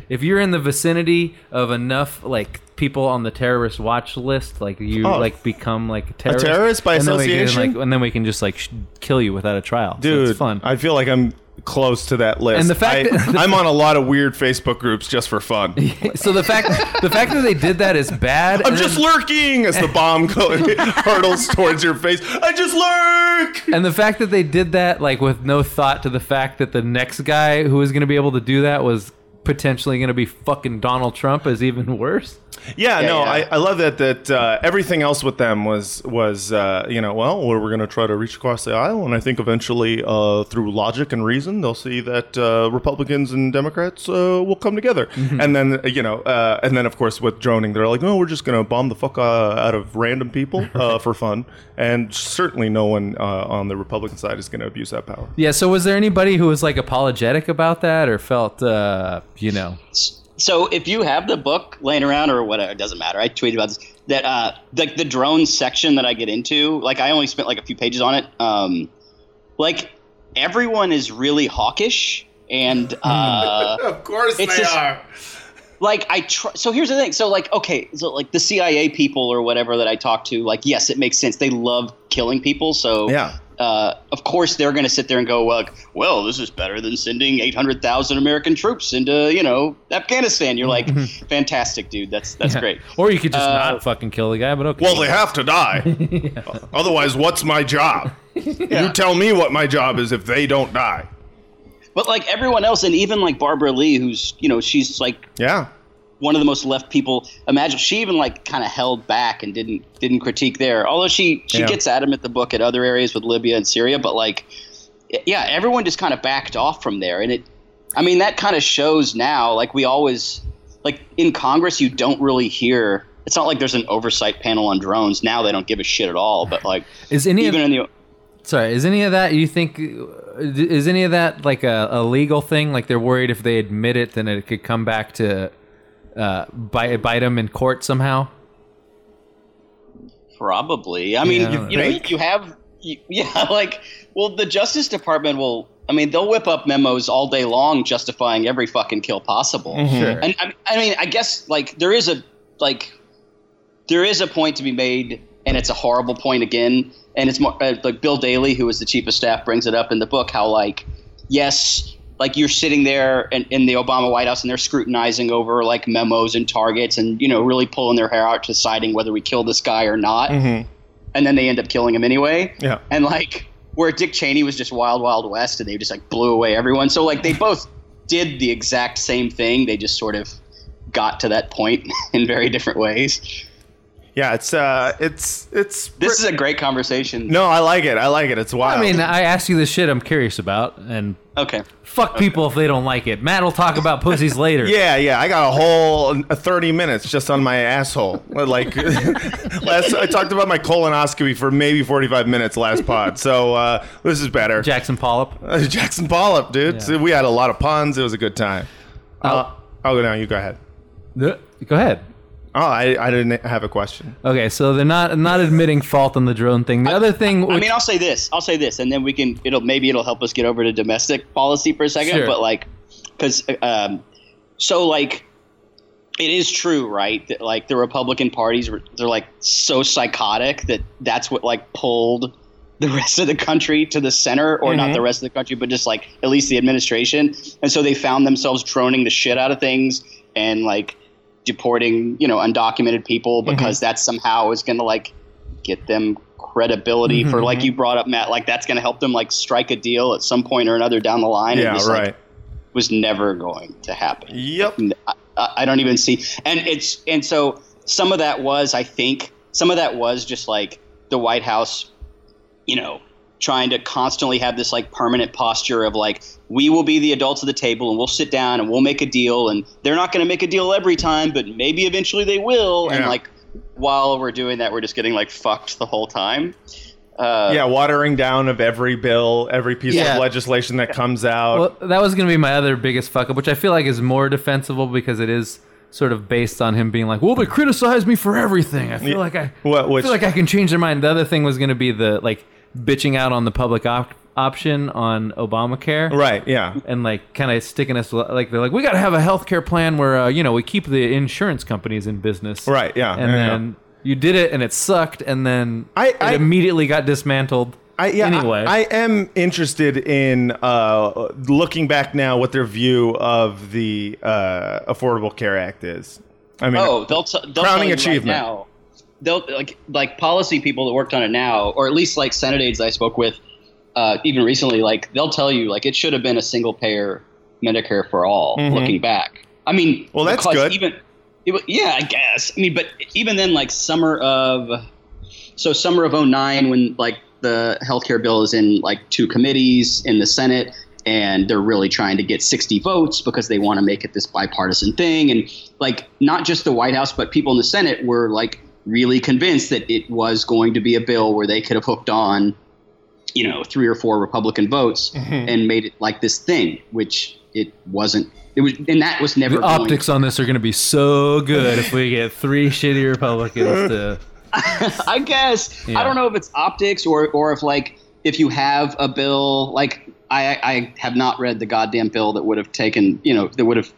Speaker 1: if you're in the vicinity of enough like people on the terrorist watch list, like you
Speaker 2: Oh.
Speaker 1: like become like a terrorist,
Speaker 2: terrorist by
Speaker 1: and then we can,
Speaker 2: association?
Speaker 1: like, and then we can just like sh- kill you without a trial. So
Speaker 2: dude,
Speaker 1: it's fun.
Speaker 2: I feel like I'm close to that list.
Speaker 1: And the fact
Speaker 2: I,
Speaker 1: that-
Speaker 2: I'm on a lot of weird Facebook groups just for fun.
Speaker 1: so the fact the fact that they did that is bad.
Speaker 2: I'm
Speaker 1: and
Speaker 2: just
Speaker 1: then-
Speaker 2: lurking as the bomb go- hurtles towards your face. I just lurk.
Speaker 1: and the fact that they did that like with no thought to the fact that the next guy who was going to be able to do that was potentially going to be fucking Donald Trump is even worse.
Speaker 2: Yeah, no,
Speaker 5: yeah.
Speaker 2: I, I love that. That uh, everything else with them was was uh, you know well we're, we're going to try to reach across the aisle, and I think eventually uh, through logic and reason they'll see that uh, Republicans and Democrats uh, will come together, and then uh, you know uh, and then of course with droning they're like no we're just going to bomb the fuck uh, out of random people uh, for fun, and certainly no one uh, on the Republican side is going to abuse that power.
Speaker 1: Yeah. So was there anybody who was like apologetic about that or felt uh, you know?
Speaker 5: so if you have the book laying around or whatever, it doesn't matter. I tweeted about this that uh, like the drone section that I get into, like I only spent like a few pages on it. Um, like everyone is really hawkish and uh,
Speaker 6: Of course
Speaker 5: It's
Speaker 6: they
Speaker 5: just-
Speaker 6: are.
Speaker 5: like I tr- so here's the thing. So like okay, so like the CIA people or whatever that I talk to, like yes, it makes sense. They love killing people, so
Speaker 2: Yeah.
Speaker 5: Uh, of course, they're going to sit there and go, "Well, well, this is better than sending 800,000 American troops into, you know, Afghanistan." You're like, "Fantastic, dude. That's that's great."
Speaker 1: Or you could just
Speaker 5: Uh,
Speaker 1: not fucking kill the guy, but okay.
Speaker 2: Well, they have to die. Otherwise, what's my job? You tell me what my job is if they don't die.
Speaker 5: But like everyone else, and even like Barbara Lee, who's you know she's like
Speaker 2: Yeah.
Speaker 5: one of the most left people. Imagine she even like kind of held back and didn't didn't critique there. Although she she
Speaker 2: Yeah.
Speaker 5: gets adamant the book at other areas with Libya and Syria, but like y- yeah, everyone just kind of backed off from there. And it, I mean, that kind of shows now. Like we always like in Congress, you don't really hear. It's not like there's an oversight panel on drones now. They don't give a shit at all. But like
Speaker 1: is any of,
Speaker 5: even in the
Speaker 1: sorry? Is any of that you think? Is any of that like a, a legal thing? Like they're worried if they admit it, then it could come back to uh, bite bite them in court somehow.
Speaker 5: Probably. I mean,
Speaker 1: Yeah, I
Speaker 5: you,
Speaker 1: don't
Speaker 5: you know, you have, you, yeah, like, well, the Justice Department will. I mean, they'll whip up memos all day long justifying every fucking kill possible.
Speaker 1: Sure.
Speaker 5: Mm-hmm. And I, I mean, I guess like there is a like there is a point to be made, and it's a horrible point again. And it's more uh, like Bill Daley, who is the chief of staff, brings it up in the book how like yes, like you're sitting there in, in the Obama White House and they're scrutinizing over like memos and targets and you know really pulling their hair out, deciding whether we kill this guy or not. And then they end up killing him anyway.
Speaker 2: Yeah.
Speaker 5: And like where Dick Cheney was just wild, wild west, and they just like blew away everyone. So like they both did the exact same thing. They just sort of got to that point in very different ways.
Speaker 2: Yeah, it's uh it's it's
Speaker 5: This is a great conversation.
Speaker 2: No, I like it. I like it. It's wild.
Speaker 1: I mean, I ask you the shit I'm curious about, and
Speaker 5: Okay.
Speaker 1: fuck people if they don't like it. Matt will talk about pussies later.
Speaker 2: yeah, yeah. I got a whole uh, 30 minutes just on my asshole. Like last I talked about my colonoscopy for maybe 45 minutes last pod. So uh this is better.
Speaker 1: Jackson Pollock.
Speaker 2: Uh, Jackson Pollock, dude. So we had a lot of puns. It was a good time. Uh, oh, no, you go ahead.
Speaker 1: Go ahead.
Speaker 2: Oh, I, I didn't have a question.
Speaker 1: Okay, so they're not not admitting fault on the drone thing. The other thing,
Speaker 5: I
Speaker 1: which-
Speaker 5: mean, I'll say this. I'll say this, and then we can. It'll maybe it'll help us get over to domestic policy for a second.
Speaker 1: Sure.
Speaker 5: But like, because um, so like, it is true, right? That like the Republican parties were they're like so psychotic that that's what like pulled the rest of the country to the center, or not
Speaker 1: Mm-hmm.
Speaker 5: the rest of the country, but just like at least the administration. And so they found themselves droning the shit out of things and like deporting, you know, undocumented people
Speaker 1: Mm-hmm.
Speaker 5: because that somehow is going to like get them credibility
Speaker 2: Mm-hmm.
Speaker 5: for like you brought up Matt, like that's going to help them like strike a deal at some point or another down the line. It
Speaker 2: Yeah,
Speaker 5: was, like,
Speaker 2: right.
Speaker 5: was never going to happen.
Speaker 2: Yep.
Speaker 5: I, I don't even see. And it's and so some of that was, I think, some of that was just like the White House, you know, trying to constantly have this like permanent posture of like we will be the adults at the table and we'll sit down and we'll make a deal and they're not going to make a deal every time, but maybe eventually they will. And
Speaker 2: Yeah.
Speaker 5: like while we're doing that, we're just getting like fucked the whole time. Uh,
Speaker 2: Yeah, watering down of every bill, every piece
Speaker 1: Yeah.
Speaker 2: of legislation that comes out.
Speaker 1: Well, that was going to be my other biggest fuck up, which I feel like is more defensible because it is sort of based on him being like, "Well, they criticize me for everything." I feel
Speaker 2: Yeah.
Speaker 1: like I,
Speaker 2: What- which-
Speaker 1: I feel like I can change their mind. The other thing was going to be the like bitching out on the public op- option on Obamacare,
Speaker 2: right, yeah.
Speaker 1: And like kind of sticking us like they're like, "We got to have a health care plan where uh, you know we keep the insurance companies in business,
Speaker 2: Right, yeah,
Speaker 1: And
Speaker 2: yeah, yeah.
Speaker 1: then you did it, and it sucked, and then
Speaker 2: I-
Speaker 1: it
Speaker 2: I-
Speaker 1: immediately got dismantled.
Speaker 2: I, yeah,
Speaker 1: anyway,
Speaker 2: I, I am interested in uh, looking back now what their view of the uh, Affordable Care Act is. I mean,
Speaker 5: Oh, they'll, t- they'll
Speaker 2: Crowning
Speaker 5: tell you
Speaker 2: achievement.
Speaker 5: Right now, they'll like like policy people that worked on it now, or at least like Senate aides I spoke with, uh, even recently. Like they'll tell you like it should have been a single payer Medicare for all. Looking back, I mean,
Speaker 2: Mm-hmm. Well, that's
Speaker 5: because
Speaker 2: good.
Speaker 5: Even it, wa- yeah, I guess. I mean, but even then, like summer of so summer of 09 when like the healthcare bill is in like two committees in the senate and they're really trying to get 60 votes because they want to make it this bipartisan thing and like not just the white house but people in the senate were like really convinced that it was going to be a bill where they could have hooked on you know three or four republican votes and made it like this thing which it wasn't it was and that was never
Speaker 1: The
Speaker 5: going-
Speaker 1: optics on this are going to be so good if we get three shitty Republicans to.
Speaker 5: I guess
Speaker 1: Yeah.
Speaker 5: I don't know if it's optics or or if like if you have a bill like I I have not read the goddamn bill that would have taken you know that would have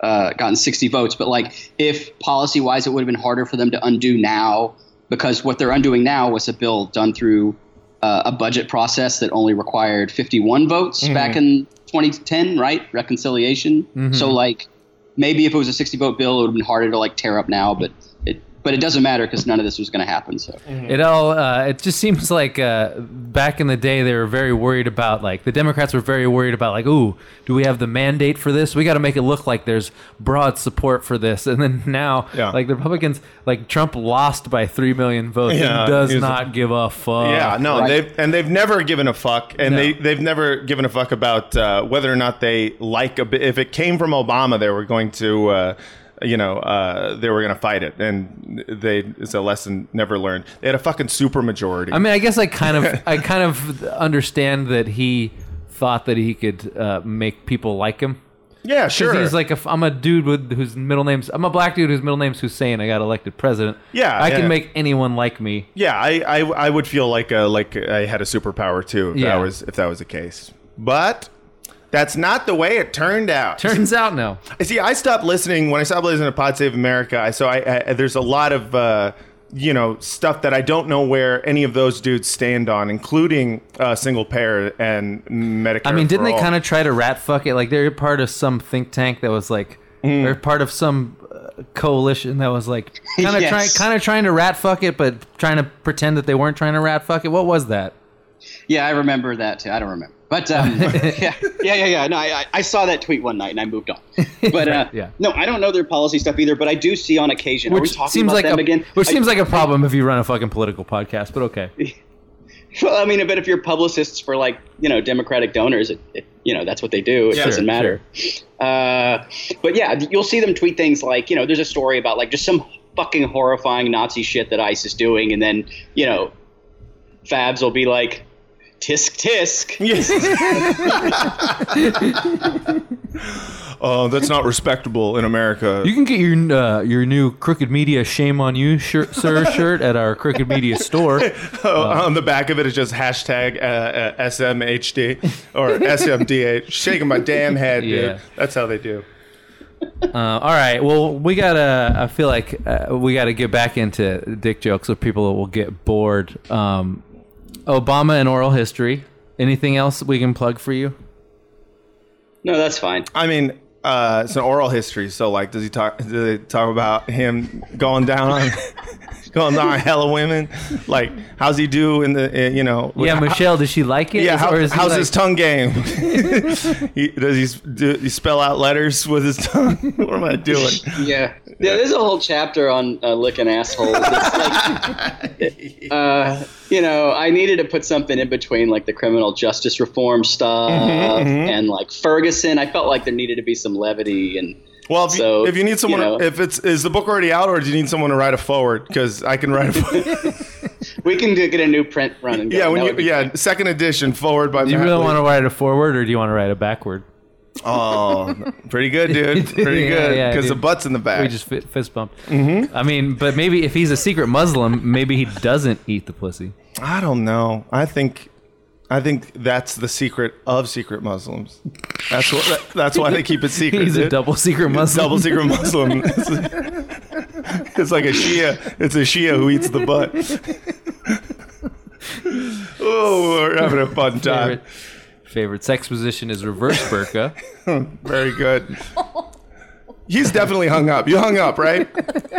Speaker 5: uh, gotten 60 votes but like if policy wise it would have been harder for them to undo now because what they're undoing now was a bill done through uh, a budget process that only required 51 votes
Speaker 1: Mm-hmm.
Speaker 5: back in 2010 right reconciliation so like maybe if it was a 60 vote bill it would have been harder to like tear up now but it but it doesn't matter because none of this was going to happen so
Speaker 1: It all. Uh, it just seems like uh, back in the day they were very worried about like the Democrats were very worried about like, ooh, do we have the mandate for this? We got to make it look like there's broad support for this. And then now,
Speaker 2: Yeah.
Speaker 1: like the Republicans, like Trump lost by three million votes. He
Speaker 2: Yeah,
Speaker 1: does
Speaker 2: he's-
Speaker 1: not give a fuck.
Speaker 2: Yeah, no,
Speaker 5: Right.
Speaker 2: and they've and they've never given a fuck, and
Speaker 1: No.
Speaker 2: they they've never given a fuck about uh, whether or not they like a. bi- If it came from Obama, they were going to. Uh, you know, uh, they were going to fight it, and they it's a lesson never learned. They had a fucking supermajority.
Speaker 1: I mean, I guess I kind of, I kind of understand that he thought that he could uh, make people like him.
Speaker 2: yeah,
Speaker 1: Because
Speaker 2: sure.
Speaker 1: He's like, if I'm a dude with whose middle name's, I'm a black dude whose middle name's Hussein. I got elected president.
Speaker 2: Yeah,
Speaker 1: I
Speaker 2: yeah.
Speaker 1: can make anyone like me.
Speaker 2: yeah, I, I I would feel like uh like I had a superpower too if
Speaker 1: Yeah.
Speaker 2: that was if that was the case. But that's not the way it turned out.
Speaker 1: Turns out, no.
Speaker 2: See, I stopped listening when I stopped listening to Pod Save America. I so I, I there's a lot of uh, you know stuff that I don't know where any of those dudes stand on, including uh, single payer and Medicare.
Speaker 1: I mean, didn't
Speaker 2: for
Speaker 1: they
Speaker 2: all.
Speaker 1: kind of try to rat fuck it? Like they're part of some think tank that was like,
Speaker 5: Mm.
Speaker 1: they're part of some uh, coalition that was like kind of trying,
Speaker 5: Yes.
Speaker 1: kind of trying to rat fuck it, but trying to pretend that they weren't trying to rat fuck it. What was that?
Speaker 5: yeah i remember that too i don't remember but um, yeah, yeah, yeah, yeah. No, I, I- I saw that tweet one night and I moved on. But uh,
Speaker 1: yeah.
Speaker 5: no, I don't know their policy stuff either. But I do see on occasion. Are we
Speaker 1: Which
Speaker 5: talking
Speaker 1: seems
Speaker 5: about
Speaker 1: like
Speaker 5: them
Speaker 1: a,
Speaker 5: again?
Speaker 1: which
Speaker 5: I-
Speaker 1: seems like a problem if you run a fucking political podcast. But okay.
Speaker 5: Well, I mean, but if you're publicists for like you know Democratic donors, it, it you know that's what they do. It doesn't matter. Uh, but yeah, you'll see them tweet things like you know there's a story about like just some fucking horrifying Nazi shit that ICE is doing, and then you know Fabs will be like tisk tisk.
Speaker 2: Oh, that's not respectable in America.
Speaker 1: You can get your uh, your new Crooked Media Shame on You shirt, sir shirt at our Crooked Media store.
Speaker 2: Oh, on the back of it is just hashtag uh, uh, SMHD or SMDH. Shaking my damn head, dude.
Speaker 1: Yeah.
Speaker 2: That's how they do.
Speaker 1: Uh, all right. Well, we gotta. I feel like uh, we gotta get back into dick jokes, so people will get bored. Um, Obama and oral history. Anything else we can plug for you?
Speaker 5: No, that's fine.
Speaker 2: I mean, uh, it's an oral history. So, like, does he talk? Do they talk about him going down on, going down on hella women? Like, how's he do in the, uh, you know?
Speaker 1: Yeah, Michelle, does she like it?
Speaker 2: Yeah, how,
Speaker 1: Or is he
Speaker 2: how's
Speaker 1: like-
Speaker 2: his tongue game? he, does he, s- do, he spell out letters with his tongue? what am I doing?
Speaker 5: Yeah. Yeah, there's a whole chapter on uh, licking assholes. It's like, uh, you know, I needed to put something in between like the criminal justice reform stuff
Speaker 2: Mm-hmm,
Speaker 5: and like Ferguson. I felt like there needed to be some levity and
Speaker 2: Well, if,
Speaker 5: So,
Speaker 2: you, if you need someone,
Speaker 5: you know.
Speaker 2: if it's is the book already out, or do you need someone to write a forward? Because I can write a forward.
Speaker 5: we can do, get a new print run. And go.
Speaker 2: yeah, when
Speaker 5: That
Speaker 2: you,
Speaker 5: would be
Speaker 2: yeah,
Speaker 5: great.
Speaker 2: second edition forward by.
Speaker 1: Do you
Speaker 2: Matt
Speaker 1: really
Speaker 2: Lee.
Speaker 1: want to write a forward or do you want to write a backward?
Speaker 2: Oh, pretty good, dude. Pretty
Speaker 1: Yeah,
Speaker 2: good.
Speaker 1: yeah,
Speaker 2: Because the
Speaker 1: dude.
Speaker 2: butt's in the back.
Speaker 1: We just fi- fist bumped. Mm-hmm. I mean, but maybe if he's a secret Muslim, maybe he doesn't eat the pussy.
Speaker 2: I don't know. I think, I think that's the secret of secret Muslims. That's what. that- that's why they keep it secret.
Speaker 1: He's a
Speaker 2: dude.
Speaker 1: double secret Muslim.
Speaker 2: Double secret Muslim. It's like- it's like a Shia. It's a Shia who eats the butt. oh, we're having a fun time.
Speaker 1: favorite,
Speaker 2: Uh,
Speaker 1: favorite sex position is reverse burqa.
Speaker 2: Very good. He's definitely hung up. You hung up, right?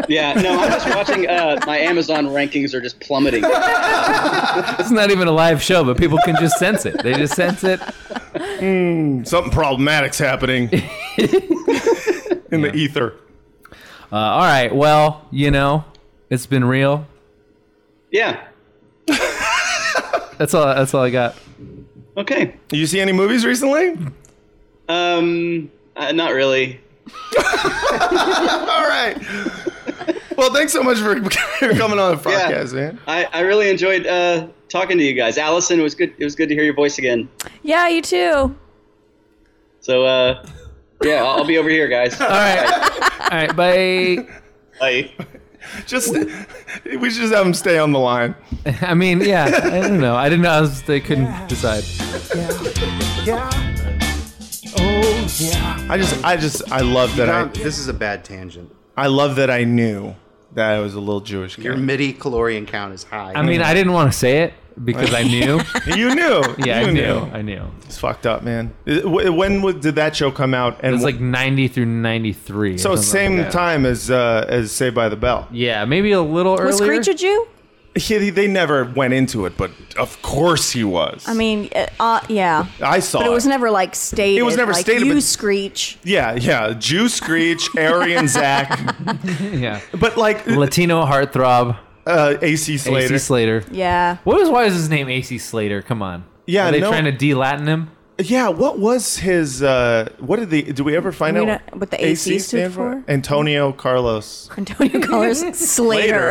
Speaker 5: yeah. No, I'm just watching. Uh, my Amazon rankings are just plummeting.
Speaker 1: it's not even a live show, but people can just sense it. They just sense it.
Speaker 2: Something problematic's happening in the ether.
Speaker 1: Uh, all right. Well, you know, it's been real.
Speaker 5: Yeah.
Speaker 1: That's all. That's all I got.
Speaker 5: Okay.
Speaker 2: You see any movies recently?
Speaker 5: Um, uh, not really.
Speaker 2: All right. Well, thanks so much for coming on the
Speaker 5: Yeah.
Speaker 2: podcast, man.
Speaker 5: I, I really enjoyed uh, talking to you guys. Allison, it was good. It was good to hear your voice again.
Speaker 3: Yeah, you too.
Speaker 5: So, uh, yeah, I'll, I'll be over here, guys.
Speaker 1: All right. All right. Bye.
Speaker 5: Bye.
Speaker 2: Just we should just have him stay on the line.
Speaker 1: I mean, yeah. I don't know. I didn't know. I was, they couldn't decide.
Speaker 2: I just, I just, I love that.
Speaker 4: Um,
Speaker 2: I,
Speaker 4: this is a bad tangent.
Speaker 2: I love that I knew that I was a little Jewish
Speaker 4: Your
Speaker 2: kid.
Speaker 4: MIDI calorian count is high.
Speaker 1: I mean, I didn't want to say it because I knew.
Speaker 2: You knew.
Speaker 1: Yeah,
Speaker 2: you
Speaker 1: I knew. I knew.
Speaker 2: It's fucked up, man. It- wh- When was- did that show come out? And
Speaker 1: It was like 90 through 93. or
Speaker 2: so
Speaker 1: something
Speaker 2: same
Speaker 1: like that.
Speaker 2: time as uh, as Saved by the Bell.
Speaker 1: Yeah, maybe a little earlier.
Speaker 3: Was Screech a Jew?
Speaker 2: He, they never went into it, but of course he was.
Speaker 3: I mean, uh, uh, yeah.
Speaker 2: I saw
Speaker 3: But it was
Speaker 2: it.
Speaker 3: never like stated.
Speaker 2: never
Speaker 3: like,
Speaker 2: stated,
Speaker 3: You
Speaker 2: but-
Speaker 3: Screech.
Speaker 2: Yeah, yeah. Jew Screech, Aryan Zach,
Speaker 1: yeah.
Speaker 2: but like
Speaker 1: Latino heartthrob,
Speaker 2: uh, AC Slater.
Speaker 1: AC Slater.
Speaker 3: Yeah.
Speaker 1: What was why is his name AC Slater? Come on.
Speaker 2: Yeah,
Speaker 1: Are they
Speaker 2: no-
Speaker 1: trying to de-Latin him?
Speaker 2: yeah, what was his? Uh, what did the? Do we ever find
Speaker 3: We
Speaker 2: out
Speaker 3: don't- what the AC stood
Speaker 2: stand
Speaker 3: for?
Speaker 2: Antonio Carlos
Speaker 3: Antonio Colors Slater.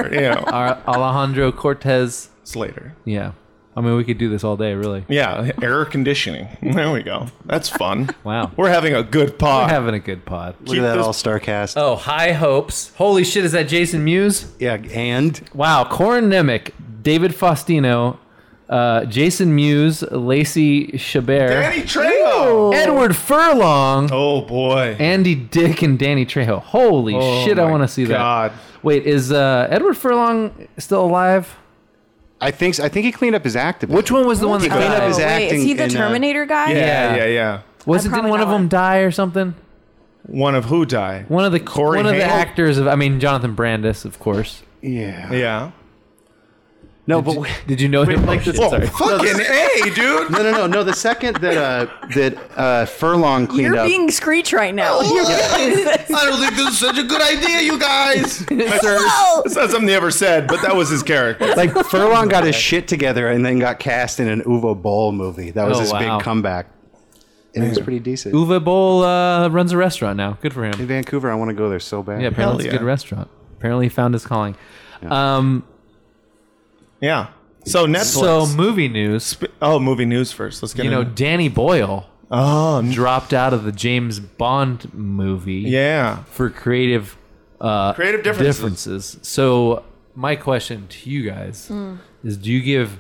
Speaker 2: Slater. You know,
Speaker 1: Ar- Alejandro Cortez.
Speaker 2: Slater.
Speaker 1: Yeah. I mean, we could do this all day, really.
Speaker 2: Yeah, air conditioning. There we go. That's fun.
Speaker 1: Wow.
Speaker 2: We're having a good
Speaker 1: We're
Speaker 2: pod.
Speaker 1: having a good pod.
Speaker 4: Look at that
Speaker 2: this-
Speaker 4: all star cast.
Speaker 1: Oh, high hopes. Holy shit, is that Jason Mewes?
Speaker 4: Yeah, and
Speaker 1: Wow, Corin Nemec, David Faustino, uh, Jason Mewes, Lacey Chabert,
Speaker 2: Danny
Speaker 3: Oh.
Speaker 2: Trejo.
Speaker 1: Oh. Edward Furlong,
Speaker 2: Oh boy.
Speaker 1: Andy Dick, and Danny Trejo. Holy
Speaker 2: Oh
Speaker 1: shit,
Speaker 2: my
Speaker 1: I want to see
Speaker 2: God.
Speaker 1: that. Wait, is uh, Edward Furlong still alive?
Speaker 4: I think so. I think he cleaned up his act a bit.
Speaker 1: Which one was the one that
Speaker 4: He cleaned
Speaker 1: died?
Speaker 4: up his
Speaker 3: Oh,
Speaker 4: act.
Speaker 3: wait, is
Speaker 4: acting
Speaker 3: he the
Speaker 4: in, uh,
Speaker 3: Terminator guy?
Speaker 2: Yeah,
Speaker 1: Yeah.
Speaker 2: yeah, yeah.
Speaker 1: Was it didn't
Speaker 3: I probably
Speaker 1: one of
Speaker 3: know
Speaker 1: them
Speaker 3: it.
Speaker 1: die or something?
Speaker 2: One of who die?
Speaker 1: One of the
Speaker 2: Corey
Speaker 1: one of the
Speaker 2: Haim?
Speaker 1: actors of I mean Jonathan Brandis, of course.
Speaker 4: Yeah.
Speaker 2: Yeah.
Speaker 4: No, but we-
Speaker 1: Did you know him? Like
Speaker 4: this-
Speaker 2: Oh, fucking a, dude.
Speaker 4: no, no, no, no. The second that uh, that uh, Furlong cleaned
Speaker 3: You're
Speaker 4: up.
Speaker 3: being Screech right now.
Speaker 2: I don't think this is such a good idea, you guys.
Speaker 3: No!
Speaker 2: That's not something he ever said, but that was his character.
Speaker 4: like Furlong got his shit together and then got cast in an Uvo Boll movie. That was
Speaker 1: Oh,
Speaker 4: his
Speaker 1: wow.
Speaker 4: big comeback, and it was pretty decent.
Speaker 1: Uwe Boll uh, runs a restaurant now. Good for
Speaker 4: In
Speaker 1: him.
Speaker 4: Vancouver, I want to go there so bad.
Speaker 1: Yeah, apparently
Speaker 2: Hell
Speaker 1: it's
Speaker 2: yeah.
Speaker 1: a good restaurant. Apparently he found his calling. Um,
Speaker 2: Yeah.
Speaker 1: so
Speaker 2: So Netflix.
Speaker 1: movie news.
Speaker 2: oh, movie news first. Let's get
Speaker 1: You know,
Speaker 2: into-
Speaker 1: Danny Boyle
Speaker 2: Oh n-
Speaker 1: dropped out of the James Bond movie
Speaker 2: yeah.
Speaker 1: for creative uh,
Speaker 2: Creative differences.
Speaker 1: differences. So my question to you guys
Speaker 3: Hmm.
Speaker 1: is: Do you give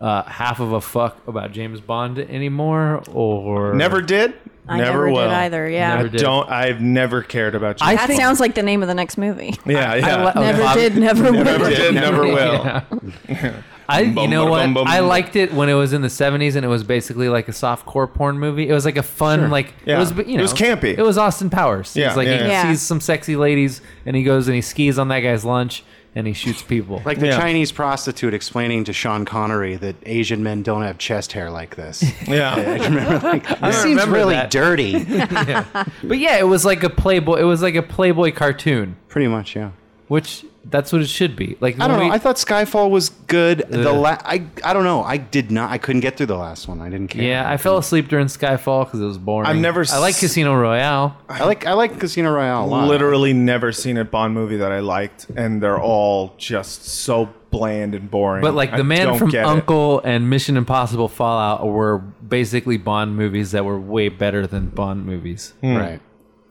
Speaker 1: uh, half of a fuck about James Bond anymore, or
Speaker 2: Never did.
Speaker 3: I never,
Speaker 2: will.
Speaker 3: did either. Yeah.
Speaker 2: I
Speaker 1: Never did.
Speaker 2: don't. I've never cared about you.
Speaker 1: I
Speaker 3: That
Speaker 1: think-
Speaker 3: sounds like the name of the next movie.
Speaker 2: yeah, yeah.
Speaker 1: I li-
Speaker 3: Never
Speaker 1: Bob-
Speaker 3: did, never,
Speaker 2: never
Speaker 3: will.
Speaker 2: did, never will.
Speaker 1: Yeah. I, you
Speaker 2: Bum,
Speaker 1: know
Speaker 2: bada,
Speaker 1: what?
Speaker 2: bum, bum.
Speaker 1: I liked it when it was in the '70s, and it was basically like a soft core porn movie. It was like a fun, like
Speaker 2: Yeah.
Speaker 1: it was, you know,
Speaker 2: It was campy.
Speaker 1: It was Austin Powers.
Speaker 2: Yeah,
Speaker 1: it's like
Speaker 2: yeah,
Speaker 1: he
Speaker 3: yeah.
Speaker 1: sees some sexy ladies, and he goes and he skis on that guy's lunch, and he shoots people.
Speaker 4: Like the
Speaker 2: Yeah.
Speaker 4: Chinese prostitute explaining to Sean Connery that Asian men don't have chest hair like this.
Speaker 2: Yeah.
Speaker 4: This seems
Speaker 1: remember
Speaker 4: really
Speaker 1: that.
Speaker 4: dirty.
Speaker 1: but yeah, it was like a Playboy. It was like a Playboy cartoon,
Speaker 4: Pretty much, yeah.
Speaker 1: which that's what it should be. Like
Speaker 4: I don't
Speaker 1: when
Speaker 4: know.
Speaker 1: we-
Speaker 4: I thought Skyfall was good. The
Speaker 1: Ugh.
Speaker 4: la- I I don't know. I did not. I couldn't get through the last one. I didn't care.
Speaker 1: yeah, I fell asleep during Skyfall because it was boring.
Speaker 2: I've never
Speaker 1: I like
Speaker 2: s-
Speaker 1: Casino Royale.
Speaker 4: I like I like Casino Royale a lot.
Speaker 2: Literally never seen a Bond movie that I liked, and they're all just so bland and boring.
Speaker 1: But like
Speaker 2: I
Speaker 1: the man
Speaker 2: don't
Speaker 1: from
Speaker 2: get it.
Speaker 1: Uncle and Mission Impossible Fallout were basically Bond movies that were way better than Bond movies.
Speaker 4: right.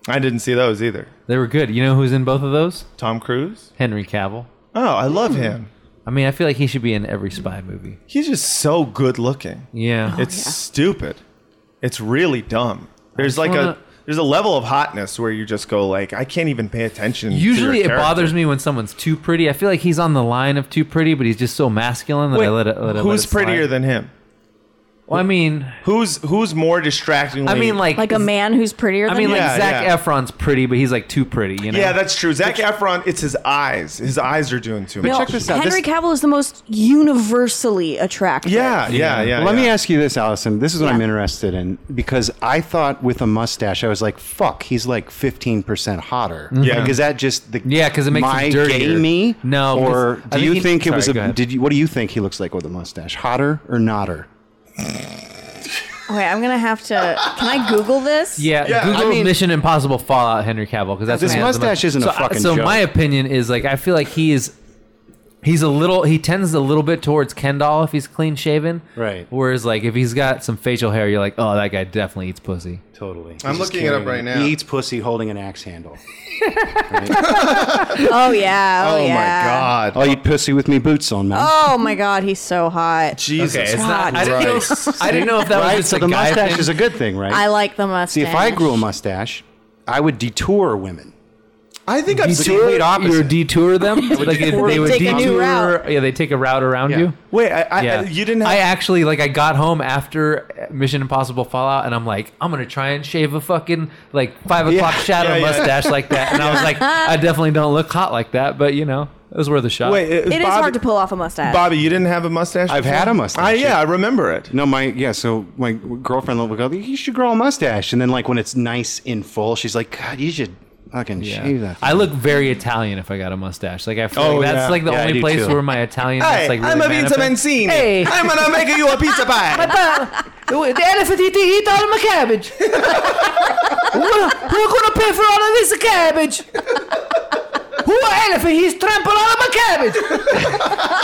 Speaker 2: I didn't see those either.
Speaker 1: They were good. You know who's in both of those?
Speaker 2: Tom Cruise.
Speaker 1: Henry Cavill.
Speaker 2: Oh, I love
Speaker 1: Hmm.
Speaker 2: him.
Speaker 1: I mean, I feel like he should be in every spy movie.
Speaker 2: He's just so good looking.
Speaker 1: Yeah.
Speaker 3: Oh,
Speaker 2: It's stupid. It's really dumb. There's like
Speaker 1: wanna-
Speaker 2: a there's a level of hotness where you just go like I can't even pay attention. to your
Speaker 1: Usually it
Speaker 2: character.
Speaker 1: bothers me when someone's too pretty. I feel like he's on the line of too pretty, but he's just so masculine that
Speaker 2: Wait,
Speaker 1: I let it. Let it
Speaker 2: who's prettier than him?
Speaker 1: Well, I mean,
Speaker 2: Who's who's more distractingly?
Speaker 1: I mean, like
Speaker 3: Like a man who's prettier than
Speaker 1: I mean,
Speaker 3: me.
Speaker 1: like
Speaker 2: Yeah,
Speaker 1: Zach
Speaker 2: yeah.
Speaker 1: Efron's pretty, but he's like too pretty. You know.
Speaker 2: yeah, that's true. Zach Efron, it's his eyes. His eyes are doing too much.
Speaker 3: No,
Speaker 4: check this out.
Speaker 3: Henry
Speaker 4: This-
Speaker 3: Cavill is the most universally attractive.
Speaker 2: yeah, yeah, yeah.
Speaker 4: Let
Speaker 2: yeah.
Speaker 4: me ask you this, Allison. This is what
Speaker 3: Yeah.
Speaker 4: I'm interested in because I thought with a mustache, I was like, "Fuck, he's like 15% hotter."
Speaker 2: Yeah.
Speaker 4: Like, is that just the
Speaker 1: Mm-hmm. Yeah, 'cause it makes him
Speaker 4: my
Speaker 1: dirtier.
Speaker 4: gay me?
Speaker 1: No,
Speaker 4: Or
Speaker 1: because- I
Speaker 4: do you
Speaker 1: think he-
Speaker 4: think it was
Speaker 1: sorry, go
Speaker 4: a?
Speaker 1: ahead.
Speaker 4: Did you? What do you think he looks like with a mustache? Hotter or notter?
Speaker 3: Wait, I'm gonna have to. Can I Google this?
Speaker 1: Yeah, Google
Speaker 4: I mean-
Speaker 1: Mission Impossible Fallout Henry Cavill because that's
Speaker 4: This
Speaker 1: what has the most-
Speaker 4: mustache isn't a
Speaker 1: so,
Speaker 4: fucking
Speaker 1: So
Speaker 4: joke.
Speaker 1: my opinion is like I feel like he is. He's a little. He tends a little bit towards Kendall if he's clean shaven.
Speaker 4: Right.
Speaker 1: Whereas like if he's got some facial hair, you're like, oh, that guy definitely eats pussy.
Speaker 4: Totally.
Speaker 2: I'm
Speaker 4: He's just
Speaker 2: looking it up
Speaker 4: carrying-
Speaker 2: right now.
Speaker 4: He eats pussy holding an axe handle.
Speaker 3: Oh yeah. Oh,
Speaker 2: oh
Speaker 3: yeah.
Speaker 2: my god.
Speaker 4: I'll eat pussy with me boots on, man.
Speaker 3: Oh my god, he's so hot.
Speaker 2: Jesus.
Speaker 1: it's
Speaker 3: not-
Speaker 1: I didn't know.
Speaker 2: Christ.
Speaker 1: I didn't know if that
Speaker 4: right?
Speaker 1: was just
Speaker 4: So
Speaker 1: a
Speaker 4: the
Speaker 1: guy
Speaker 4: mustache
Speaker 1: thing.
Speaker 4: is a good thing, right?
Speaker 3: I like the mustache.
Speaker 4: See, if I grew a mustache, I would detour women.
Speaker 2: I think I've seen.
Speaker 4: complete
Speaker 1: You would
Speaker 4: opposite.
Speaker 1: detour them. like they,
Speaker 3: detour
Speaker 1: they
Speaker 3: them.
Speaker 1: would
Speaker 3: Take a new
Speaker 1: detour.
Speaker 3: route.
Speaker 1: Yeah, they take a route around
Speaker 4: Yeah.
Speaker 1: you.
Speaker 2: Wait, I, I,
Speaker 1: Yeah,
Speaker 2: you didn't. Have,
Speaker 1: I actually like. I got home after Mission Impossible Fallout, and I'm like, I'm gonna try and shave a fucking like five o'clock shadow
Speaker 2: yeah, yeah.
Speaker 1: mustache like that. And I was like, I definitely don't look hot like that, but you know, it was worth a shot.
Speaker 2: wait, it,
Speaker 3: It is hard to pull off a mustache.
Speaker 2: Bobby, you didn't have a mustache.
Speaker 4: I've had a mustache.
Speaker 2: I, yeah, I remember it.
Speaker 4: No, my yeah. So my girlfriend will go, "You should grow a mustache," and then like when it's nice in full, she's like, "God, you should fucking shave that."
Speaker 1: I look very Italian if I got a mustache. Like I feel
Speaker 2: Oh,
Speaker 1: like that's
Speaker 2: yeah.
Speaker 1: like the
Speaker 4: Yeah, I
Speaker 1: only
Speaker 4: do
Speaker 1: place
Speaker 4: too.
Speaker 1: where my Italian. Hey, like really manifests.
Speaker 2: Hey, I'm gonna make you a pizza pie.
Speaker 1: The the elephant eat, eat all of my cabbage. Who gonna- who gonna pay for all of this cabbage? Who a elephant? He's trampled all of my cabbage.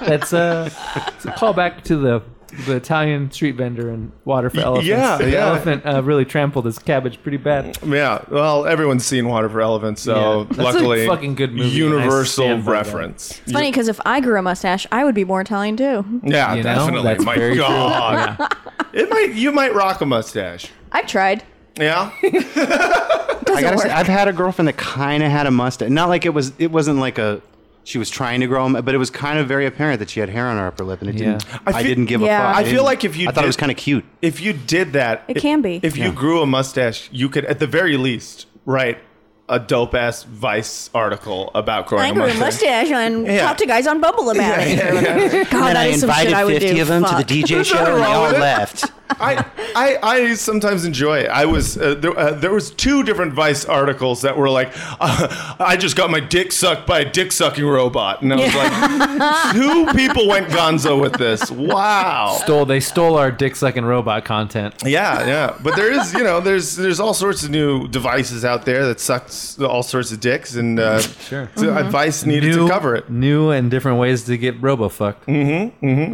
Speaker 1: That's uh, it's a callback to the the Italian street vendor in Water for Elephants.
Speaker 2: yeah.
Speaker 1: the elephant uh, really trampled his cabbage pretty bad.
Speaker 2: Yeah, well, everyone's seen Water for Elephants, so
Speaker 1: Yeah. That's a
Speaker 2: luckily,
Speaker 1: fucking good movie, and I
Speaker 2: Universal
Speaker 1: stand by that.
Speaker 2: reference.
Speaker 3: it's funny because if I grew a mustache, I would be more Italian too.
Speaker 2: Yeah,
Speaker 1: You know?
Speaker 2: definitely.
Speaker 1: That's
Speaker 2: My
Speaker 1: very true.
Speaker 2: God, it might you might rock a mustache.
Speaker 3: I've tried.
Speaker 2: Yeah,
Speaker 4: I gotta say, I've had a girlfriend that kind of had a mustache. Not like it was. It wasn't like a. She was trying to grow them, but it was kind of very apparent that she had hair on her upper lip, and it
Speaker 1: Yeah.
Speaker 4: didn't.
Speaker 2: I
Speaker 4: I,
Speaker 2: feel-
Speaker 4: didn't give
Speaker 3: Yeah.
Speaker 4: a fuck.
Speaker 2: I feel
Speaker 4: didn't-
Speaker 2: like if you
Speaker 4: I thought
Speaker 2: did-
Speaker 4: it was kind of cute.
Speaker 2: if you did that,
Speaker 3: It can be.
Speaker 2: If you grew a mustache, you could, at the very least, write a dope ass Vice article about growing
Speaker 3: I
Speaker 2: a
Speaker 3: grew a
Speaker 2: mustache.
Speaker 3: mustache and
Speaker 2: Yeah.
Speaker 3: talked to guys on Bubble about it. or whatever. God, Oh, that is some shit I would do. Fuck.
Speaker 4: DJ show, and they all left.
Speaker 2: I, I, I sometimes enjoy it. I was uh, there, uh, there was two different Vice articles that were like, uh, I just got my dick sucked by a dick sucking robot, and I was like, two people went Gonzo with this. Wow.
Speaker 1: Stole they stole our dick sucking robot content.
Speaker 2: Yeah, yeah. But there is, you know, there's there's all sorts of new devices out there that sucks all sorts of dicks, and uh, sure. so
Speaker 3: Mm-hmm.
Speaker 2: Vice needed to cover it. Mm.
Speaker 1: New and different ways to get robo fucked.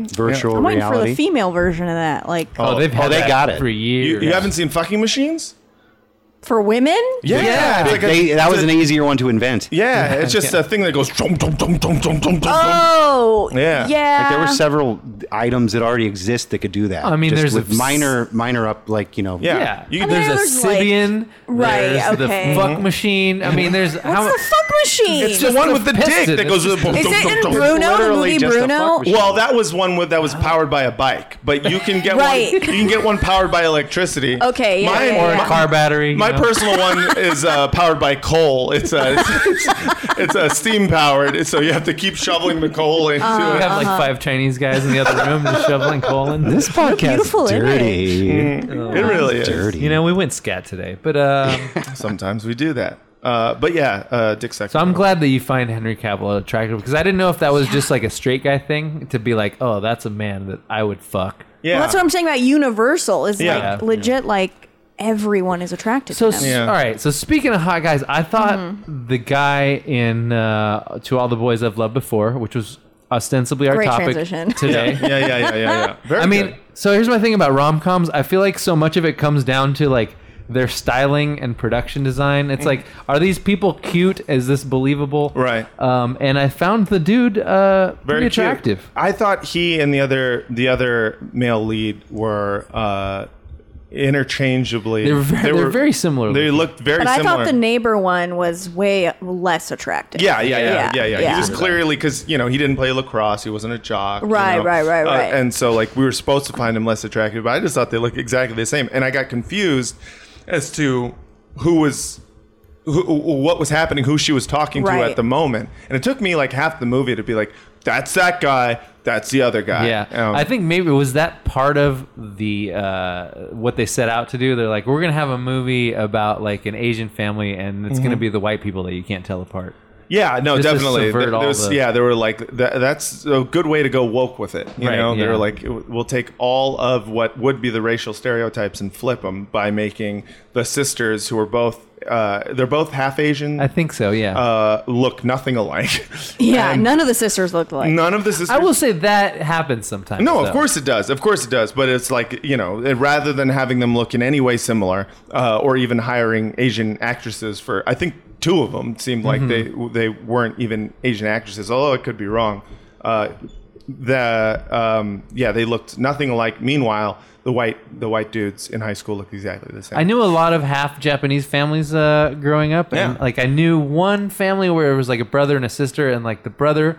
Speaker 4: Virtual
Speaker 3: I'm waiting for
Speaker 4: reality.
Speaker 3: the female version of that, like
Speaker 1: Oh, they've had
Speaker 4: they
Speaker 1: that
Speaker 4: got it.
Speaker 1: for
Speaker 2: You,
Speaker 1: years.
Speaker 2: you haven't seen fucking machines?
Speaker 3: for women.
Speaker 2: Yeah,
Speaker 1: Yeah.
Speaker 2: it's like a-
Speaker 4: They- that was an easier one to invent.
Speaker 2: yeah, it's just a thing that goes. Dum, dum, dum, dum, dum, dum, dum.
Speaker 3: Oh,
Speaker 2: Yeah.
Speaker 3: yeah.
Speaker 4: Like there were several items that already exist that could do that.
Speaker 1: I mean,
Speaker 4: Just
Speaker 1: there's
Speaker 4: with
Speaker 1: a-
Speaker 4: minor, minor up, like you know.
Speaker 2: Yeah.
Speaker 1: Yeah,
Speaker 2: You-
Speaker 1: there's a
Speaker 3: there's, like-
Speaker 1: Sibian,
Speaker 3: Right,
Speaker 1: There's
Speaker 3: okay.
Speaker 1: the fuck machine. I mean, there's how
Speaker 3: What's the fuck machine.
Speaker 2: It's the one with the dick
Speaker 1: piston.
Speaker 2: that goes.
Speaker 1: It's
Speaker 2: boom,
Speaker 3: Is
Speaker 2: boom,
Speaker 3: it
Speaker 2: boom,
Speaker 3: in
Speaker 2: boom.
Speaker 3: Bruno, the
Speaker 4: literally
Speaker 3: movie
Speaker 4: just a fuck
Speaker 3: Bruno?
Speaker 4: machine.
Speaker 2: Well, that was one with, that was powered by a bike, but you can get
Speaker 3: Right.
Speaker 2: one. You can get one powered by electricity.
Speaker 3: Okay, yeah,
Speaker 2: My,
Speaker 3: yeah,
Speaker 1: Or a
Speaker 3: yeah.
Speaker 1: car battery. you
Speaker 2: my
Speaker 1: know?
Speaker 2: personal one is uh, powered by coal. It's a it's, it's, it's a steam powered, so you have to keep shoveling the coal into
Speaker 1: We
Speaker 2: it.
Speaker 1: have
Speaker 3: Uh-huh.
Speaker 1: like five Chinese guys in the other room just shoveling coal in.
Speaker 7: This podcast
Speaker 3: beautiful
Speaker 7: is dirty.
Speaker 1: Oh,
Speaker 2: It really is.
Speaker 7: Dirty.
Speaker 1: You know, we went scat today, but um,
Speaker 2: Sometimes we do that. Uh, but yeah, uh, dick sex.
Speaker 1: so I'm glad that you find Henry Cavill attractive because I didn't know if that was just like a straight guy thing to be like, oh, that's a man that I would fuck.
Speaker 2: Yeah.
Speaker 3: Well, that's what I'm saying about Universal. Is
Speaker 2: Yeah.
Speaker 3: like legit, like everyone is attracted
Speaker 1: So
Speaker 3: to
Speaker 1: s-
Speaker 3: them.
Speaker 1: all right. So speaking of hot guys, I thought
Speaker 3: Mm-hmm.
Speaker 1: the guy in uh, "To All the Boys I've Loved Before," which was ostensibly our
Speaker 3: Great
Speaker 1: topic
Speaker 3: transition.
Speaker 1: today.
Speaker 2: yeah, yeah, yeah, yeah, yeah. Very
Speaker 1: I mean,
Speaker 2: good.
Speaker 1: so here's my thing about rom coms. I feel like so much of it comes down to like their styling and production design.
Speaker 3: Mm.
Speaker 1: It's like, are these people cute? Is this believable?
Speaker 2: Right.
Speaker 1: Um, and I found the dude uh,
Speaker 2: very
Speaker 1: pretty
Speaker 2: cute.
Speaker 1: attractive.
Speaker 2: I thought he and the other the other male lead were uh, interchangeably.
Speaker 1: They were very- they're very similar
Speaker 2: They
Speaker 1: looking.
Speaker 2: looked very
Speaker 3: But I
Speaker 2: similar.
Speaker 3: thought the neighbor one was way less attractive.
Speaker 2: yeah, yeah, yeah, yeah, yeah,
Speaker 3: yeah.
Speaker 2: He was clearly because you know he didn't play lacrosse. He wasn't a jock. you
Speaker 3: Right,
Speaker 2: know.
Speaker 3: right, right,
Speaker 2: Uh,
Speaker 3: right.
Speaker 2: and so like we were supposed to find him less attractive, but I just thought they looked exactly the same, and I got confused as to who was who, who- what was happening, who she was talking to
Speaker 3: Right.
Speaker 2: at the moment. And it took me like half the movie to be like, that's that guy, that's the other guy.
Speaker 1: Yeah,
Speaker 2: Um,
Speaker 1: I think maybe was that part of the uh, what they set out to do. They're like, we're gonna have a movie about like an Asian family, and it's
Speaker 2: Mm-hmm.
Speaker 1: gonna be the white people that you can't tell apart.
Speaker 2: Yeah, no,
Speaker 1: Just to
Speaker 2: definitely.
Speaker 1: subvert
Speaker 2: There- there
Speaker 1: all
Speaker 2: was-
Speaker 1: the-
Speaker 2: yeah, they were like that, that's a good way to go woke with it. You
Speaker 1: Right,
Speaker 2: know, they
Speaker 1: yeah.
Speaker 2: were like, we'll take all of what would be the racial stereotypes and flip them by making the sisters who are both uh, they're both half Asian
Speaker 1: I think so. Yeah.
Speaker 2: uh, look nothing alike.
Speaker 3: Yeah, none of the sisters looked like.
Speaker 2: None of the sisters.
Speaker 1: I will say that happens sometimes.
Speaker 2: No, of
Speaker 1: though.
Speaker 2: course it does. Of course it does. But it's like you know, it- rather than having them look in any way similar, uh, or even hiring Asian actresses for, I think two of them seemed like
Speaker 1: Mm-hmm.
Speaker 2: they they weren't even Asian actresses. Although I could be wrong. Uh, the um, yeah, they looked nothing alike. Meanwhile, the white the white dudes in high school looked exactly the same.
Speaker 1: I knew a lot of half Japanese families uh, growing up, and
Speaker 2: Yeah.
Speaker 1: like I knew one family where it was like a brother and a sister, and like the brother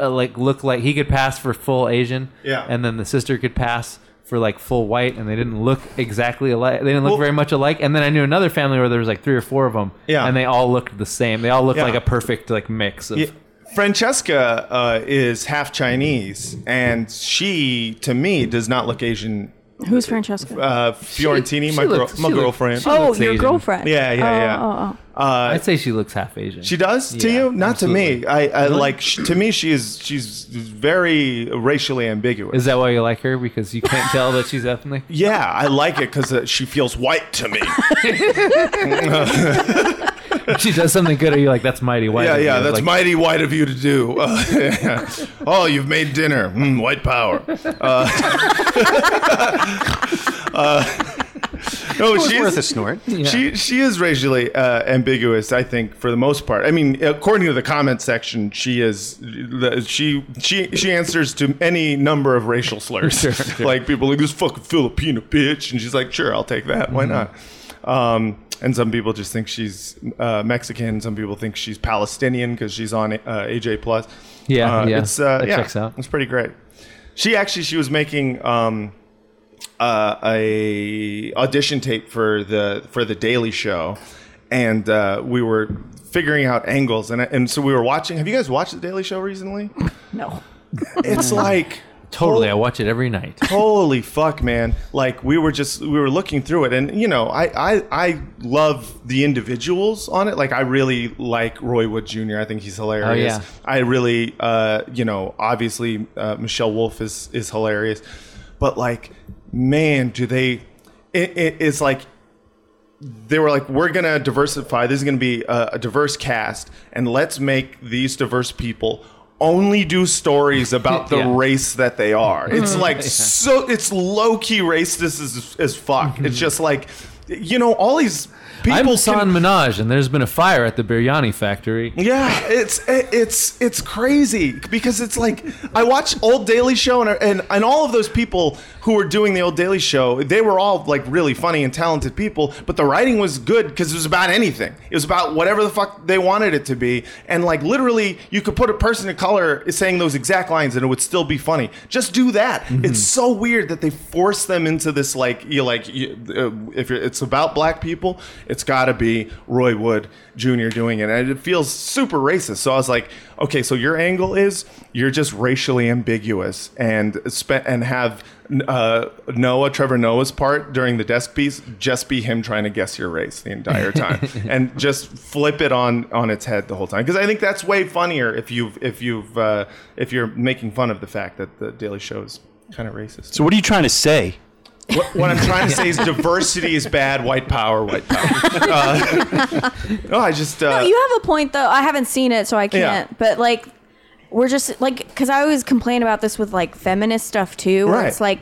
Speaker 1: uh, like looked like he could pass for full Asian,
Speaker 2: Mm-hmm. Yeah.
Speaker 1: and then the sister could pass for like full white, and they didn't look exactly alike. They didn't look
Speaker 2: Well-
Speaker 1: very much alike. And then I knew another family where there was like three or four of them,
Speaker 2: Yeah.
Speaker 1: and they all looked the same. They all looked
Speaker 2: Yeah.
Speaker 1: like a perfect like mix. Of,
Speaker 2: Yeah. Francesca uh, is half Chinese, and she to me does not look Asian.
Speaker 3: Who's Francesca?
Speaker 2: Uh, Fiorentini,
Speaker 1: she
Speaker 2: my, girl,
Speaker 1: looked-
Speaker 2: my
Speaker 1: she looked-
Speaker 2: girlfriend.
Speaker 1: she
Speaker 3: oh,
Speaker 1: looks
Speaker 3: your
Speaker 1: Asian.
Speaker 3: girlfriend.
Speaker 2: Yeah, yeah,
Speaker 3: Oh,
Speaker 2: yeah.
Speaker 3: oh, oh.
Speaker 1: I'd say she looks half Asian.
Speaker 2: She does to
Speaker 1: Yeah,
Speaker 2: you, not to me.
Speaker 1: absolutely.
Speaker 2: I, I like sh to me. She is she's very racially ambiguous.
Speaker 1: Is that why you like her? Because you can't tell that she's ethnic.
Speaker 2: yeah, I like it because uh, she feels white to me.
Speaker 1: she does something good, or you're like, "That's mighty white."
Speaker 2: yeah,
Speaker 1: of
Speaker 2: yeah,
Speaker 1: you."
Speaker 2: that's
Speaker 1: like,
Speaker 2: mighty white of you to do. Uh, yeah. Oh, you've made dinner. Mm, white power. Uh, uh, no, she's
Speaker 4: worth a snort.
Speaker 2: She she is racially uh, ambiguous, I think, for the most part. I mean, according to the comment section, she is the- she she she answers to any number of racial slurs. Like people are like this fucking Filipino bitch, and she's like, sure, I'll take that. Why not? Um, and some people just think she's uh, Mexican. Some people think she's Palestinian because she's on uh, AJ Plus.
Speaker 1: Yeah,
Speaker 2: Uh,
Speaker 1: yeah.
Speaker 2: it's uh,
Speaker 1: That
Speaker 2: yeah,
Speaker 1: checks out.
Speaker 2: It's pretty great. She actually she was making. Um, uh, a audition tape for the for the Daily Show, and uh, we were figuring out angles, and and so we were watching. Have you guys watched the Daily Show recently?
Speaker 3: No.
Speaker 2: It's like
Speaker 1: Totally, I watch it every night.
Speaker 2: holy fuck man like we were just we were looking through it and you know I, I i love the individuals on it like i really like roy wood jr i think he's hilarious
Speaker 1: yeah.
Speaker 2: i really uh you know obviously uh, michelle wolf is is hilarious but like man do they it, it, it's like they were like, we're gonna diversify. This is gonna be a, a diverse cast, and let's make these diverse people only do stories about the
Speaker 1: Yeah. Mm-hmm.
Speaker 2: race that they are. It's like so. It's low key racist as, as fuck. It's just like, you know, all these
Speaker 1: Mm-hmm. I'm
Speaker 2: People
Speaker 1: San
Speaker 2: can-
Speaker 1: Minaj, and there's been a fire at the biryani factory.
Speaker 2: Yeah, it's it's it's crazy because it's like I watch old Daily Show and and and all of those people who were doing the old Daily Show, they were all like really funny and talented people, but the writing was good because it was about anything. It was about whatever the fuck they wanted it to be, and like literally, you could put a person of color saying those exact lines and it would still be funny. Just do that. It's so weird that they force them into this like you like you, uh, if you're, it's about black people, it's got to be Roy Wood Jr. doing it, and it feels super racist. So I was like, okay, so your angle is you're just racially ambiguous and spe- and have uh, Noah Trevor Noah's part during the desk piece just be him trying to guess your race the entire time, and just flip it on on its head the whole time. Because I think that's way funnier if you've if you've uh, if you're making fun of the fact that the Daily Show is kind of racist.
Speaker 7: So what are you trying to say?
Speaker 2: What, what I'm trying to say is diversity is bad. White power, white power. Uh, no, I just uh,
Speaker 3: No, you have a point though. I haven't seen it, so I can't. But like, we're just like, because I always complain about this with like feminist stuff too. Where
Speaker 2: Right.
Speaker 3: It's like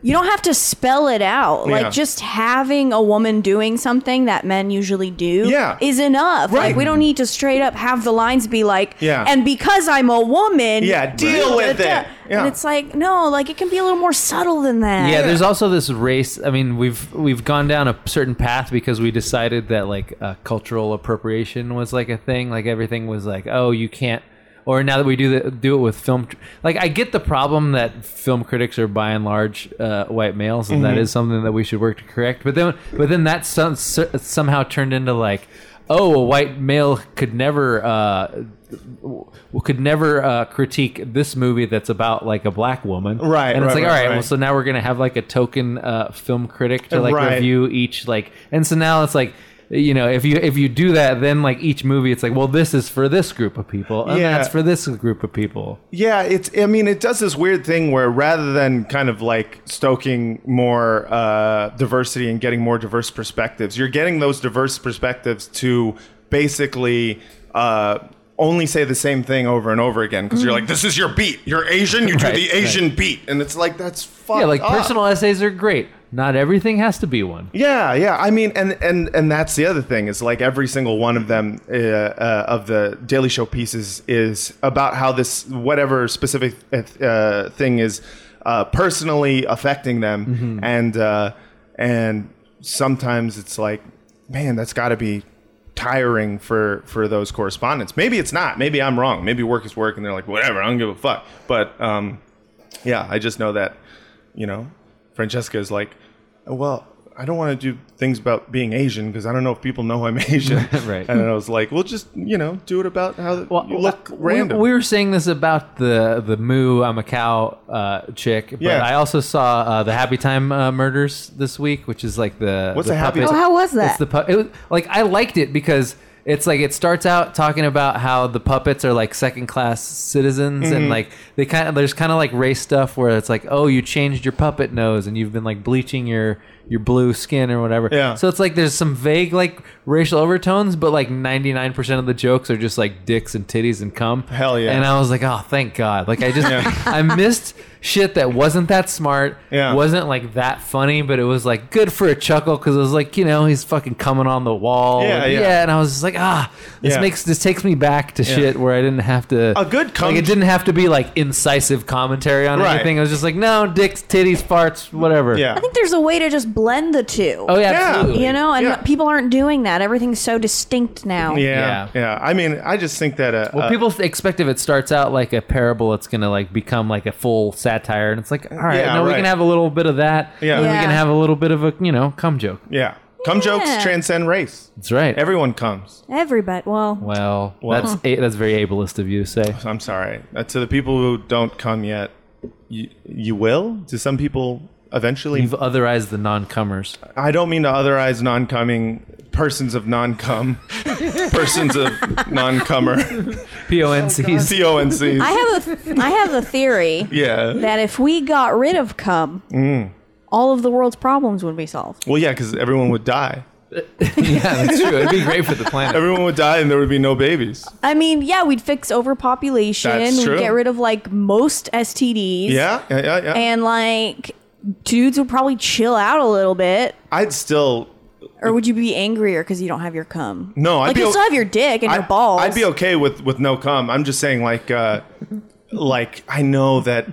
Speaker 3: you don't have to spell it out.
Speaker 2: Yeah.
Speaker 3: Like just having a woman doing something that men usually do
Speaker 2: Yeah.
Speaker 3: is enough.
Speaker 2: Right.
Speaker 3: Like we don't need to straight up have the lines be like,
Speaker 2: Yeah.
Speaker 3: And because I'm a woman,
Speaker 2: Yeah, deal
Speaker 3: da,
Speaker 2: with
Speaker 3: da, da."
Speaker 2: it. Yeah.
Speaker 3: And it's like no, like it can be a little more subtle than that.
Speaker 1: Yeah, there's also this race. I mean, we've we've gone down a certain path because we decided that like uh, cultural appropriation was like a thing. Like everything was like, oh, you can't. Or now that we do the, do it with film, like I get the problem that film critics are by and large uh, white males, and
Speaker 2: Mm-hmm.
Speaker 1: that is something that we should work to correct. But then, but then that some, somehow turned into like, oh, a white male could never uh, w- could never uh, critique this movie that's about like a black woman,
Speaker 2: Right,
Speaker 1: And it's
Speaker 2: right,
Speaker 1: like,
Speaker 2: right,
Speaker 1: all right,
Speaker 2: right.
Speaker 1: well, so so now we're gonna have like a token uh, film critic to like
Speaker 2: Right.
Speaker 1: review each like, and so now it's like, you know, if you if you do that, then like each movie, it's like, well, this is for this group of people, and
Speaker 2: Yeah.
Speaker 1: that's for this group of people.
Speaker 2: yeah, it's. I mean, it does this weird thing where rather than kind of like stoking more uh, diversity and getting more diverse perspectives, you're getting those diverse perspectives to basically. Uh, only say the same thing over and over again because you're like, this is your beat. You're Asian, you do
Speaker 1: Mm-hmm. Right,
Speaker 2: the
Speaker 1: right.
Speaker 2: Asian beat, and it's like that's fucked.
Speaker 1: yeah, like
Speaker 2: up.
Speaker 1: personal essays are great. Not everything has to be one.
Speaker 2: Yeah, yeah. I mean, and and and that's the other thing is like every single one of them uh, uh, of the Daily Show pieces is about how this whatever specific uh, thing is uh, personally affecting them, and uh, and sometimes it's like, man, that's got to be tiring for for those correspondents. Maybe it's not. Maybe I'm wrong. Maybe work is work, and they're like, whatever. I don't give a fuck. But um, yeah, I just know that, you know, Francesca is like, well, I don't want to do things about being Asian because I don't know if people know I'm Asian.
Speaker 1: Right.
Speaker 2: And I was like, well, just you know, do it about how you look
Speaker 1: Uh, we-
Speaker 2: random.
Speaker 1: We, were saying this about the the moo I'm a cow uh, chick, but
Speaker 2: Yeah.
Speaker 1: I also saw uh, the Happy Time uh, murders this week, which is like the
Speaker 2: What's
Speaker 1: the
Speaker 2: a Happy
Speaker 1: puppet-
Speaker 2: Time?
Speaker 3: Oh, how was that?
Speaker 1: It's the pu- it was, like I liked it because. It's like it starts out talking about how the puppets are like second class citizens
Speaker 2: Mm-hmm.
Speaker 1: and like they kind of there's kind of like race stuff where it's like oh you changed your puppet nose and you've been like bleaching your your blue skin or whatever
Speaker 2: Yeah.
Speaker 1: so it's like there's some vague like racial overtones, but like 99% of the jokes are just like dicks and titties and cum.
Speaker 2: Hell yeah.
Speaker 1: And I was like, oh, thank God. Like I just I missed shit that wasn't that smart.
Speaker 2: Yeah.
Speaker 1: Wasn't like that funny, but it was like good for a chuckle because it was like you know he's fucking coming on the wall.
Speaker 2: Yeah,
Speaker 1: and,
Speaker 2: yeah.
Speaker 1: And I was just like, ah, this
Speaker 2: Yeah.
Speaker 1: makes this takes me back to shit where I didn't have to
Speaker 2: A good cum-
Speaker 1: like it didn't have to be like incisive commentary on
Speaker 2: Right.
Speaker 1: anything. It was just like no dicks, titties, farts, whatever.
Speaker 2: yeah.
Speaker 3: I think there's a way to just blend the two.
Speaker 1: Oh yeah,
Speaker 2: Yeah.
Speaker 1: absolutely.
Speaker 3: You know, and
Speaker 2: Yeah.
Speaker 3: people aren't doing that. Everything's so distinct now.
Speaker 2: yeah, yeah, I mean, I just think that uh,
Speaker 1: Well,
Speaker 2: uh,
Speaker 1: people expect if it starts out like a parable, it's gonna like become like a full satire, and it's like, all right,
Speaker 2: Yeah,
Speaker 1: no, we
Speaker 2: right.
Speaker 1: can have a little bit of that,
Speaker 2: Yeah.
Speaker 1: and then
Speaker 3: Yeah.
Speaker 1: we can have a little bit of a you know cum joke.
Speaker 2: yeah, cum jokes
Speaker 3: Yeah.
Speaker 2: transcend race.
Speaker 1: That's right.
Speaker 2: Everyone comes.
Speaker 3: Everybody. Well,
Speaker 1: well, that's a, that's very ableist of you to say.
Speaker 2: I'm sorry. Uh, to the people who don't come yet, you, you will? Do some people eventually?
Speaker 1: You've otherized the non-cummers.
Speaker 2: I don't mean to otherize non coming persons of non cum, persons of non cummer,
Speaker 1: PONCs.
Speaker 2: CONCs.
Speaker 3: I have a I have a theory
Speaker 2: yeah.
Speaker 3: that if we got rid of cum,
Speaker 2: Mm.
Speaker 3: all of the world's problems would be solved.
Speaker 2: Well, yeah, because everyone would die.
Speaker 1: yeah, that's true. It'd be great for the planet.
Speaker 2: Everyone would die and there would be no babies.
Speaker 3: I mean, yeah, we'd fix overpopulation.
Speaker 2: That's
Speaker 3: we'd
Speaker 2: true.
Speaker 3: get rid of like most STDs.
Speaker 2: Yeah, yeah, yeah. yeah.
Speaker 3: And like dudes would probably chill out a little bit.
Speaker 2: I'd still
Speaker 3: Or would you be angrier because you don't have your cum?
Speaker 2: No, I'd
Speaker 3: like
Speaker 2: be
Speaker 3: you
Speaker 2: o-
Speaker 3: still have your dick and
Speaker 2: I,
Speaker 3: your balls.
Speaker 2: I'd be okay with with no cum. I'm just saying, like, uh, like I know that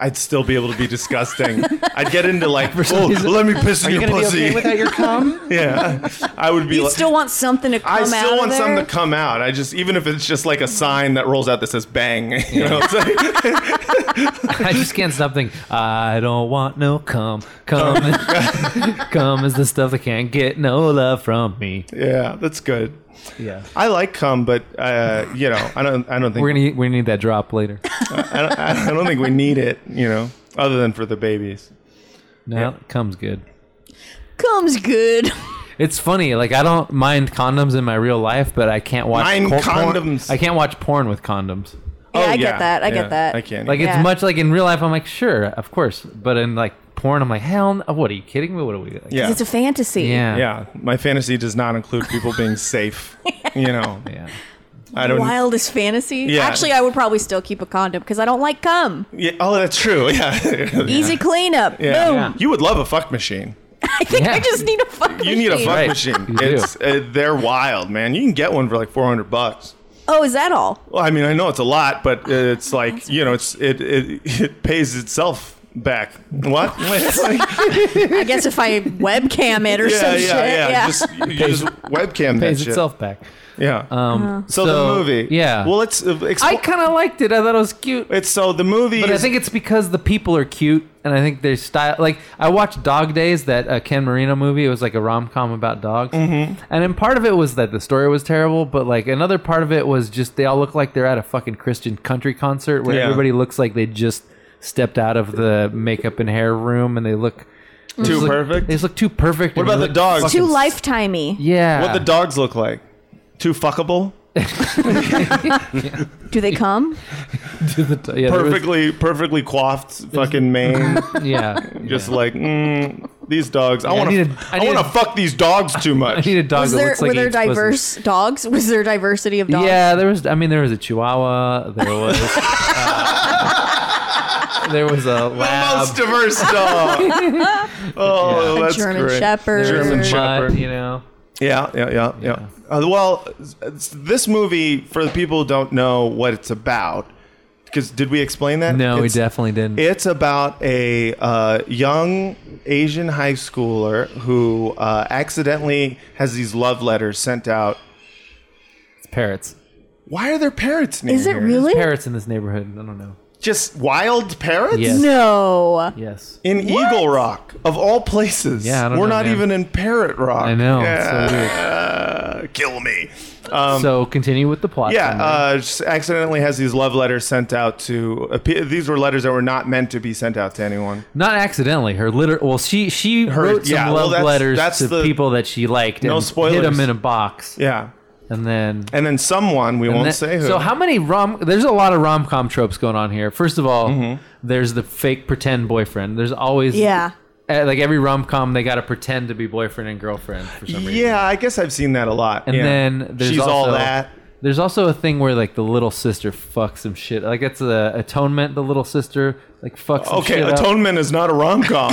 Speaker 2: I'd still be able to be disgusting. I'd get into like, oh, let me piss in
Speaker 4: You're
Speaker 2: your
Speaker 4: gonna
Speaker 2: pussy.
Speaker 4: be okay without your cum?
Speaker 2: yeah, I would be.
Speaker 3: you
Speaker 2: like,
Speaker 3: still want something to come
Speaker 2: I
Speaker 3: out
Speaker 2: still
Speaker 3: of
Speaker 2: want
Speaker 3: there?
Speaker 2: something to come out. I just, even if it's just like a sign that rolls out that says "bang," you know. It's like,
Speaker 1: I just can't stop thinking. I don't want no cum. Cum, cum is the stuff that can't get no love from me.
Speaker 2: yeah, that's good.
Speaker 1: Yeah,
Speaker 2: I like cum, but uh, you know, I don't. I don't think
Speaker 1: we're gonna we need that drop later.
Speaker 2: I don't, I don't think we need it, you know, other than for the babies.
Speaker 1: No, cum's good.
Speaker 3: Cum's good.
Speaker 1: It's funny. Like I don't mind condoms in my real life, but I can't watch
Speaker 2: Mind
Speaker 1: cor- porn-
Speaker 2: condoms.
Speaker 1: I can't watch porn with condoms.
Speaker 3: Yeah, I get that. I
Speaker 2: Oh, yeah,
Speaker 3: get that.
Speaker 2: I can't.
Speaker 1: Like
Speaker 2: Like,
Speaker 3: Yeah.
Speaker 1: it's much like in real life. I'm like, sure, of course, but in like porn, I'm like, hell, no, what are you kidding me? What are we? Like,
Speaker 2: yeah,
Speaker 3: It's a fantasy.
Speaker 1: yeah,
Speaker 2: yeah. My fantasy does not include people being safe. You know,
Speaker 1: yeah.
Speaker 2: I don't.
Speaker 3: Wildest fantasy.
Speaker 2: Yeah.
Speaker 3: Actually, I would probably still keep a condom because I don't like cum.
Speaker 2: Yeah, oh, that's true. Yeah. yeah.
Speaker 3: Easy cleanup. Boom.
Speaker 1: Yeah.
Speaker 2: You would love a fuck machine.
Speaker 3: I think I
Speaker 1: Yeah.
Speaker 3: just need a fuck
Speaker 2: You need a
Speaker 3: machine.
Speaker 2: fuck
Speaker 1: Right.
Speaker 2: machine.
Speaker 1: You do.
Speaker 2: It's uh, they're wild, man. You can get one for like four hundred bucks.
Speaker 3: Oh, is that all?
Speaker 2: Well, I mean, I know it's a lot, but uh, it's like you know, it's it it, it pays itself back. What? It's like-
Speaker 3: I guess if I webcam it or some shit.
Speaker 2: Just, you just webcam that
Speaker 1: Pays
Speaker 2: shit.
Speaker 1: itself back.
Speaker 2: Yeah.
Speaker 1: Um,
Speaker 2: so, the movie.
Speaker 1: Yeah.
Speaker 2: Well, let's uh,
Speaker 1: I
Speaker 2: explain.
Speaker 1: kind of liked it. I thought it was cute.
Speaker 2: It's so the movie.
Speaker 1: But I
Speaker 2: is-
Speaker 1: think it's because the people are cute, and I think their style. Like I watched Dog Days, that uh, Ken Marino movie. It was like a rom com about dogs, mm-hmm. and then part of it was that the story was terrible. But like another part of it was just they all look like they're at a fucking Christian country concert where
Speaker 2: Yeah.
Speaker 1: everybody looks like they just stepped out of the makeup and hair room, and they look they just look-
Speaker 2: perfect?
Speaker 1: They just look too perfect.
Speaker 2: What
Speaker 1: and
Speaker 2: about
Speaker 1: they
Speaker 2: the
Speaker 1: look-
Speaker 2: dogs?
Speaker 3: Too lifetimey.
Speaker 1: Yeah.
Speaker 2: What the dogs look like? Too fuckable.
Speaker 3: Do they come?
Speaker 1: the yeah, there was-
Speaker 2: Perfectly, perfectly coiffed, fucking mane.
Speaker 1: yeah.
Speaker 2: Just
Speaker 1: yeah.
Speaker 2: like mm, these dogs. I
Speaker 1: I
Speaker 2: want
Speaker 1: need
Speaker 2: to.
Speaker 1: a- I
Speaker 2: I,
Speaker 1: need
Speaker 2: want
Speaker 1: a-
Speaker 2: to fuck these dogs too
Speaker 1: I
Speaker 2: much.
Speaker 1: need a dog
Speaker 3: Was
Speaker 1: that
Speaker 3: there
Speaker 1: looks like
Speaker 3: were
Speaker 1: he
Speaker 3: there
Speaker 1: eats pussy.
Speaker 3: diverse dogs? Was there diversity of dogs?
Speaker 1: Yeah, there was. I mean, there was a Chihuahua. There was. uh, there was a lab.
Speaker 2: Most diverse dog. oh,
Speaker 3: A
Speaker 2: that's
Speaker 3: German
Speaker 2: great.
Speaker 3: Shepherd.
Speaker 2: German
Speaker 1: German
Speaker 2: Shepherd.
Speaker 1: You know.
Speaker 2: Yeah, yeah, yeah, yeah. Uh, well, s- s- this movie for the people who don't know what it's about, because did we explain that?
Speaker 1: No, we
Speaker 2: It's-
Speaker 1: definitely didn't.
Speaker 2: It's about a uh, young Asian high schooler who uh, accidentally has these love letters sent out.
Speaker 1: it's parrots.
Speaker 2: Why are there parrots near?
Speaker 3: Is it
Speaker 2: here?
Speaker 3: really?
Speaker 1: Parrots in this neighborhood. I don't know.
Speaker 2: just wild parrots?
Speaker 1: Yes.
Speaker 3: No.
Speaker 1: Yes.
Speaker 2: In Eagle Rock, of all places.
Speaker 1: Yeah, I don't
Speaker 2: we're
Speaker 1: know,
Speaker 2: not
Speaker 1: man.
Speaker 2: even in Parrot Rock.
Speaker 1: I know. It's so
Speaker 2: Yeah. Kill me. Um,
Speaker 1: so continue with the plot.
Speaker 2: Yeah,
Speaker 1: summary.
Speaker 2: uh, just accidentally has these love letters sent out to. Uh, p- these were letters that were not meant to be sent out to anyone.
Speaker 1: Not accidentally. Her liter. Well, she she wrote some
Speaker 2: yeah, well,
Speaker 1: love
Speaker 2: that's-
Speaker 1: letters
Speaker 2: that's
Speaker 1: to
Speaker 2: the-
Speaker 1: people that she liked.
Speaker 2: No
Speaker 1: and Hid
Speaker 2: spoilers.
Speaker 1: them in a box,
Speaker 2: Yeah,
Speaker 1: and then.
Speaker 2: and then someone we won't
Speaker 1: That-
Speaker 2: say who.
Speaker 1: So how many rom? There's a lot of rom com tropes going on here. First of all,
Speaker 2: Mm-hmm.
Speaker 1: there's the fake pretend boyfriend. There's always
Speaker 3: Yeah.
Speaker 1: Uh, like every rom com, they got to pretend to be boyfriend and girlfriend for some reason.
Speaker 2: yeah, I guess I've seen that a lot.
Speaker 1: And
Speaker 2: yeah.
Speaker 1: then there's
Speaker 2: she's all
Speaker 1: also-
Speaker 2: that.
Speaker 1: There's also a thing where like the little sister fucks some shit. Like it's a atonement. The little sister like fucks. Some
Speaker 2: Okay,
Speaker 1: shit up.
Speaker 2: Atonement is not a rom com.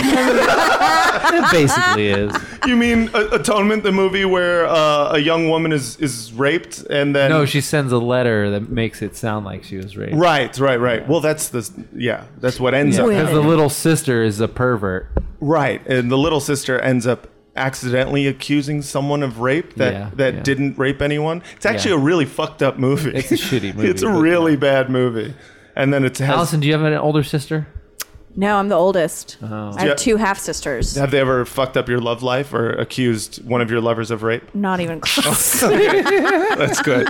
Speaker 1: It basically is.
Speaker 2: you mean uh, Atonement, the movie where uh, a young woman is is raped and then
Speaker 1: No, she sends a letter that makes it sound like she was raped.
Speaker 2: Right, right, right. Well, that's the yeah. That's what ends up.
Speaker 3: Wait.
Speaker 1: Because the little sister is a pervert.
Speaker 2: Right, and the little sister ends up accidentally accusing someone of rape that
Speaker 1: Yeah,
Speaker 2: that
Speaker 1: yeah.
Speaker 2: didn't rape anyone. It's actually
Speaker 1: Yeah.
Speaker 2: a really fucked up movie.
Speaker 1: It's a shitty movie,
Speaker 2: it's a
Speaker 1: but-
Speaker 2: really bad movie. And then it has.
Speaker 1: Allison, do you have an older sister?
Speaker 3: No, I'm the oldest. I have
Speaker 2: Oh. Yeah.
Speaker 3: two half sisters.
Speaker 2: have they ever fucked up your love life or accused one of your lovers of rape?
Speaker 3: Not even close.
Speaker 2: That's good.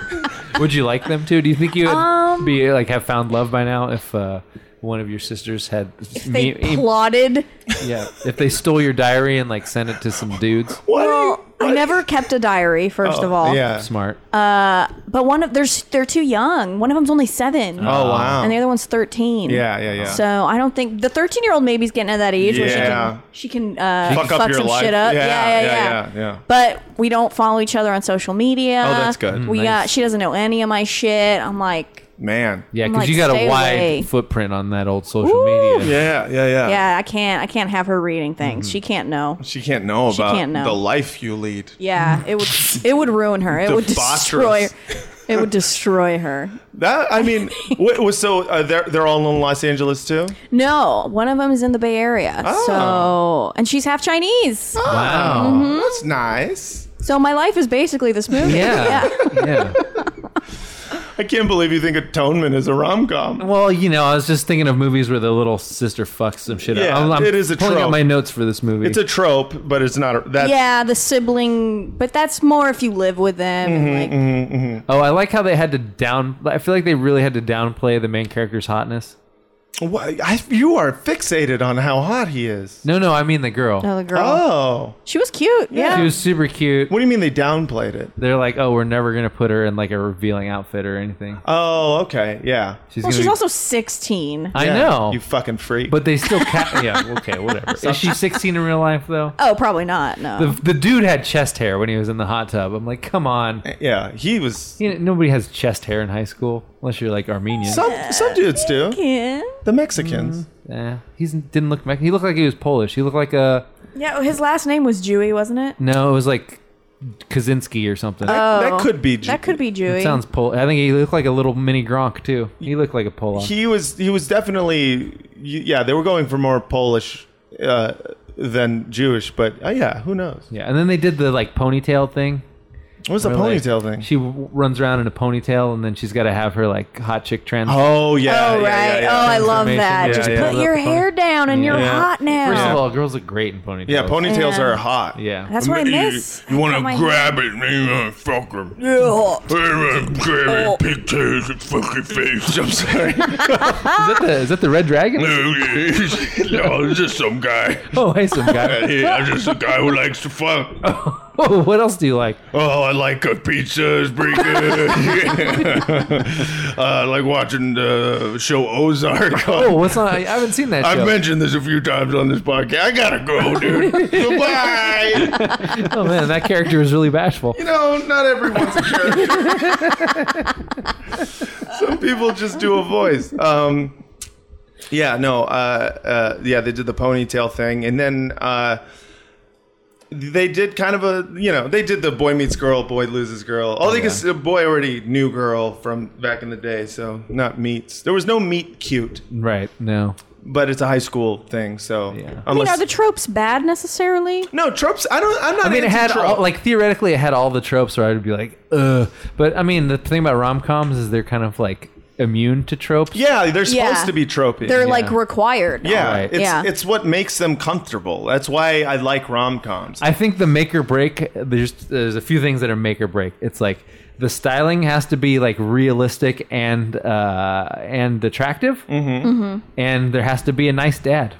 Speaker 1: Would you like them to? Do you think you would
Speaker 3: Um,
Speaker 1: be like have found love by now if uh, one of your sisters had
Speaker 3: they
Speaker 1: me- e-,
Speaker 3: plotted.
Speaker 1: yeah if they stole your diary and like sent it to some dudes?
Speaker 2: What? Oh,
Speaker 3: Well, I never kept a diary, first of all.
Speaker 2: yeah.
Speaker 1: Smart.
Speaker 3: Um, Uh, But one of there's they're too young. One of them's only seven.
Speaker 2: Oh wow.
Speaker 3: And the other one's thirteen.
Speaker 2: yeah, yeah, yeah.
Speaker 3: So I don't think the thirteen-year-old maybe's getting at that age
Speaker 2: Yeah.
Speaker 3: where she can she can uh,
Speaker 2: Fuck
Speaker 3: fuck,
Speaker 2: up your
Speaker 3: some
Speaker 2: life.
Speaker 3: shit up.
Speaker 2: Yeah,
Speaker 3: Yeah yeah,
Speaker 2: yeah,
Speaker 3: yeah,
Speaker 2: yeah, yeah.
Speaker 3: But we uh, don't follow each other on social media.
Speaker 2: Oh, that's good.
Speaker 3: We got she doesn't know any of my shit. I'm like,
Speaker 2: man.
Speaker 1: Yeah,
Speaker 3: I'm
Speaker 1: because
Speaker 3: like,
Speaker 1: you got a
Speaker 3: stay
Speaker 1: wide
Speaker 3: away.
Speaker 1: footprint on that old social
Speaker 3: Woo!
Speaker 1: media.
Speaker 2: Yeah, yeah, yeah.
Speaker 3: Yeah, I can't. I can't have her reading
Speaker 2: Mm-hmm.
Speaker 3: things. She can't know.
Speaker 2: She can't know about
Speaker 3: can't know.
Speaker 2: the life you lead.
Speaker 3: Yeah, it would. It would ruin her. It would destroy.
Speaker 2: Debaucherous.
Speaker 3: It would destroy her.
Speaker 2: That I mean, what was so uh, they're they're all in Los Angeles too.
Speaker 3: No, one of them is in the Bay Area.
Speaker 2: Oh.
Speaker 3: So, and she's half Chinese.
Speaker 1: Wow.
Speaker 2: That's nice.
Speaker 3: So my life is basically this movie.
Speaker 1: Yeah. yeah.
Speaker 2: I can't believe you think Atonement is a rom com.
Speaker 1: Well, you know, I was just thinking of movies where the little sister fucks some shit up.
Speaker 2: Yeah,
Speaker 1: I'm, I'm
Speaker 2: it is a
Speaker 1: pulling
Speaker 2: trope.
Speaker 1: out my notes for this movie.
Speaker 2: It's a trope, but it's not. A, that's
Speaker 3: Yeah, the sibling, but that's more if you live with them. and like,
Speaker 1: oh, I like how they had to down. I feel like they really had to downplay the main character's hotness.
Speaker 2: Why- I, you are fixated on how hot he is.
Speaker 1: No, no, I mean the girl.
Speaker 3: oh, the girl.
Speaker 2: Oh,
Speaker 3: She was cute. Yeah.
Speaker 1: She was super cute.
Speaker 2: what do you mean they downplayed it?
Speaker 1: They're like, oh, we're never gonna put her in like a revealing outfit or anything.
Speaker 2: Oh, okay, yeah.
Speaker 1: She's
Speaker 3: well,
Speaker 1: gonna.
Speaker 3: she's
Speaker 1: be-
Speaker 3: also 16.
Speaker 1: I
Speaker 2: Yeah,
Speaker 1: know.
Speaker 2: you fucking freak.
Speaker 1: But they still ca- yeah, okay, whatever. Is she 16 in real life though?
Speaker 3: oh, probably not. No.
Speaker 1: The, the dude had chest hair when he was in the hot tub. I'm like, come on.
Speaker 2: yeah, he was.
Speaker 1: You know, nobody has chest hair in high school unless you're like Armenian.
Speaker 2: Some some dudes do.
Speaker 3: yeah.
Speaker 2: The Mexicans.
Speaker 1: Eh, he didn't look Mexican. He looked like he was Polish. He looked like a
Speaker 3: Yeah, oh, his last name was Jewy, wasn't it?
Speaker 1: no, it was like Kaczynski or something.
Speaker 3: Oh,
Speaker 2: That could be. Ju-
Speaker 3: That could be Jewy.
Speaker 1: It sounds Polish. I think he looked like a little mini Gronk too. He looked like a Polak.
Speaker 2: He was. He was definitely. y- Yeah, they were going for more Polish uh, than Jewish, but uh, yeah, who knows?
Speaker 1: yeah, and then they did the like ponytail thing.
Speaker 2: What was the
Speaker 1: where, like,
Speaker 2: ponytail thing?
Speaker 1: She w- runs around in a ponytail, and then she's got to have her like hot chick trans.
Speaker 2: oh yeah.
Speaker 3: oh,
Speaker 2: yeah, yeah,
Speaker 3: right.
Speaker 2: yeah.
Speaker 3: Oh, I love that.
Speaker 1: Yeah,
Speaker 3: Just
Speaker 2: yeah.
Speaker 3: put your hair down and you're
Speaker 2: Yeah.
Speaker 3: hot now.
Speaker 1: First of all, girls look great in ponytails.
Speaker 2: Yeah, ponytails
Speaker 3: Yeah.
Speaker 2: are hot.
Speaker 1: Yeah.
Speaker 3: That's what I miss.
Speaker 6: You, want
Speaker 3: my
Speaker 6: to grab it, man? uh, Fuck him. Yeah. Grab it, pigtails, and fucking face. Oh. Oh, I'm sorry.
Speaker 1: is, that the, is that the red dragon?
Speaker 6: no, it's just some guy.
Speaker 1: Oh, hey, some guy.
Speaker 6: Yeah, I'm just a guy who likes to fuck.
Speaker 1: Oh, what else do you like?
Speaker 6: Oh, I like good pizza. It's pretty good. uh, I like watching the show Ozark.
Speaker 1: Oh, what's on? I haven't seen that show.
Speaker 6: I've mentioned this a few times on this podcast. I gotta go, dude. Goodbye.
Speaker 1: oh man, that character is really bashful.
Speaker 2: No, not everyone's a character. Some people just do a voice. Um, yeah, no, uh, uh, yeah, they did the ponytail thing, and then uh, they did kind of a, you know, they did the boy meets girl, boy loses girl. Oh, they guess the boy already knew girl from back in the day, so not meets. There was no meet cute,
Speaker 1: Right? No.
Speaker 2: but it's a high school thing, so
Speaker 1: Yeah.
Speaker 3: I mean,
Speaker 2: unless
Speaker 3: are the tropes bad necessarily?
Speaker 2: no tropes. I don't. I'm not.
Speaker 1: I mean, it
Speaker 2: into
Speaker 1: had
Speaker 2: trope.
Speaker 1: all, like theoretically, it had all the tropes, where I'd be like, ugh. But I mean, the thing about rom coms is they're kind of like immune to tropes.
Speaker 2: yeah, they're
Speaker 3: Yeah.
Speaker 2: supposed to be tropey.
Speaker 3: They're like required.
Speaker 2: Yeah,
Speaker 1: Right.
Speaker 2: it's
Speaker 3: Yeah.
Speaker 2: it's what makes them comfortable. That's why I like rom coms.
Speaker 1: I think the make or break. There's there's a few things that are make or break. It's like the styling has to be like realistic and uh, and attractive, mm-hmm. and there has to be a nice dad.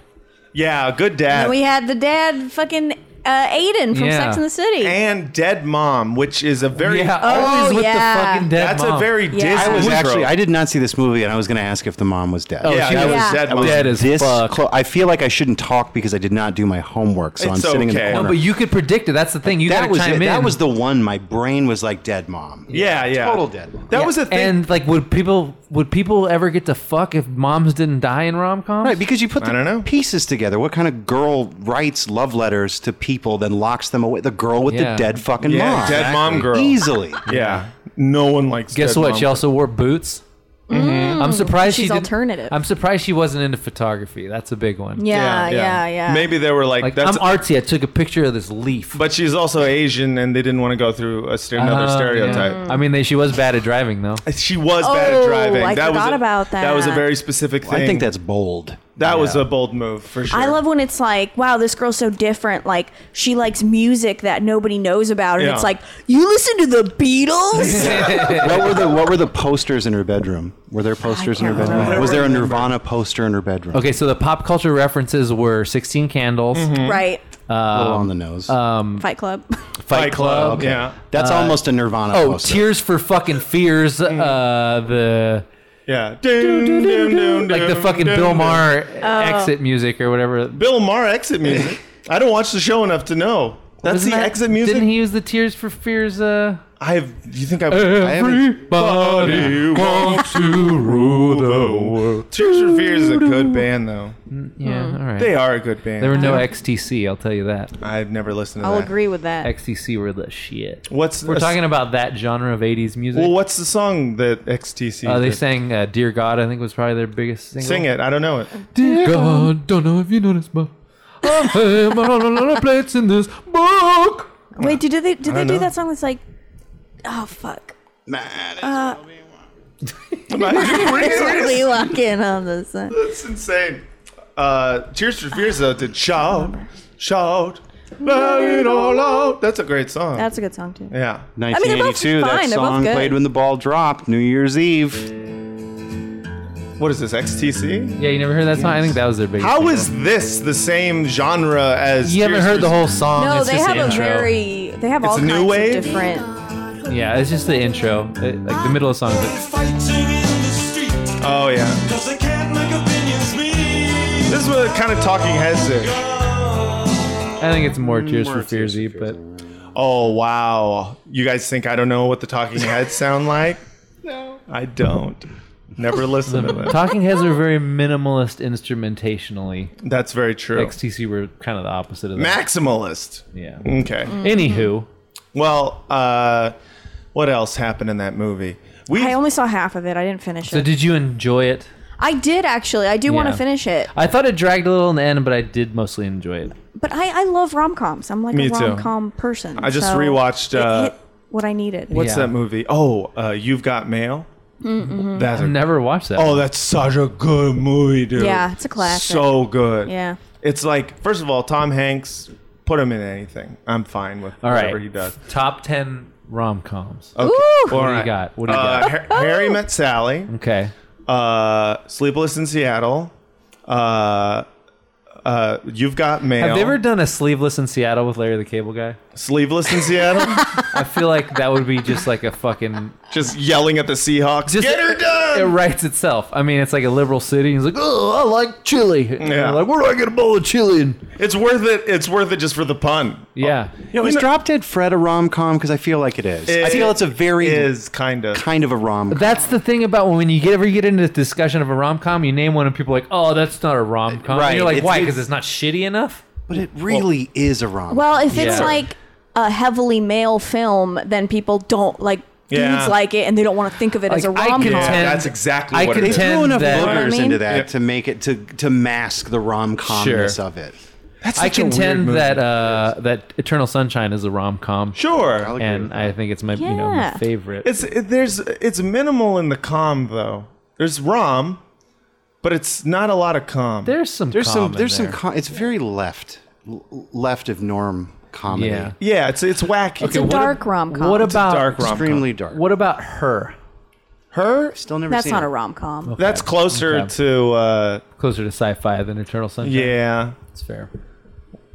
Speaker 2: Yeah, good dad
Speaker 3: And we had the dad fucking uh, Aiden from
Speaker 1: Yeah.
Speaker 3: Sex in the City.
Speaker 2: and dead mom, which is a very
Speaker 1: Yeah,
Speaker 3: Oh,
Speaker 1: always with
Speaker 3: yeah.
Speaker 1: the fucking dead
Speaker 2: that's a
Speaker 1: mom.
Speaker 2: very
Speaker 3: Yeah.
Speaker 2: Disney.
Speaker 3: I
Speaker 4: I was
Speaker 2: trope.
Speaker 4: actually I did not see this movie, and I was going to ask if the mom was dead.
Speaker 2: yeah,
Speaker 1: Oh, she
Speaker 2: that
Speaker 1: was
Speaker 2: was dead
Speaker 4: I
Speaker 2: mom.
Speaker 4: was
Speaker 1: dead as
Speaker 4: this
Speaker 1: fuck.
Speaker 4: clo- I feel like I shouldn't talk because I did not do my homework, so
Speaker 2: It's
Speaker 4: I'm sitting
Speaker 2: okay.
Speaker 4: in the
Speaker 2: No,
Speaker 1: No,
Speaker 4: corner.
Speaker 1: but you could predict it. That's the thing. You
Speaker 4: that
Speaker 1: gotta
Speaker 4: was
Speaker 1: chime
Speaker 4: it.
Speaker 1: in.
Speaker 4: That was the one. My brain was like dead mom.
Speaker 2: yeah, yeah,
Speaker 4: Total dead mom.
Speaker 2: That was a thing.
Speaker 1: And like, would people would people ever get to fuck if moms didn't die in rom coms?
Speaker 4: Right, because you put
Speaker 2: I don't know.
Speaker 4: the pieces together. What kind of girl writes love letters to people, then locks them away? The girl with
Speaker 1: Yeah.
Speaker 4: the dead fucking
Speaker 2: Yeah,
Speaker 4: mom.
Speaker 2: dead mom girl.
Speaker 4: Easily.
Speaker 2: yeah, no one likes.
Speaker 1: Guess
Speaker 2: dead
Speaker 1: what?
Speaker 2: mom.
Speaker 1: She also wore boots. I'm surprised
Speaker 3: Mm-hmm. she's
Speaker 1: she didn't-
Speaker 3: alternative.
Speaker 1: I'm surprised she wasn't into photography. That's a big one.
Speaker 3: yeah, yeah, yeah,
Speaker 2: Maybe they were like,
Speaker 1: Like
Speaker 2: that's.
Speaker 1: I'm artsy. I took a picture of this leaf.
Speaker 2: but she's also Asian, and they didn't want to go through a st- another
Speaker 1: Uh,
Speaker 2: stereotype.
Speaker 1: yeah. I mean, they, she was bad at driving though.
Speaker 2: She was bad at
Speaker 3: Oh,
Speaker 2: driving.
Speaker 3: I
Speaker 2: that was
Speaker 3: forgot
Speaker 2: a,
Speaker 3: about
Speaker 2: That was a
Speaker 3: that.
Speaker 2: very specific thing.
Speaker 4: I think that's bold.
Speaker 2: that was a bold move for sure.
Speaker 3: I love when it's like, wow, this girl's so different. Like, she likes music that nobody knows about. And
Speaker 2: Yeah.
Speaker 3: it's like, you listen to the Beatles?
Speaker 4: what were the What were the posters in her bedroom? Were there posters in her bedroom? Was there a Nirvana poster in her bedroom?
Speaker 1: Okay, so the pop culture references were 16 Candles,
Speaker 2: Mm-hmm.
Speaker 3: right.
Speaker 4: a little
Speaker 1: Um,
Speaker 4: on the nose.
Speaker 1: uh,
Speaker 3: Fight Club.
Speaker 1: Fight Club.
Speaker 2: Yeah.
Speaker 4: That's almost a Nirvana
Speaker 1: Oh,
Speaker 4: poster.
Speaker 1: Tears for Fucking Fears. Uh, the
Speaker 2: Yeah. Dun, dun, Mm-hmm. dun,
Speaker 1: like the
Speaker 2: dun,
Speaker 1: fucking
Speaker 2: dun,
Speaker 1: Bill
Speaker 2: dun.
Speaker 1: Maher exit music or whatever.
Speaker 2: Bill Maher exit music. I don't watch the show enough to know. That's
Speaker 1: Wasn't
Speaker 2: the
Speaker 1: that-
Speaker 2: exit music.
Speaker 1: Didn't he use the Tears for Fears? Uh,
Speaker 2: I've. You think I've.
Speaker 1: Everybody wants to rule the world.
Speaker 2: Tears for Fears is a good band, though.
Speaker 1: Yeah, all right.
Speaker 2: They are a good band.
Speaker 1: There were no XTC, I'll tell you that.
Speaker 2: I've never listened to
Speaker 3: I'll
Speaker 2: that.
Speaker 3: agree with that.
Speaker 1: XTC were the shit.
Speaker 2: What's
Speaker 1: We're
Speaker 2: the-
Speaker 1: talking about that genre of 80s music.
Speaker 2: Well, what's the song that XTC?
Speaker 1: uh, they
Speaker 2: did?
Speaker 1: sang uh, "Dear God," I think was probably their biggest single.
Speaker 2: Sing it. I don't know it.
Speaker 1: Dear God, don't know if you noticed, but I have a lot of little plates in this book.
Speaker 3: Wait, did they did they
Speaker 2: don't
Speaker 3: do
Speaker 2: know.
Speaker 3: that song that's like, oh fuck.
Speaker 1: Uh,
Speaker 3: Really locking on this. uh,
Speaker 2: That's insane. Uh, Tears for Fears though did shout, shout, let it all out. That's a great song.
Speaker 3: That's a good song too.
Speaker 2: yeah.
Speaker 3: I mean, they're both fine,
Speaker 4: 1982. That
Speaker 3: they're both
Speaker 4: song
Speaker 3: good.
Speaker 4: played when the ball dropped, New Year's Eve.
Speaker 2: What is this? XTC?
Speaker 1: Yeah, you never heard that song. I think that was their biggest.
Speaker 2: How
Speaker 1: single.
Speaker 2: is this the same genre as?
Speaker 1: you haven't
Speaker 2: Tears
Speaker 1: heard the
Speaker 2: for-
Speaker 1: whole song?
Speaker 3: No,
Speaker 1: it's
Speaker 3: they
Speaker 1: just
Speaker 3: have
Speaker 1: the
Speaker 3: a
Speaker 1: intro.
Speaker 3: very they have all
Speaker 2: a new
Speaker 3: kinds
Speaker 2: wave?
Speaker 3: of different.
Speaker 1: yeah. It's just the intro, It- like the middle of the song. is
Speaker 7: Fighting in the street,
Speaker 2: Oh yeah.
Speaker 7: 'cause they can't make opinions meet.
Speaker 2: This is what kind of Talking Heads did.
Speaker 1: Like, I think it's more Tears for Fearsy, but
Speaker 2: Oh wow. You guys think I don't know what the Talking Heads sound like? No, I don't. Never listen to them.
Speaker 1: Talking Heads are very minimalist instrumentationally.
Speaker 2: That's very true.
Speaker 1: XTC were kind of the opposite of that.
Speaker 2: Maximalist.
Speaker 1: Yeah.
Speaker 2: Okay.
Speaker 1: Anywho,
Speaker 2: Well, uh, what else happened in that movie? We
Speaker 3: I only saw half of it. I didn't finish
Speaker 1: so
Speaker 3: it.
Speaker 1: did you enjoy it?
Speaker 3: I did actually. I do want
Speaker 1: Yeah.
Speaker 3: to finish it,
Speaker 1: I thought it dragged a little in the end, but I did mostly enjoy it.
Speaker 3: but I, I love rom coms. I'm like
Speaker 2: Me
Speaker 3: a
Speaker 2: too.
Speaker 3: rom com person.
Speaker 2: I just
Speaker 3: so
Speaker 2: rewatched,
Speaker 3: it
Speaker 2: uh,
Speaker 3: hit what I needed.
Speaker 2: what's
Speaker 1: Yeah.
Speaker 2: that movie? Oh, uh, you've got mail.
Speaker 1: Mm-hmm.
Speaker 2: That's a,
Speaker 1: Never watched that.
Speaker 2: oh, that's such a good movie, dude.
Speaker 3: Yeah, it's a classic.
Speaker 2: So good.
Speaker 3: Yeah.
Speaker 2: It's like first of all, Tom Hanks. Put him in anything. I'm fine with
Speaker 1: All
Speaker 2: whatever
Speaker 1: right.
Speaker 2: he does.
Speaker 1: Top ten rom coms.
Speaker 2: Okay.
Speaker 3: Ooh.
Speaker 2: All
Speaker 1: What do
Speaker 2: right.
Speaker 1: you got? What do you
Speaker 2: Uh,
Speaker 1: got?
Speaker 2: Har- Harry met Sally.
Speaker 1: Okay.
Speaker 2: Uh, Sleepless in Seattle. Uh, uh, you've got mail.
Speaker 1: Have they ever done a sleeveless in Seattle with Larry the Cable Guy?
Speaker 2: Sleeveless in Seattle?
Speaker 1: I feel like that would be just like a fucking.
Speaker 2: Just yelling at the Seahawks.
Speaker 1: Just-
Speaker 2: Get her done.
Speaker 1: It writes itself. I mean, it's like a liberal city. He's like, oh, I like chili. And
Speaker 2: Yeah.
Speaker 1: you're Like, where do I get a bowl of chili? And,
Speaker 2: It's worth it. It's worth it just for the pun.
Speaker 1: yeah.
Speaker 4: You know, is Drop Dead Fred a rom com? Because I feel like it is. I
Speaker 2: It
Speaker 4: feel it's a very
Speaker 2: is kind of.
Speaker 4: kind of a rom com.
Speaker 1: That's the thing about when you get ever get into a discussion of a rom com, you name one and people are like, oh, that's not a rom com.
Speaker 4: Right.
Speaker 1: You're like,
Speaker 4: It's-
Speaker 1: why?
Speaker 4: it's-
Speaker 1: Because it's not shitty enough.
Speaker 4: But it really is a rom com.
Speaker 3: Well, if it's
Speaker 1: Yeah.
Speaker 3: like a heavily male film, then people don't like
Speaker 2: Yeah.
Speaker 3: dudes like it, and they don't want to think of it as a
Speaker 1: Like, I
Speaker 3: rom
Speaker 1: contend-
Speaker 3: com.
Speaker 2: that's exactly
Speaker 1: I
Speaker 2: what it
Speaker 4: they
Speaker 2: is.
Speaker 1: contend
Speaker 4: threw enough
Speaker 1: that-
Speaker 3: You know what
Speaker 4: boogers
Speaker 3: I mean?
Speaker 4: into that
Speaker 2: Yep.
Speaker 4: to make it to to mask the rom comness of it.
Speaker 1: I contend that uh, that Eternal Sunshine is a rom com,
Speaker 2: Sure.
Speaker 1: and I think it's my you know my
Speaker 3: Yeah.
Speaker 1: favorite.
Speaker 2: It's it, there's it's minimal in the com though. There's rom, but it's not a lot of com.
Speaker 1: there's some
Speaker 4: There's
Speaker 1: com
Speaker 4: some.
Speaker 1: in
Speaker 4: There's
Speaker 1: there.
Speaker 4: some. Com- it's very left, l- left of norm comedy.
Speaker 1: yeah.
Speaker 2: yeah, it's it's wacky.
Speaker 3: It's a
Speaker 1: what ab-
Speaker 3: dark rom com.
Speaker 1: What about
Speaker 2: dark rom.
Speaker 4: Extremely dark.
Speaker 1: what about her?
Speaker 2: Her?
Speaker 4: Still never
Speaker 3: That's
Speaker 4: seen
Speaker 3: not
Speaker 4: it.
Speaker 3: a rom com.
Speaker 2: That's closer
Speaker 1: Okay.
Speaker 2: to uh
Speaker 1: Closer to sci-fi than Eternal Sunshine.
Speaker 2: yeah.
Speaker 1: it's fair.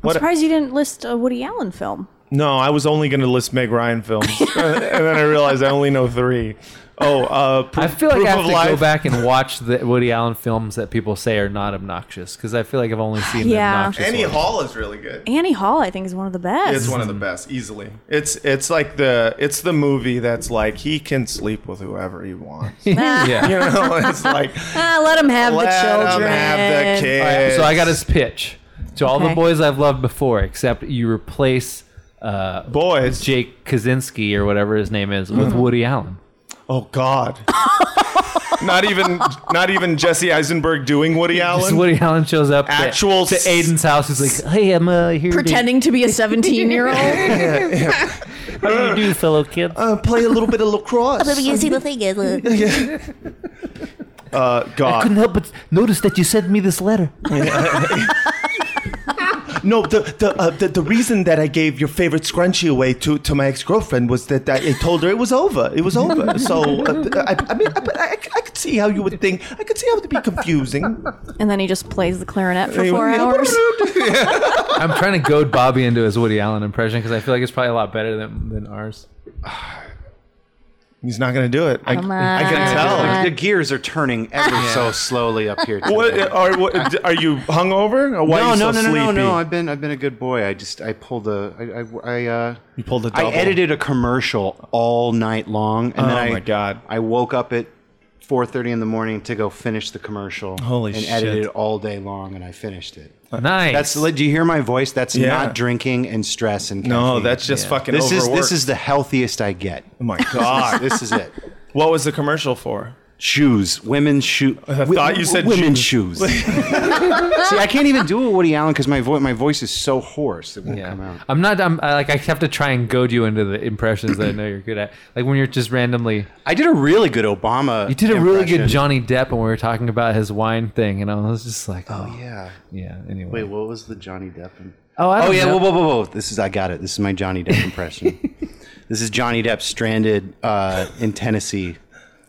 Speaker 3: I'm surprised you didn't list a Woody Allen film.
Speaker 2: No, I was only going to list Meg Ryan films. and then I realized I only know 3. Oh, uh Pro-
Speaker 1: I feel like
Speaker 2: Proof
Speaker 1: I have
Speaker 2: of
Speaker 1: to
Speaker 2: Life.
Speaker 1: go back and watch the Woody Allen films that people say are not obnoxious because I feel like I've only seen the
Speaker 3: Yeah.
Speaker 1: obnoxious
Speaker 2: Annie
Speaker 1: ones.
Speaker 2: Hall is really good.
Speaker 3: Annie Hall, I think, is one of the best.
Speaker 2: It's one of the best, easily. It's it's like the it's the movie that's like he can sleep with whoever he wants. you
Speaker 1: yeah.
Speaker 2: know, it's like
Speaker 3: Ah, let him have
Speaker 2: let
Speaker 3: the
Speaker 2: him
Speaker 3: children.
Speaker 2: have the
Speaker 1: All right,
Speaker 2: kids.
Speaker 1: so I got his pitch to all the
Speaker 3: Okay.
Speaker 1: boys I've loved before, except you replace uh,
Speaker 2: boys.
Speaker 1: Jake Kaczynski or whatever his name is with
Speaker 3: Mm-hmm.
Speaker 1: Woody Allen.
Speaker 2: oh God. not even not even Jesse Eisenberg doing Woody
Speaker 1: Just
Speaker 2: Allen.
Speaker 1: Woody Allen shows up to-
Speaker 2: Actual
Speaker 1: to,
Speaker 2: s-
Speaker 1: Aiden's house. He's like, "Hey, I'm uh, here. to-
Speaker 3: Pretending to be a 17 year old.
Speaker 1: How do you do, fellow kids?"
Speaker 2: Uh, play a little bit of lacrosse.
Speaker 8: But you see, the thing is, uh,
Speaker 2: Uh, God.
Speaker 1: couldn't help but notice that you sent me this letter.
Speaker 2: No, the the, uh, the the reason that I gave your favorite scrunchie away to, to my ex girlfriend was that I, I told her it was over. It was over. So uh, I, I mean, I, I, I could see how you would think. I could see how it would be confusing.
Speaker 3: and then he just plays the clarinet for four hours.
Speaker 1: I'm trying to goad Bobby into his Woody Allen impression because I feel like it's probably a lot better than, than ours.
Speaker 2: He's not going to do it. I,
Speaker 3: Come
Speaker 2: I can
Speaker 3: on.
Speaker 2: tell.
Speaker 3: Uh,
Speaker 4: the gears are turning ever so slowly up here. today.
Speaker 2: What uh, are what, are you hungover? Or why
Speaker 4: no,
Speaker 2: are you so
Speaker 4: no, no, no, no,
Speaker 2: sleepy?
Speaker 4: no. I've been, I've been a good boy. I just, I pulled a, I, I, I uh,
Speaker 2: You pulled a
Speaker 4: I
Speaker 2: double.
Speaker 4: edited a commercial all night long, and then
Speaker 2: Oh
Speaker 4: I,
Speaker 2: my God.
Speaker 4: I woke up at 4:30 in the morning to go finish the commercial.
Speaker 2: Holy
Speaker 4: And
Speaker 2: shit.
Speaker 4: edited it all day long, and I finished it.
Speaker 1: nice.
Speaker 4: That's do you hear my voice? That's
Speaker 2: Yeah.
Speaker 4: not drinking and stress and
Speaker 2: No,
Speaker 4: caffeine.
Speaker 2: that's just fucking
Speaker 4: this is
Speaker 2: overwork.
Speaker 4: this is the healthiest I get.
Speaker 2: Oh my god.
Speaker 4: this is it.
Speaker 2: what was the commercial for?
Speaker 4: Shoes, women's shoes. I
Speaker 2: thought you said
Speaker 4: women's shoes. See, I can't even do a Woody Allen because my voice my voice is so hoarse it won't
Speaker 1: Yeah.
Speaker 4: come out.
Speaker 1: I'm not. I'm I, like I have to try and goad you into the impressions that I know you're good at. Like when you're just randomly.
Speaker 4: I did a really good Obama.
Speaker 1: You did a really good
Speaker 4: impression.
Speaker 1: Johnny Depp when we were talking about his wine thing, and I was just like, oh, yeah.
Speaker 4: Yeah.
Speaker 1: yeah. Anyway.
Speaker 4: Wait, what was the Johnny Depp? im-
Speaker 1: Oh, I
Speaker 4: oh
Speaker 1: don't
Speaker 4: yeah,
Speaker 1: know.
Speaker 4: whoa, whoa, whoa, whoa! This is I got it. This is my Johnny Depp impression. this is Johnny Depp stranded uh, in Tennessee,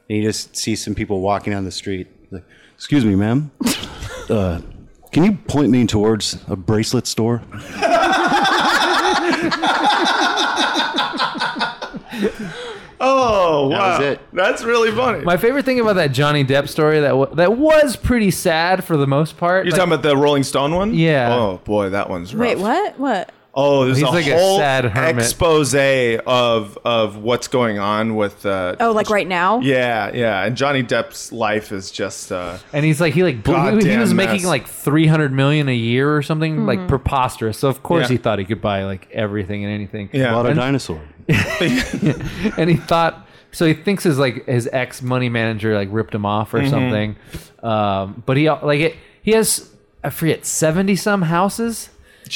Speaker 4: and you just see some people walking down the street. Like, Excuse me, ma'am. Uh, can you point me towards a bracelet store?
Speaker 2: Oh,
Speaker 4: That
Speaker 2: wow.
Speaker 4: was it.
Speaker 2: That's really funny.
Speaker 1: My favorite thing about that Johnny Depp story that wa that was pretty sad for the most part.
Speaker 2: You're
Speaker 1: like,
Speaker 2: talking about the Rolling Stone one?
Speaker 1: Yeah.
Speaker 2: Oh boy, that one's rough.
Speaker 3: Wait, what? What?
Speaker 2: Oh, there's
Speaker 1: He's
Speaker 2: a
Speaker 1: like a
Speaker 2: whole
Speaker 1: sad hermit.
Speaker 2: expose of of what's going on with. Uh,
Speaker 3: Oh, like right now?
Speaker 2: Yeah, yeah. And Johnny Depp's life is just. Uh,
Speaker 1: and he's like he like blew, he
Speaker 2: Goddamn
Speaker 1: was
Speaker 2: mess.
Speaker 1: making like 300 million a year or something like preposterous. So of course
Speaker 2: Yeah.
Speaker 1: he thought he could buy like everything and anything.
Speaker 2: Yeah.
Speaker 4: Bought a
Speaker 1: And-
Speaker 4: dinosaur.
Speaker 1: and he thought so he thinks his like his ex money manager like ripped him off or
Speaker 2: Mm-hmm.
Speaker 1: something um but he like it he has i forget 70 some houses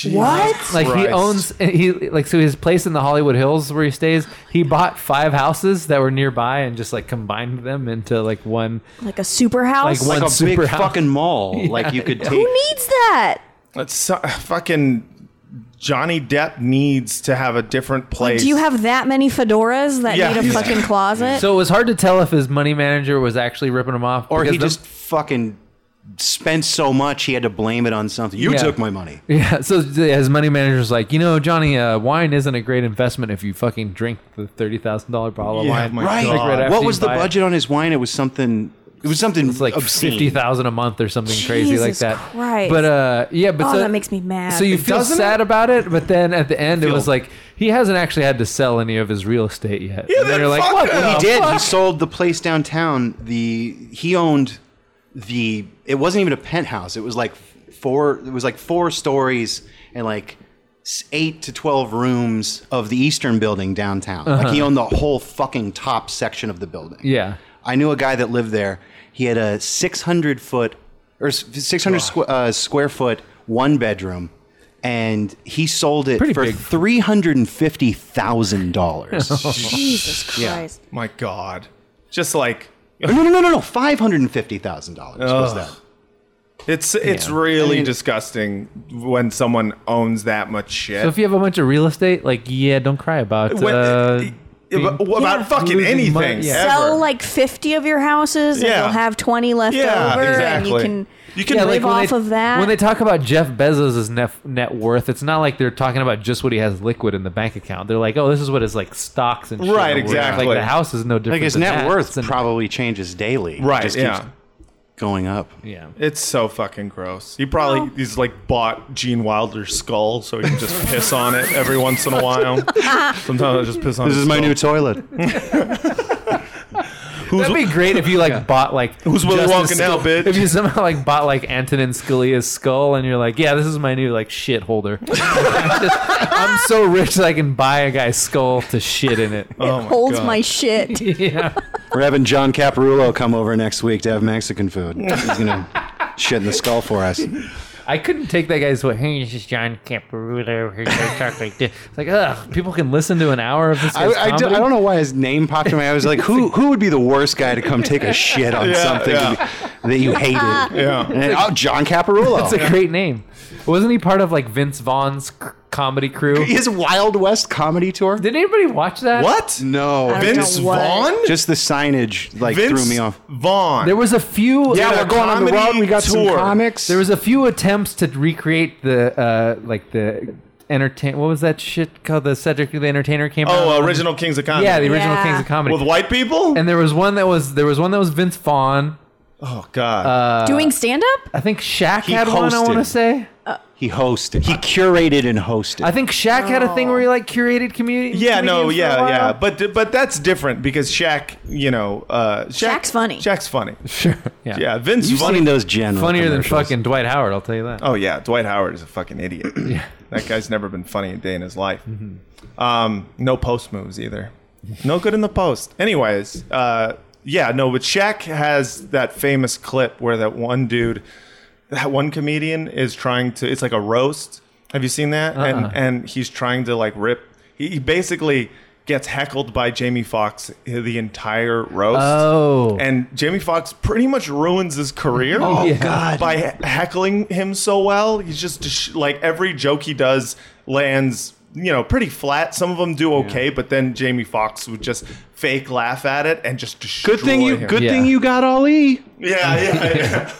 Speaker 3: What?
Speaker 1: like he
Speaker 2: Christ.
Speaker 1: owns he like so his place in the hollywood hills where he stays he bought five houses that were nearby and just like combined them into like one
Speaker 3: Like a super house?
Speaker 1: Like one-
Speaker 4: Like a big
Speaker 1: super house.
Speaker 4: fucking mall. like you could
Speaker 3: Who
Speaker 4: take.
Speaker 3: needs that?
Speaker 2: That's so, fucking Johnny Depp needs to have a different place.
Speaker 3: Do you have that many fedoras that
Speaker 2: Yeah.
Speaker 3: need a
Speaker 2: Yeah.
Speaker 3: fucking closet?
Speaker 1: so it was hard to tell if his money manager was actually ripping him off
Speaker 4: Or he
Speaker 1: because the-
Speaker 4: just fucking spent so much he had to blame it on something. You
Speaker 1: Yeah.
Speaker 4: took my money.
Speaker 1: Yeah, so th- his money manager's like, you know, Johnny, uh, wine isn't a great investment if you fucking drink the thirty thousand dollar bottle of
Speaker 2: Yeah,
Speaker 1: wine.
Speaker 2: my
Speaker 1: Like,
Speaker 2: God.
Speaker 1: right after
Speaker 4: what
Speaker 1: you
Speaker 4: was the
Speaker 1: buy it.
Speaker 4: budget on his wine? It was something. It was something
Speaker 1: It's like
Speaker 4: obscene.
Speaker 1: fifty thousand a month or something crazy like
Speaker 3: Jesus
Speaker 1: that.
Speaker 3: Christ.
Speaker 1: But uh, yeah, but
Speaker 3: Oh,
Speaker 1: so,
Speaker 3: that makes me mad.
Speaker 1: So you feel
Speaker 2: Doesn't
Speaker 1: sad
Speaker 2: it?
Speaker 1: about it, but then at the end, it was
Speaker 2: Feel-
Speaker 1: like he hasn't actually had to sell any of his real estate yet. Yeah, and
Speaker 2: then
Speaker 1: you're like,
Speaker 2: fuck
Speaker 1: what?
Speaker 2: him.
Speaker 1: the
Speaker 4: He did. He
Speaker 1: fuck?
Speaker 4: sold the place downtown. The he owned the. It wasn't even a penthouse. It was like four. It was like four stories and like s- eight to twelve rooms of the Eastern Building downtown. Like
Speaker 1: Uh-huh.
Speaker 4: he owned the whole fucking top section of the building.
Speaker 1: Yeah.
Speaker 4: I knew a guy that lived there. He had a six hundred foot or six hundred squ- uh, square foot one bedroom. And he sold it
Speaker 1: Pretty
Speaker 4: for
Speaker 1: big.
Speaker 4: three hundred and fifty thousand dollars.
Speaker 3: Jesus Christ.
Speaker 2: My God, just like
Speaker 4: Oh, No, no, no, no, no. Five hundred and fifty thousand dollars
Speaker 2: Ugh.
Speaker 4: was that?
Speaker 2: it's it's really disgusting when someone owns that much shit.
Speaker 1: So if you have a bunch of real estate, like, yeah, don't cry about.
Speaker 2: When-
Speaker 1: uh,
Speaker 2: yeah,
Speaker 1: being-
Speaker 2: but what about
Speaker 3: Yeah.
Speaker 2: fucking
Speaker 1: Losing
Speaker 2: anything?
Speaker 1: money, yeah.
Speaker 2: ever.
Speaker 3: Sell like 50 of your houses and
Speaker 2: Yeah.
Speaker 3: you'll have 20 left
Speaker 2: Yeah,
Speaker 3: over and you
Speaker 2: exactly.
Speaker 3: can,
Speaker 2: You can-
Speaker 1: Yeah,
Speaker 3: live
Speaker 1: when
Speaker 3: off
Speaker 1: they-
Speaker 3: of that.
Speaker 1: When they talk about Jeff Bezos' net, net worth, it's not like they're talking about just what he has liquid in the bank account. They're like, oh, this is what his like stocks and shit
Speaker 2: Right,
Speaker 1: are worth.
Speaker 2: exactly.
Speaker 1: Like the house is no different.
Speaker 4: Like his
Speaker 1: than
Speaker 4: net
Speaker 1: that.
Speaker 4: worth
Speaker 1: It's an-
Speaker 4: probably changes daily. It
Speaker 2: right?
Speaker 4: just keeps
Speaker 2: yeah,
Speaker 4: going up.
Speaker 1: yeah.
Speaker 2: it's so fucking gross. He probably he's like bought Gene Wilder's skull so he can just piss on it every once in a while. Sometimes I just piss on.
Speaker 4: This
Speaker 2: his
Speaker 4: is my
Speaker 2: skull.
Speaker 4: new toilet.
Speaker 2: Who's,
Speaker 1: That'd be great if you like bought like
Speaker 2: Who's Willy
Speaker 1: Justin
Speaker 2: Wonka now,
Speaker 1: Scal-
Speaker 2: bitch?
Speaker 1: If you somehow like bought like Antonin Scalia's skull and you're like, yeah, this is my new like shit holder. I'm, just- I'm so rich that I can buy a guy's skull to shit in it.
Speaker 2: oh my
Speaker 3: holds
Speaker 2: God.
Speaker 3: my shit.
Speaker 1: yeah.
Speaker 4: We're having John Caparulo come over next week to have Mexican food. He's gonna shit in the skull for us.
Speaker 1: I couldn't take that guy's what. Hey, this is John Caparulo. Here's my talk like this. It's like, ugh, people can listen to an hour of this
Speaker 4: I,
Speaker 1: guy's
Speaker 4: I do,
Speaker 1: comedy.
Speaker 4: not know why his name popped in my. head. I was like, who who would be the worst guy to come take a shit on
Speaker 2: Yeah,
Speaker 4: something
Speaker 2: yeah.
Speaker 4: that you hated?
Speaker 2: Yeah.
Speaker 4: And, oh, John Caparulo.
Speaker 1: It's a great name. Wasn't he part of like Vince Vaughn's c- comedy crew?
Speaker 4: his Wild West comedy tour.
Speaker 1: Did anybody watch that?
Speaker 2: What?
Speaker 4: No,
Speaker 3: don't
Speaker 2: Vince
Speaker 3: know what.
Speaker 2: Vaughn?
Speaker 4: just the signage like
Speaker 2: Vince
Speaker 4: threw me off.
Speaker 2: Vaughn.
Speaker 1: There was a few. uh,
Speaker 2: Yeah, we're going on the road. We got some comics.
Speaker 1: There was a few attempts to recreate the uh, like the entertain. What was that shit called? The Cedric the Entertainer came out.
Speaker 2: Oh, original Kings of Comedy.
Speaker 1: Yeah, the original
Speaker 3: Yeah.
Speaker 1: Kings of Comedy.
Speaker 2: with white people.
Speaker 1: and there was one that was there was one that was Vince Vaughn.
Speaker 2: oh God,
Speaker 3: Doing stand up?
Speaker 1: I think Shaq had one. I
Speaker 4: hosted.
Speaker 1: want to say.
Speaker 4: He hosted. He curated and hosted.
Speaker 1: I think Shaq had a thing where he like curated community.
Speaker 2: yeah, no, yeah, yeah, but but that's different because Shaq, you know, uh, Shaq-
Speaker 3: Shaq's funny.
Speaker 2: Shaq's funny.
Speaker 1: sure. Yeah.
Speaker 2: Yeah, Vince.
Speaker 4: You've
Speaker 2: funny
Speaker 4: seen those general
Speaker 1: Funnier than
Speaker 4: commercials.
Speaker 1: fucking Dwight Howard, I'll tell you that.
Speaker 2: Oh yeah, Dwight Howard is a fucking idiot. that guy's never been funny a day in his life.
Speaker 1: Mm-hmm.
Speaker 2: Um, no post moves either. No good in the post. Anyways, uh, yeah, no, but Shaq has that famous clip where that one dude, that one comedian is trying to. It's like a roast. Have you seen that?
Speaker 1: Uh-uh.
Speaker 2: And and he's trying to like rip. He, he basically gets heckled by Jamie Foxx the entire roast.
Speaker 1: Oh.
Speaker 2: And Jamie Foxx pretty much ruins his career. Oh
Speaker 1: Yeah. God.
Speaker 2: By he- heckling him so well, he's just dis- like every joke he does lands, you know, pretty flat. Some of them do okay, but then Jamie Foxx would just fake laugh at it and just destroy
Speaker 4: Good thing you.
Speaker 2: him.
Speaker 4: Good
Speaker 1: Yeah.
Speaker 4: thing you got Ali.
Speaker 2: Yeah, yeah, yeah.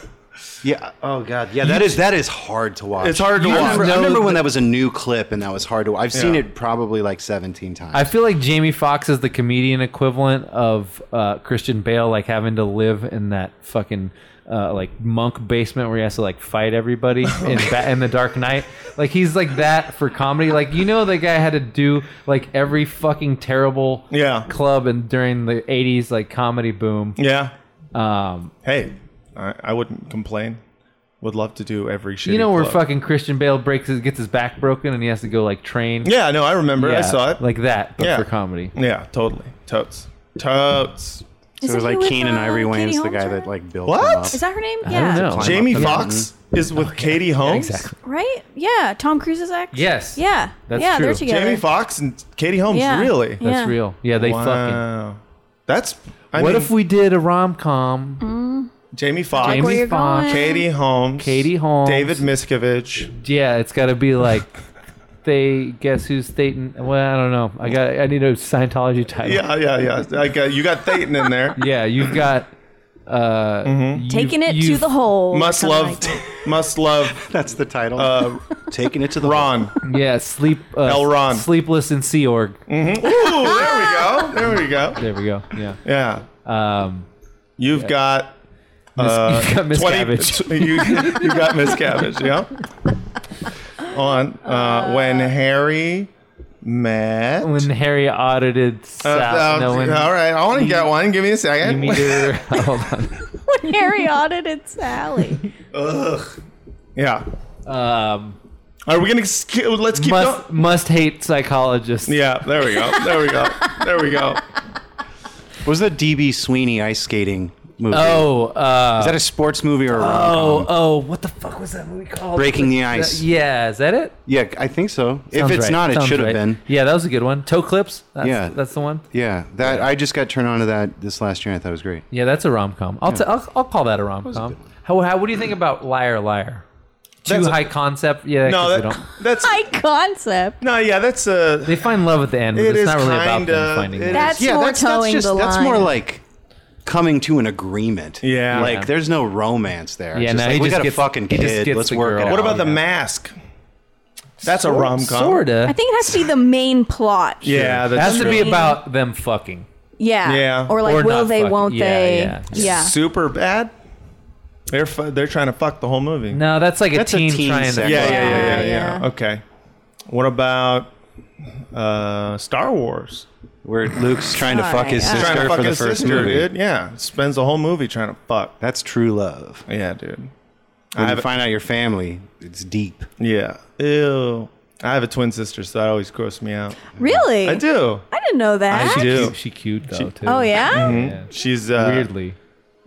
Speaker 4: Yeah. Oh God. Yeah. That is that is hard to watch.
Speaker 2: It's hard to
Speaker 4: I
Speaker 2: watch.
Speaker 4: remember, I
Speaker 1: No,
Speaker 4: remember when
Speaker 1: the-
Speaker 4: that was a new clip and that was hard to. watch. I've seen
Speaker 2: Yeah.
Speaker 4: it probably like seventeen times.
Speaker 1: I feel like Jamie Foxx is the comedian equivalent of uh, Christian Bale, like having to live in that fucking uh, like monk basement where he has to like fight everybody in, ba- in the Dark Knight. Like he's like that for comedy. Like you know, the guy had to do like every fucking terrible
Speaker 2: Yeah.
Speaker 1: club and during the '80s like comedy boom.
Speaker 2: yeah.
Speaker 1: Um,
Speaker 2: Hey, I, I wouldn't complain. Would love to do every shit.
Speaker 1: you know where fucking Christian Bale breaks his, gets his back broken and he has to go like train.
Speaker 2: Yeah, no, I remember. I
Speaker 1: Yeah,
Speaker 2: saw it.
Speaker 1: like that, but
Speaker 2: Yeah.
Speaker 1: for comedy.
Speaker 2: yeah, totally. Totes, totes.
Speaker 4: so it was
Speaker 3: Isn't he
Speaker 4: like
Speaker 3: with,
Speaker 4: Keenan
Speaker 3: uh,
Speaker 4: Ivory Wayne's
Speaker 3: Katie
Speaker 4: the guy
Speaker 3: Holmes,
Speaker 4: that
Speaker 3: right?
Speaker 4: like built.
Speaker 2: What?
Speaker 4: Him up.
Speaker 3: Is that her name?
Speaker 1: I
Speaker 3: yeah.
Speaker 1: don't know.
Speaker 4: Climb
Speaker 2: Jamie
Speaker 4: up the
Speaker 2: Fox is with Katie Holmes.
Speaker 1: exactly.
Speaker 3: Right? Yeah. Tom Cruise's ex?
Speaker 1: Yes.
Speaker 3: Yeah.
Speaker 1: That's
Speaker 3: yeah,
Speaker 1: true.
Speaker 3: they're together.
Speaker 2: Jamie Foxx and Katie Holmes,
Speaker 3: Yeah.
Speaker 2: really?
Speaker 3: Yeah.
Speaker 1: That's real. Yeah, they fucking.
Speaker 2: Wow. That's. I
Speaker 1: what
Speaker 2: mean,
Speaker 1: if we did a rom com?
Speaker 3: Mm-hmm.
Speaker 2: Jamie Foxx,
Speaker 3: Like where
Speaker 1: Jamie
Speaker 3: you're
Speaker 1: Foxx.
Speaker 3: going.
Speaker 2: Katie Holmes,
Speaker 1: Katie Holmes.
Speaker 2: David Miscavige.
Speaker 1: Yeah, it's got to be like they guess who's Satan. Well, I don't know. I got. I need a Scientology title.
Speaker 2: Yeah, yeah, yeah. Like uh, you got Thetan in there.
Speaker 1: Yeah, you've got. Uh,
Speaker 2: Mm-hmm.
Speaker 1: you've-
Speaker 3: Taking it to
Speaker 1: you've-
Speaker 3: the hole.
Speaker 2: Must
Speaker 3: Kinda
Speaker 2: love,
Speaker 3: like that.
Speaker 2: must love uh,
Speaker 4: That's the title. Taking it to the
Speaker 2: Ron. Ooh,
Speaker 1: Yeah, sleep. Uh,
Speaker 2: L. Ron.
Speaker 1: Sleepless in Sea Org.
Speaker 2: there we go. There we go.
Speaker 1: There we go.
Speaker 2: Mm-hmm.
Speaker 1: Yeah.
Speaker 2: Yeah,
Speaker 1: Um,
Speaker 2: you've got uh,
Speaker 1: you've got Miss Cabbage.
Speaker 2: tw- you, you got Miscavige. Yeah. On uh, when Harry met.
Speaker 1: when Harry audited
Speaker 2: Uh,
Speaker 1: South,
Speaker 2: uh,
Speaker 1: no one.
Speaker 2: all right, I want to get one. Give me a second.
Speaker 1: Amy did her- Hold on.
Speaker 3: Harry audited Sally.
Speaker 2: Ugh. Yeah.
Speaker 1: Um,
Speaker 2: Are we gonna sk- let's keep
Speaker 1: must
Speaker 2: going?
Speaker 1: must hate psychologists.
Speaker 2: Yeah. There we go. There we go. There we go.
Speaker 4: What was the DB Sweeney ice skating movie?
Speaker 1: Oh. Uh,
Speaker 4: is that a sports movie or a rom-com?
Speaker 1: Oh, oh, what the fuck was that movie called?
Speaker 4: Breaking the
Speaker 1: Is that-
Speaker 4: Ice.
Speaker 1: yeah, is that it?
Speaker 4: Yeah, I think so. if
Speaker 1: Sounds
Speaker 4: it's
Speaker 1: right.
Speaker 4: not, it
Speaker 1: Sounds
Speaker 4: should have
Speaker 1: right.
Speaker 4: been.
Speaker 1: Yeah, that was a good one. Toe clips. That's,
Speaker 4: Yeah.
Speaker 1: that's the one.
Speaker 4: Yeah, that I just got turned on to that this last year. and I thought it was great.
Speaker 1: Yeah, that's a rom com. I'll, t- I'll I'll call that a rom com. How, how what do you think about Liar Liar? Too
Speaker 2: That's a-
Speaker 1: high concept. Yeah,
Speaker 2: No,
Speaker 1: 'cause they
Speaker 2: that,
Speaker 1: don't.
Speaker 2: that's
Speaker 3: My concept.
Speaker 2: no. Yeah, that's uh,
Speaker 1: They find love at the end, but
Speaker 2: It
Speaker 1: it's
Speaker 2: is
Speaker 1: not really about
Speaker 2: kinda-
Speaker 1: them finding
Speaker 2: it
Speaker 1: love.
Speaker 3: That's
Speaker 4: yeah,
Speaker 3: more
Speaker 4: that's, that's
Speaker 3: towing
Speaker 4: just
Speaker 3: the
Speaker 4: that's
Speaker 3: line.
Speaker 4: more like coming to an agreement.
Speaker 2: Yeah.
Speaker 4: like
Speaker 2: Yeah.
Speaker 4: there's no romance there. It's
Speaker 1: Yeah,
Speaker 4: just
Speaker 1: no,
Speaker 4: like,
Speaker 1: he
Speaker 4: we
Speaker 1: just
Speaker 4: got
Speaker 1: gets-
Speaker 4: a fucking
Speaker 1: he just
Speaker 4: kid.
Speaker 1: gets
Speaker 4: Let's
Speaker 1: the
Speaker 4: work it
Speaker 1: girl.
Speaker 4: out.
Speaker 2: what about the
Speaker 4: Yeah.
Speaker 2: mask? That's a rom com.
Speaker 1: Sorta.
Speaker 3: I think it has to be the main plot.
Speaker 2: Yeah,
Speaker 1: it
Speaker 2: that's
Speaker 1: has to be
Speaker 3: true.
Speaker 1: about them fucking.
Speaker 3: Yeah.
Speaker 2: Yeah.
Speaker 3: Or like,
Speaker 1: Or
Speaker 3: will
Speaker 1: not
Speaker 3: they?
Speaker 1: fucking-
Speaker 3: Won't
Speaker 1: yeah,
Speaker 3: they?
Speaker 1: yeah.
Speaker 2: super bad. They're fu- they're trying to fuck the whole movie.
Speaker 1: No, that's like a
Speaker 4: That's a
Speaker 1: teen
Speaker 4: teen
Speaker 1: trying
Speaker 4: sex.
Speaker 1: to.
Speaker 2: Yeah, yeah, yeah, yeah,
Speaker 3: Yeah,
Speaker 2: yeah,
Speaker 3: yeah.
Speaker 2: Okay. What about uh, Star Wars?
Speaker 4: Where Luke's trying to
Speaker 3: All
Speaker 4: fuck
Speaker 3: right,
Speaker 4: his
Speaker 3: all right.
Speaker 4: sister
Speaker 2: trying to
Speaker 4: for
Speaker 2: fuck
Speaker 4: the
Speaker 2: his
Speaker 4: first
Speaker 2: sister,
Speaker 4: movie.
Speaker 2: dude. Yeah, spends the whole movie trying to fuck.
Speaker 4: That's true love.
Speaker 2: Yeah, dude.
Speaker 4: When you
Speaker 2: haven't-
Speaker 4: find out your family, it's deep.
Speaker 2: Yeah. Ew. I have a twin sister, so that always grossed me out.
Speaker 3: Really?
Speaker 2: I do.
Speaker 3: I didn't know that.
Speaker 2: I do.
Speaker 1: She cute though too.
Speaker 3: Oh yeah.
Speaker 2: She's uh,
Speaker 1: Weirdly.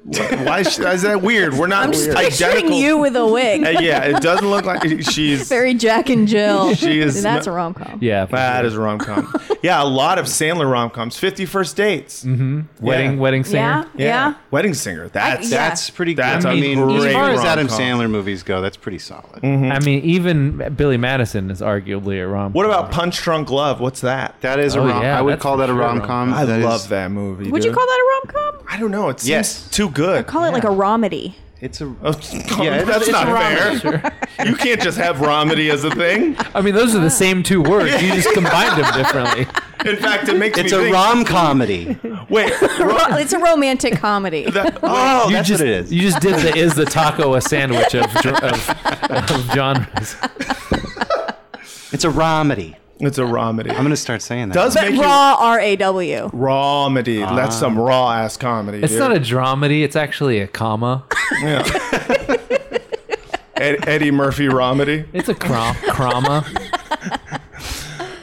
Speaker 2: Why is, is that weird? We're not
Speaker 3: I'm just picturing
Speaker 2: Oh, identical.
Speaker 3: you with a wig.
Speaker 2: Uh, yeah, it doesn't look like she's.
Speaker 3: Very Jack and Jill.
Speaker 2: She is
Speaker 3: That's
Speaker 2: not-
Speaker 3: a rom com.
Speaker 1: Yeah. for
Speaker 4: uh,
Speaker 2: That
Speaker 1: sure.
Speaker 2: is a rom com. yeah, a lot of Sandler rom coms. Fifty First Dates.
Speaker 4: Mm-hmm.
Speaker 1: Wedding
Speaker 2: yeah.
Speaker 1: wedding
Speaker 3: Yeah.
Speaker 1: singer.
Speaker 3: Yeah.
Speaker 2: Wedding Singer. That's
Speaker 3: yeah.
Speaker 4: That's pretty good.
Speaker 2: That's
Speaker 4: I
Speaker 2: a
Speaker 4: mean, as
Speaker 2: great
Speaker 4: far as Adam
Speaker 2: rom-com.
Speaker 4: Sandler movies go, that's pretty solid.
Speaker 1: I mean, even Billy Madison is arguably a rom.
Speaker 2: What about Punch Drunk Love? What's that?
Speaker 4: That is a
Speaker 1: Oh,
Speaker 4: rom.
Speaker 1: yeah,
Speaker 4: I would
Speaker 1: that's
Speaker 4: call
Speaker 1: for
Speaker 4: that a
Speaker 1: sure a
Speaker 4: rom com.
Speaker 2: I love that movie.
Speaker 3: Would you
Speaker 2: dude.
Speaker 3: call that a rom com?
Speaker 2: I don't know. It seems
Speaker 4: Yes.
Speaker 2: too good.
Speaker 3: Call it like a romedy.
Speaker 4: It's a
Speaker 2: yeah, that's
Speaker 4: it's
Speaker 2: not
Speaker 4: ramen.
Speaker 2: fair. you can't just have Romedy as a thing.
Speaker 1: I mean, those are the same two words. You just combined them differently.
Speaker 2: In fact, it makes
Speaker 4: it's
Speaker 2: me
Speaker 4: a
Speaker 2: think.
Speaker 4: rom comedy.
Speaker 2: wait,
Speaker 3: Ro- it's a romantic comedy.
Speaker 2: that,
Speaker 4: Oh,
Speaker 1: you
Speaker 4: that's
Speaker 1: just,
Speaker 4: what it is.
Speaker 1: You just did the is the taco a sandwich of, dr- of, of genres.
Speaker 4: It's a romedy.
Speaker 2: it's a Romedy.
Speaker 4: I'm gonna start saying that.
Speaker 2: does
Speaker 3: but
Speaker 2: make you
Speaker 3: raw R A W.
Speaker 2: Romedy. That's
Speaker 4: Ah.
Speaker 2: some raw ass comedy.
Speaker 1: It's
Speaker 2: dude.
Speaker 1: not a dramedy. It's actually a comma.
Speaker 2: Yeah. Ed, Eddie Murphy Romedy.
Speaker 1: It's a crom- crama.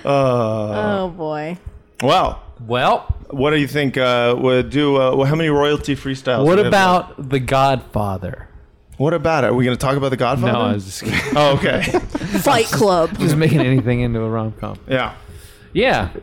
Speaker 3: Oh boy.
Speaker 2: Wow.
Speaker 1: Well,
Speaker 2: What do you think? Uh, would do uh, well, how many royalty freestyles? do we
Speaker 1: what
Speaker 2: have
Speaker 1: about The Godfather?
Speaker 2: left? what about it? Are we going to talk about the Godfather?
Speaker 1: No, I was just kidding.
Speaker 2: oh, okay.
Speaker 3: Fight Club.
Speaker 1: just making anything into a rom com.
Speaker 2: yeah.
Speaker 1: Yeah.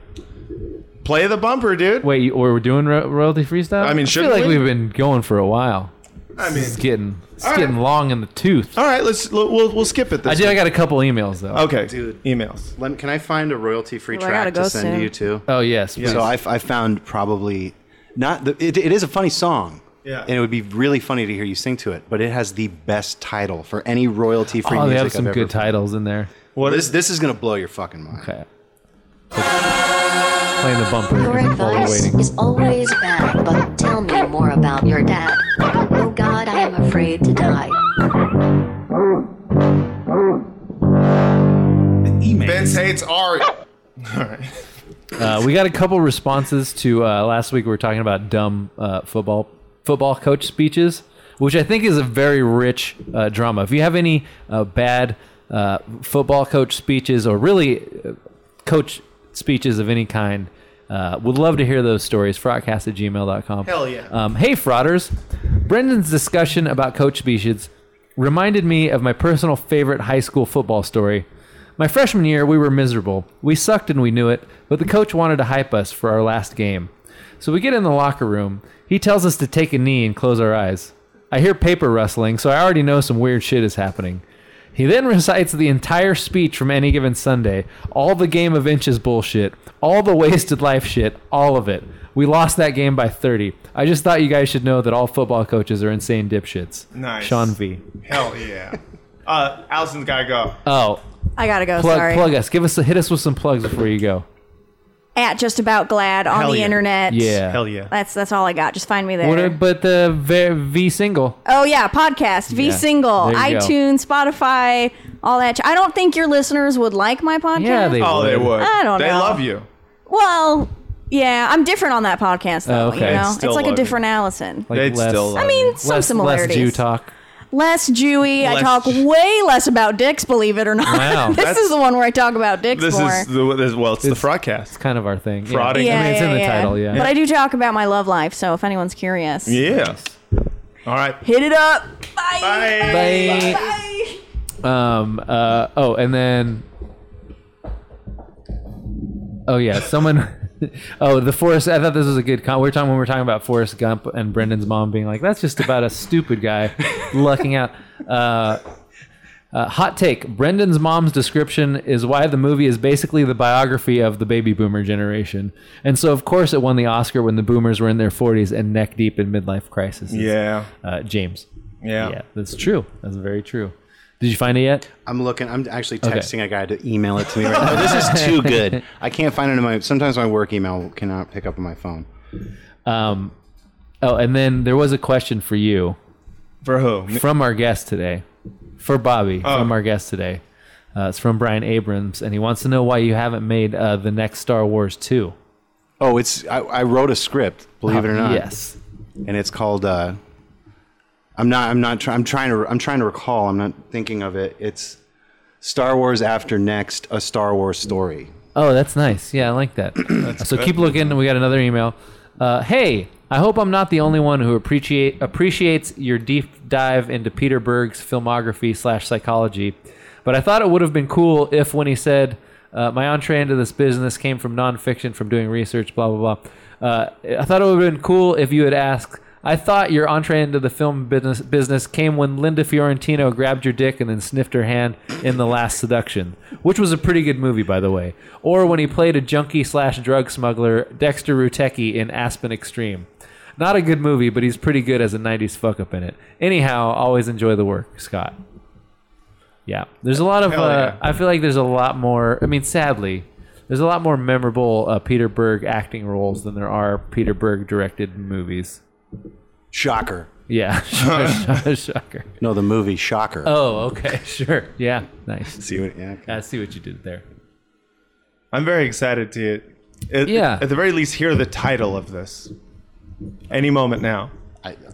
Speaker 2: Play the bumper, dude.
Speaker 1: Wait, you, we're doing ro- royalty freestyle?
Speaker 2: I mean,
Speaker 1: I feel
Speaker 2: shouldn't
Speaker 1: like
Speaker 2: we?
Speaker 1: have been going for a while.
Speaker 2: I mean,
Speaker 1: It's getting it's
Speaker 2: All
Speaker 1: getting
Speaker 2: right.
Speaker 1: long in the tooth.
Speaker 2: all right. Let's we'll we'll, we'll skip it. This
Speaker 1: I did. I
Speaker 2: week.
Speaker 1: got a couple emails though.
Speaker 2: okay,
Speaker 4: Dude.
Speaker 2: Emails.
Speaker 4: Lem- can I find a royalty free
Speaker 3: Well, I gotta
Speaker 4: track
Speaker 3: go
Speaker 4: to send
Speaker 3: soon.
Speaker 4: to you too?
Speaker 1: Oh yes. please.
Speaker 4: So I, I found probably not. The, it, it is a funny song.
Speaker 2: Yeah.
Speaker 4: And it would be really funny to hear you sing to it, but it has the best title for any royalty free
Speaker 1: oh, they
Speaker 4: music
Speaker 1: have some
Speaker 4: I've
Speaker 1: good
Speaker 4: ever.
Speaker 1: titles in there.
Speaker 2: What
Speaker 4: This this is gonna blow your fucking mind.
Speaker 1: Okay. Playing the bumper
Speaker 8: Your
Speaker 1: while we're
Speaker 8: advice
Speaker 1: waiting.
Speaker 8: is always bad, but tell me more about your dad. Oh god, I am afraid to die.
Speaker 2: Vince hates art.
Speaker 1: Uh, we got a couple responses to uh, last week. We were talking about dumb uh, football football coach speeches, which I think is a very rich uh, drama. If you have any uh, bad uh, football coach speeches or really uh, coach speeches of any kind, uh, would love to hear those stories. Fraudcast at gmail.com.
Speaker 2: Hell yeah.
Speaker 1: Um, hey, frauders. Brendan's discussion about coach speeches reminded me of my personal favorite high school football story. My freshman year, we were miserable. We sucked and we knew it, but the coach wanted to hype us for our last game. So we get in the locker room. He tells us to take a knee and close our eyes. I hear paper rustling, so I already know some weird shit is happening. He then recites the entire speech from any given Sunday, all the game of inches bullshit, all the wasted life shit, all of it. We lost that game by 30. I just thought you guys should know that all football coaches are insane dipshits.
Speaker 2: Nice.
Speaker 1: Sean V.
Speaker 2: Hell yeah. Uh, Allison's gotta go.
Speaker 1: Oh,
Speaker 3: I gotta go.
Speaker 1: plug,
Speaker 3: sorry.
Speaker 1: plug us. Give us hit us with some plugs before you go.
Speaker 3: At just about glad on
Speaker 2: Hell
Speaker 3: the
Speaker 2: yeah.
Speaker 3: internet.
Speaker 1: Yeah.
Speaker 2: Hell yeah.
Speaker 3: That's that's all I got. Just find me there.
Speaker 1: What a- but the V, v single.
Speaker 3: Oh yeah, podcast, V
Speaker 1: Yeah.
Speaker 3: single,
Speaker 1: There you go.
Speaker 3: iTunes, Spotify, all that. ch- I don't think your listeners would like my podcast.
Speaker 1: Yeah, they
Speaker 2: Oh, they would.
Speaker 3: I don't
Speaker 2: they
Speaker 3: know.
Speaker 2: love you.
Speaker 3: Well, yeah, I'm different on that podcast though.
Speaker 1: Oh, okay.
Speaker 3: You know,
Speaker 1: It's
Speaker 3: it's,
Speaker 2: still
Speaker 3: like a
Speaker 2: lovely.
Speaker 3: different Allison.
Speaker 1: Like
Speaker 2: They'd
Speaker 1: less-
Speaker 2: still uh, love
Speaker 3: I mean, some
Speaker 1: less, Less
Speaker 3: similarities.
Speaker 1: Jew talk.
Speaker 3: Less Jewy. I
Speaker 2: Less
Speaker 3: talk
Speaker 2: Jew-
Speaker 3: way less about dicks, believe it or not.
Speaker 1: Wow.
Speaker 3: this
Speaker 2: That's-
Speaker 3: is the one where I talk about dicks
Speaker 2: This
Speaker 3: more.
Speaker 2: is the this, well, it's, the broadcast.
Speaker 1: Kind of our thing. Yeah.
Speaker 2: Frauding.
Speaker 1: I
Speaker 3: yeah,
Speaker 1: mean, it's
Speaker 3: yeah,
Speaker 1: in the
Speaker 3: yeah.
Speaker 1: title, yeah.
Speaker 3: But I do talk about my love life, so if anyone's curious,
Speaker 2: Yeah. All right.
Speaker 3: hit it up.
Speaker 2: Bye.
Speaker 1: Bye.
Speaker 3: Bye.
Speaker 1: Um. Uh. Oh, and then. Oh yeah, someone. oh, the Forrest. I thought this was a good. Con- we were talking when we were talking about Forrest Gump and Brendan's mom being like, "That's just about a stupid guy lucking out." Uh, uh, hot take: Brendan's mom's description is why the movie is basically the biography of the baby boomer generation, and so of course it won the Oscar when the boomers were in their 40s and neck deep in midlife crisis.
Speaker 2: Yeah.
Speaker 1: uh, James.
Speaker 2: Yeah.
Speaker 1: yeah, that's true. That's very true. Did you find it yet?
Speaker 4: I'm looking. I'm actually texting a guy to email it to me right now. this is too good. I can't find it in my. Sometimes my work email cannot pick up on my phone.
Speaker 1: Um, oh, and then there was a question for you
Speaker 2: For who? Me-
Speaker 1: from our guest today, for Bobby from
Speaker 2: Oh.
Speaker 1: our guest today. Uh, it's from Brian Abrams, and he wants to know why you haven't made uh, the next Star Wars two.
Speaker 4: Oh, it's. I, I wrote a script. Believe it or not.
Speaker 1: Uh, yes.
Speaker 4: and it's called uh I'm not I'm not try, I'm trying to I'm trying to recall I'm not thinking of it it's Star Wars after next a Star Wars story
Speaker 1: Oh, that's nice. Yeah, I like that. so keep looking. We got another email. Uh, hey, I hope I'm not the only one who appreciate appreciates your deep dive into Peter Berg's filmography slash psychology, but I thought it would have been cool if when he said. Uh, my entree into this business came from nonfiction, from doing research, blah blah blah. Uh, I thought it would have been cool if you had asked. I thought your entree into the film business business came when Linda Fiorentino grabbed your dick and then sniffed her hand in The Last Seduction, which was a pretty good movie, by the way. Or when he played a junkie slash drug smuggler Dexter Rutecki in Aspen Extreme. Not a good movie, but he's pretty good as a 90s fuck up in it. Anyhow, always enjoy the work, Scott. Yeah. There's a lot of,
Speaker 2: Hell
Speaker 1: uh,
Speaker 2: yeah.
Speaker 1: I feel like there's a lot more, I mean, sadly, there's a lot more memorable uh, Peter Berg acting roles than there are Peter Berg directed movies.
Speaker 4: Shocker.
Speaker 1: Yeah. Shocker, Shocker.
Speaker 4: No, the movie Shocker.
Speaker 1: Oh, okay. Sure. Yeah. Nice.
Speaker 4: See what? Yeah. okay.
Speaker 1: I see what you did there.
Speaker 2: I'm very excited to at,
Speaker 1: Yeah.
Speaker 2: at the very least hear the title of this. Any moment now.
Speaker 4: I, uh,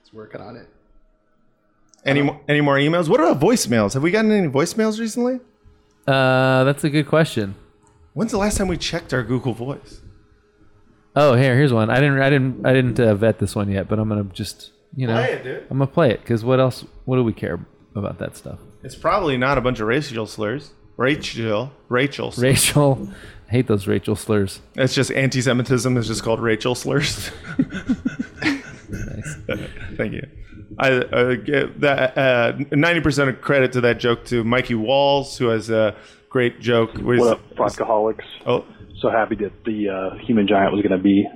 Speaker 4: it's working on it. Uh,
Speaker 2: Any mo- any more emails? What about voicemails? Have we gotten any voicemails recently?
Speaker 1: Uh, that's a good question.
Speaker 2: When's the last time we checked our Google Voice?
Speaker 1: Oh, here, here's one. I didn't, I didn't, I didn't uh, vet this one yet, but I'm gonna just, you know,
Speaker 2: Play it, dude.
Speaker 1: I'm gonna play it because what else? What do we care about that stuff?
Speaker 2: It's probably not a bunch of racial slurs. Rachel, Rachel.
Speaker 1: Rachel, I hate those Rachel slurs.
Speaker 2: it's just anti-Semitism. It's just called Rachel slurs. Thank you. I uh, give that uh, ninety percent of credit to that joke to Mikey Walls, who has a great joke. With,
Speaker 9: What up, Frotcoholics?
Speaker 2: oh,
Speaker 9: So happy that the uh, human giant was going to be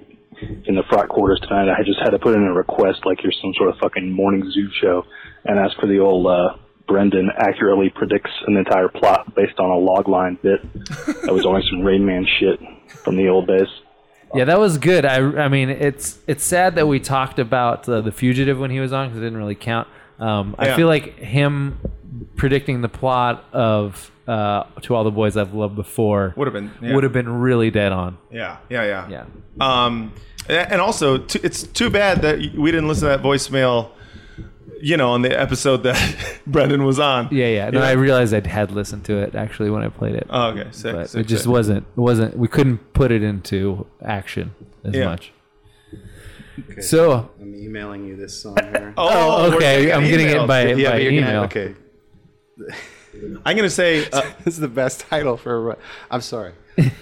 Speaker 9: in the Frot quarters tonight. I just had to put in a request like you're some sort of fucking morning zoo show and ask for the old uh, Brendan accurately predicts an entire plot based on a log line bit. that was only some Rain Man shit from the old days.
Speaker 1: Yeah, that was good. I, I mean, it's it's sad that we talked about uh, the fugitive when he was on because it didn't really count. Um, I
Speaker 2: Yeah.
Speaker 1: feel like him predicting the plot of uh, "To All the Boys I've Loved Before"
Speaker 2: Would've been, yeah.
Speaker 1: would have been really dead on.
Speaker 2: yeah, yeah, yeah,
Speaker 1: Yeah.
Speaker 2: Um, and also, t- it's too bad that we didn't listen to that voicemail. You know, on the episode that Brendan was on.
Speaker 1: Yeah, yeah. No,
Speaker 2: Yeah.
Speaker 1: I realized I had listened to it actually when I played it,
Speaker 2: Oh, okay, sick,
Speaker 1: but
Speaker 2: sick,
Speaker 1: it just
Speaker 2: sick.
Speaker 1: wasn't. It wasn't. We couldn't put it into action as
Speaker 2: Yeah.
Speaker 1: much. So,
Speaker 4: I'm emailing you this song here.
Speaker 2: Oh,
Speaker 1: oh,
Speaker 2: we're
Speaker 1: okay. I'm getting it
Speaker 2: emails.
Speaker 1: by,
Speaker 4: yeah,
Speaker 1: by
Speaker 4: but you're
Speaker 1: email.
Speaker 4: gonna okay.
Speaker 2: I'm gonna say uh,
Speaker 4: this is the best title for. a- I'm sorry. I,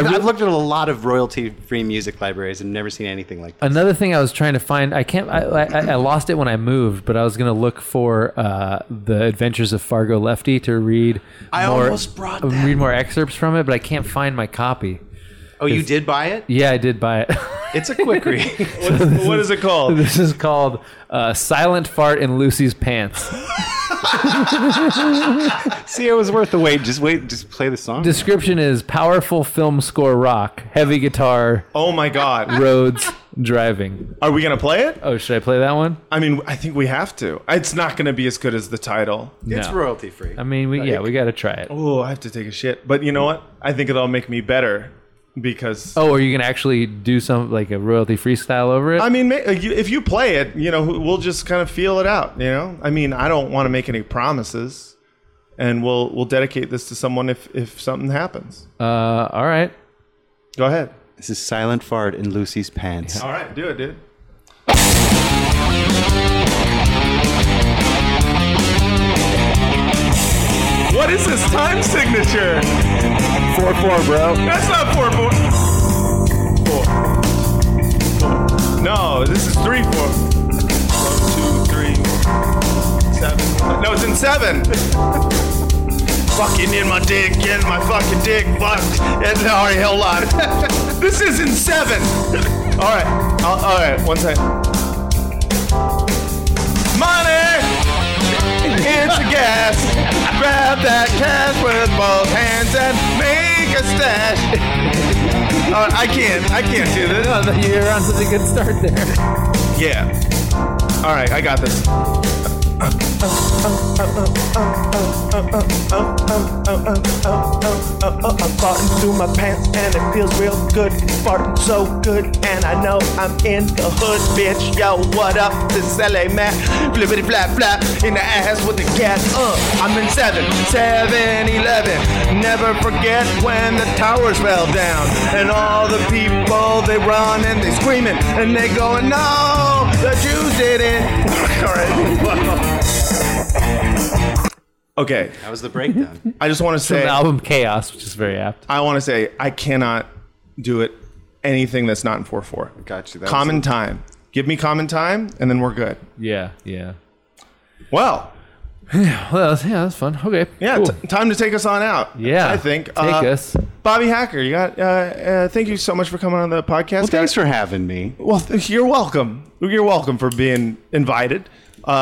Speaker 4: I've, I've looked at a lot of royalty-free music libraries and never seen anything like that.
Speaker 1: Another thing I was trying to find, I can't, I, I, I lost it when I moved, but I was gonna look for uh, the Adventures of Fargo Lefty to read.
Speaker 4: I
Speaker 1: more,
Speaker 4: almost brought
Speaker 1: uh,
Speaker 4: that.
Speaker 1: read more excerpts from it, but I can't find my copy.
Speaker 4: Oh, you did buy it?
Speaker 1: Yeah, I did buy it.
Speaker 4: It's a quick read.
Speaker 2: what's, what is it called?
Speaker 1: this is called uh, "Silent Fart in Lucy's Pants."
Speaker 4: See, it was worth the wait. Just wait. Just play the song.
Speaker 1: Description is powerful film score rock, heavy guitar,
Speaker 2: Oh my god,
Speaker 1: roads, driving.
Speaker 2: are we gonna play it?
Speaker 1: Oh, should I play that one?
Speaker 2: I mean, I think we have to. It's not gonna be as good as the title.
Speaker 4: it's
Speaker 1: No. Um,
Speaker 4: royalty-free.
Speaker 1: I mean, we yeah, we got to try it.
Speaker 2: Oh, I have to take a shit. But you know what? I think it'll make me better because
Speaker 1: Oh, are you gonna actually do some like a royalty freestyle over it?
Speaker 2: I mean, ma- you- if you play it, you know, we'll just kind of feel it out. You know, I mean, I don't want to make any promises, and we'll we'll dedicate this to someone if if something happens.
Speaker 1: uh, all right.
Speaker 2: Go ahead.
Speaker 4: This is Silent Fart in Lucy's Pants.
Speaker 2: All right, do it, dude. What is this time signature?
Speaker 9: 4 4, bro.
Speaker 2: That's not four four. Four. Four. No, this is three four. One, two, three, seven. No, it's in seven. fucking in my dick, in my fucking dick, fuck. And, all right, hold on. this is in seven. All right, I'll, all right, one second. Money. It's a gas. Grab that cash with both hands and make a stash. Uh, I can't. I can't do this.
Speaker 1: Oh, You're on such a good start there.
Speaker 2: Yeah. All right, I got this.
Speaker 10: I'm farting through my pants and it feels real good. Farting so good and I know I'm in the hood, bitch. Yo, what up? This LA man. Flippity flap flap in the ass with the gas. Uh, I'm in seven, seven, eleven. Never forget when the towers fell down and all the people they run and they screaming and they going, no, the Jews did it. all right.
Speaker 2: Okay,
Speaker 4: That was the breakdown.
Speaker 2: I just want to
Speaker 1: From
Speaker 2: say,
Speaker 1: the album Chaos, which is very apt.
Speaker 2: I want to say, I cannot do it anything that's not in four four.
Speaker 4: Got you. That was
Speaker 2: Common
Speaker 4: it.
Speaker 2: time. Give me common time, and then we're good.
Speaker 1: Yeah, yeah.
Speaker 2: Well,
Speaker 1: Well, that's, yeah, that's fun. Okay.
Speaker 2: Yeah,
Speaker 1: cool.
Speaker 2: t- time to take us on out.
Speaker 1: Yeah,
Speaker 2: I think.
Speaker 1: take
Speaker 2: Uh,
Speaker 1: us.
Speaker 2: Bobby Hacker, you got. Uh, uh, thank you so much for coming on the podcast.
Speaker 4: Well, thanks
Speaker 2: guys.
Speaker 4: for having me.
Speaker 2: Well, th- you're welcome. You're welcome for being invited. Uh,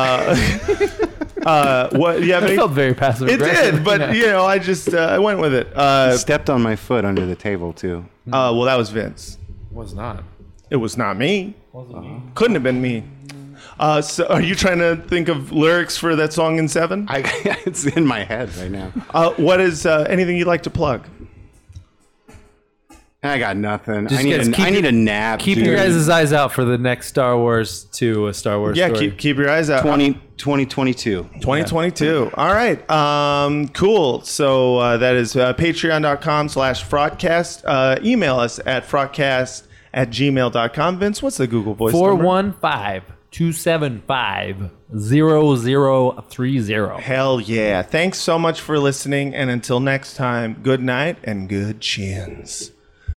Speaker 2: uh, what? You have
Speaker 1: It
Speaker 2: any?
Speaker 1: felt very passive
Speaker 2: It
Speaker 1: aggressive.
Speaker 2: did, but you know, I just uh, I went with it. Uh,
Speaker 4: Stepped on my foot under the table too.
Speaker 2: uh, well, that was Vince.
Speaker 1: was not.
Speaker 2: It was not me. Uh-huh. Couldn't have been me. Uh, so, are you trying to think of lyrics for that song in seven?
Speaker 4: I, it's in my head right now.
Speaker 2: Uh, what is uh, anything you'd like to plug?
Speaker 4: I got nothing. I
Speaker 1: Just
Speaker 4: need,
Speaker 1: guys,
Speaker 4: a,
Speaker 1: keep
Speaker 4: I need
Speaker 1: your-
Speaker 4: a nap.
Speaker 1: Keep
Speaker 4: dude.
Speaker 1: your guys' eyes out for the next Star Wars to a Star Wars.
Speaker 2: Yeah,
Speaker 1: story.
Speaker 2: keep keep your eyes out.
Speaker 4: 20, 2022.
Speaker 2: 2022. All right. Um, cool. So uh, that is uh, patreon.com slash fraudcast. Uh, email us at fraudcast at gmail.com. Vince, what's the Google voice number?
Speaker 1: 415-275-0030.
Speaker 2: Hell yeah. Thanks so much for listening. And until next time, good night and good chins.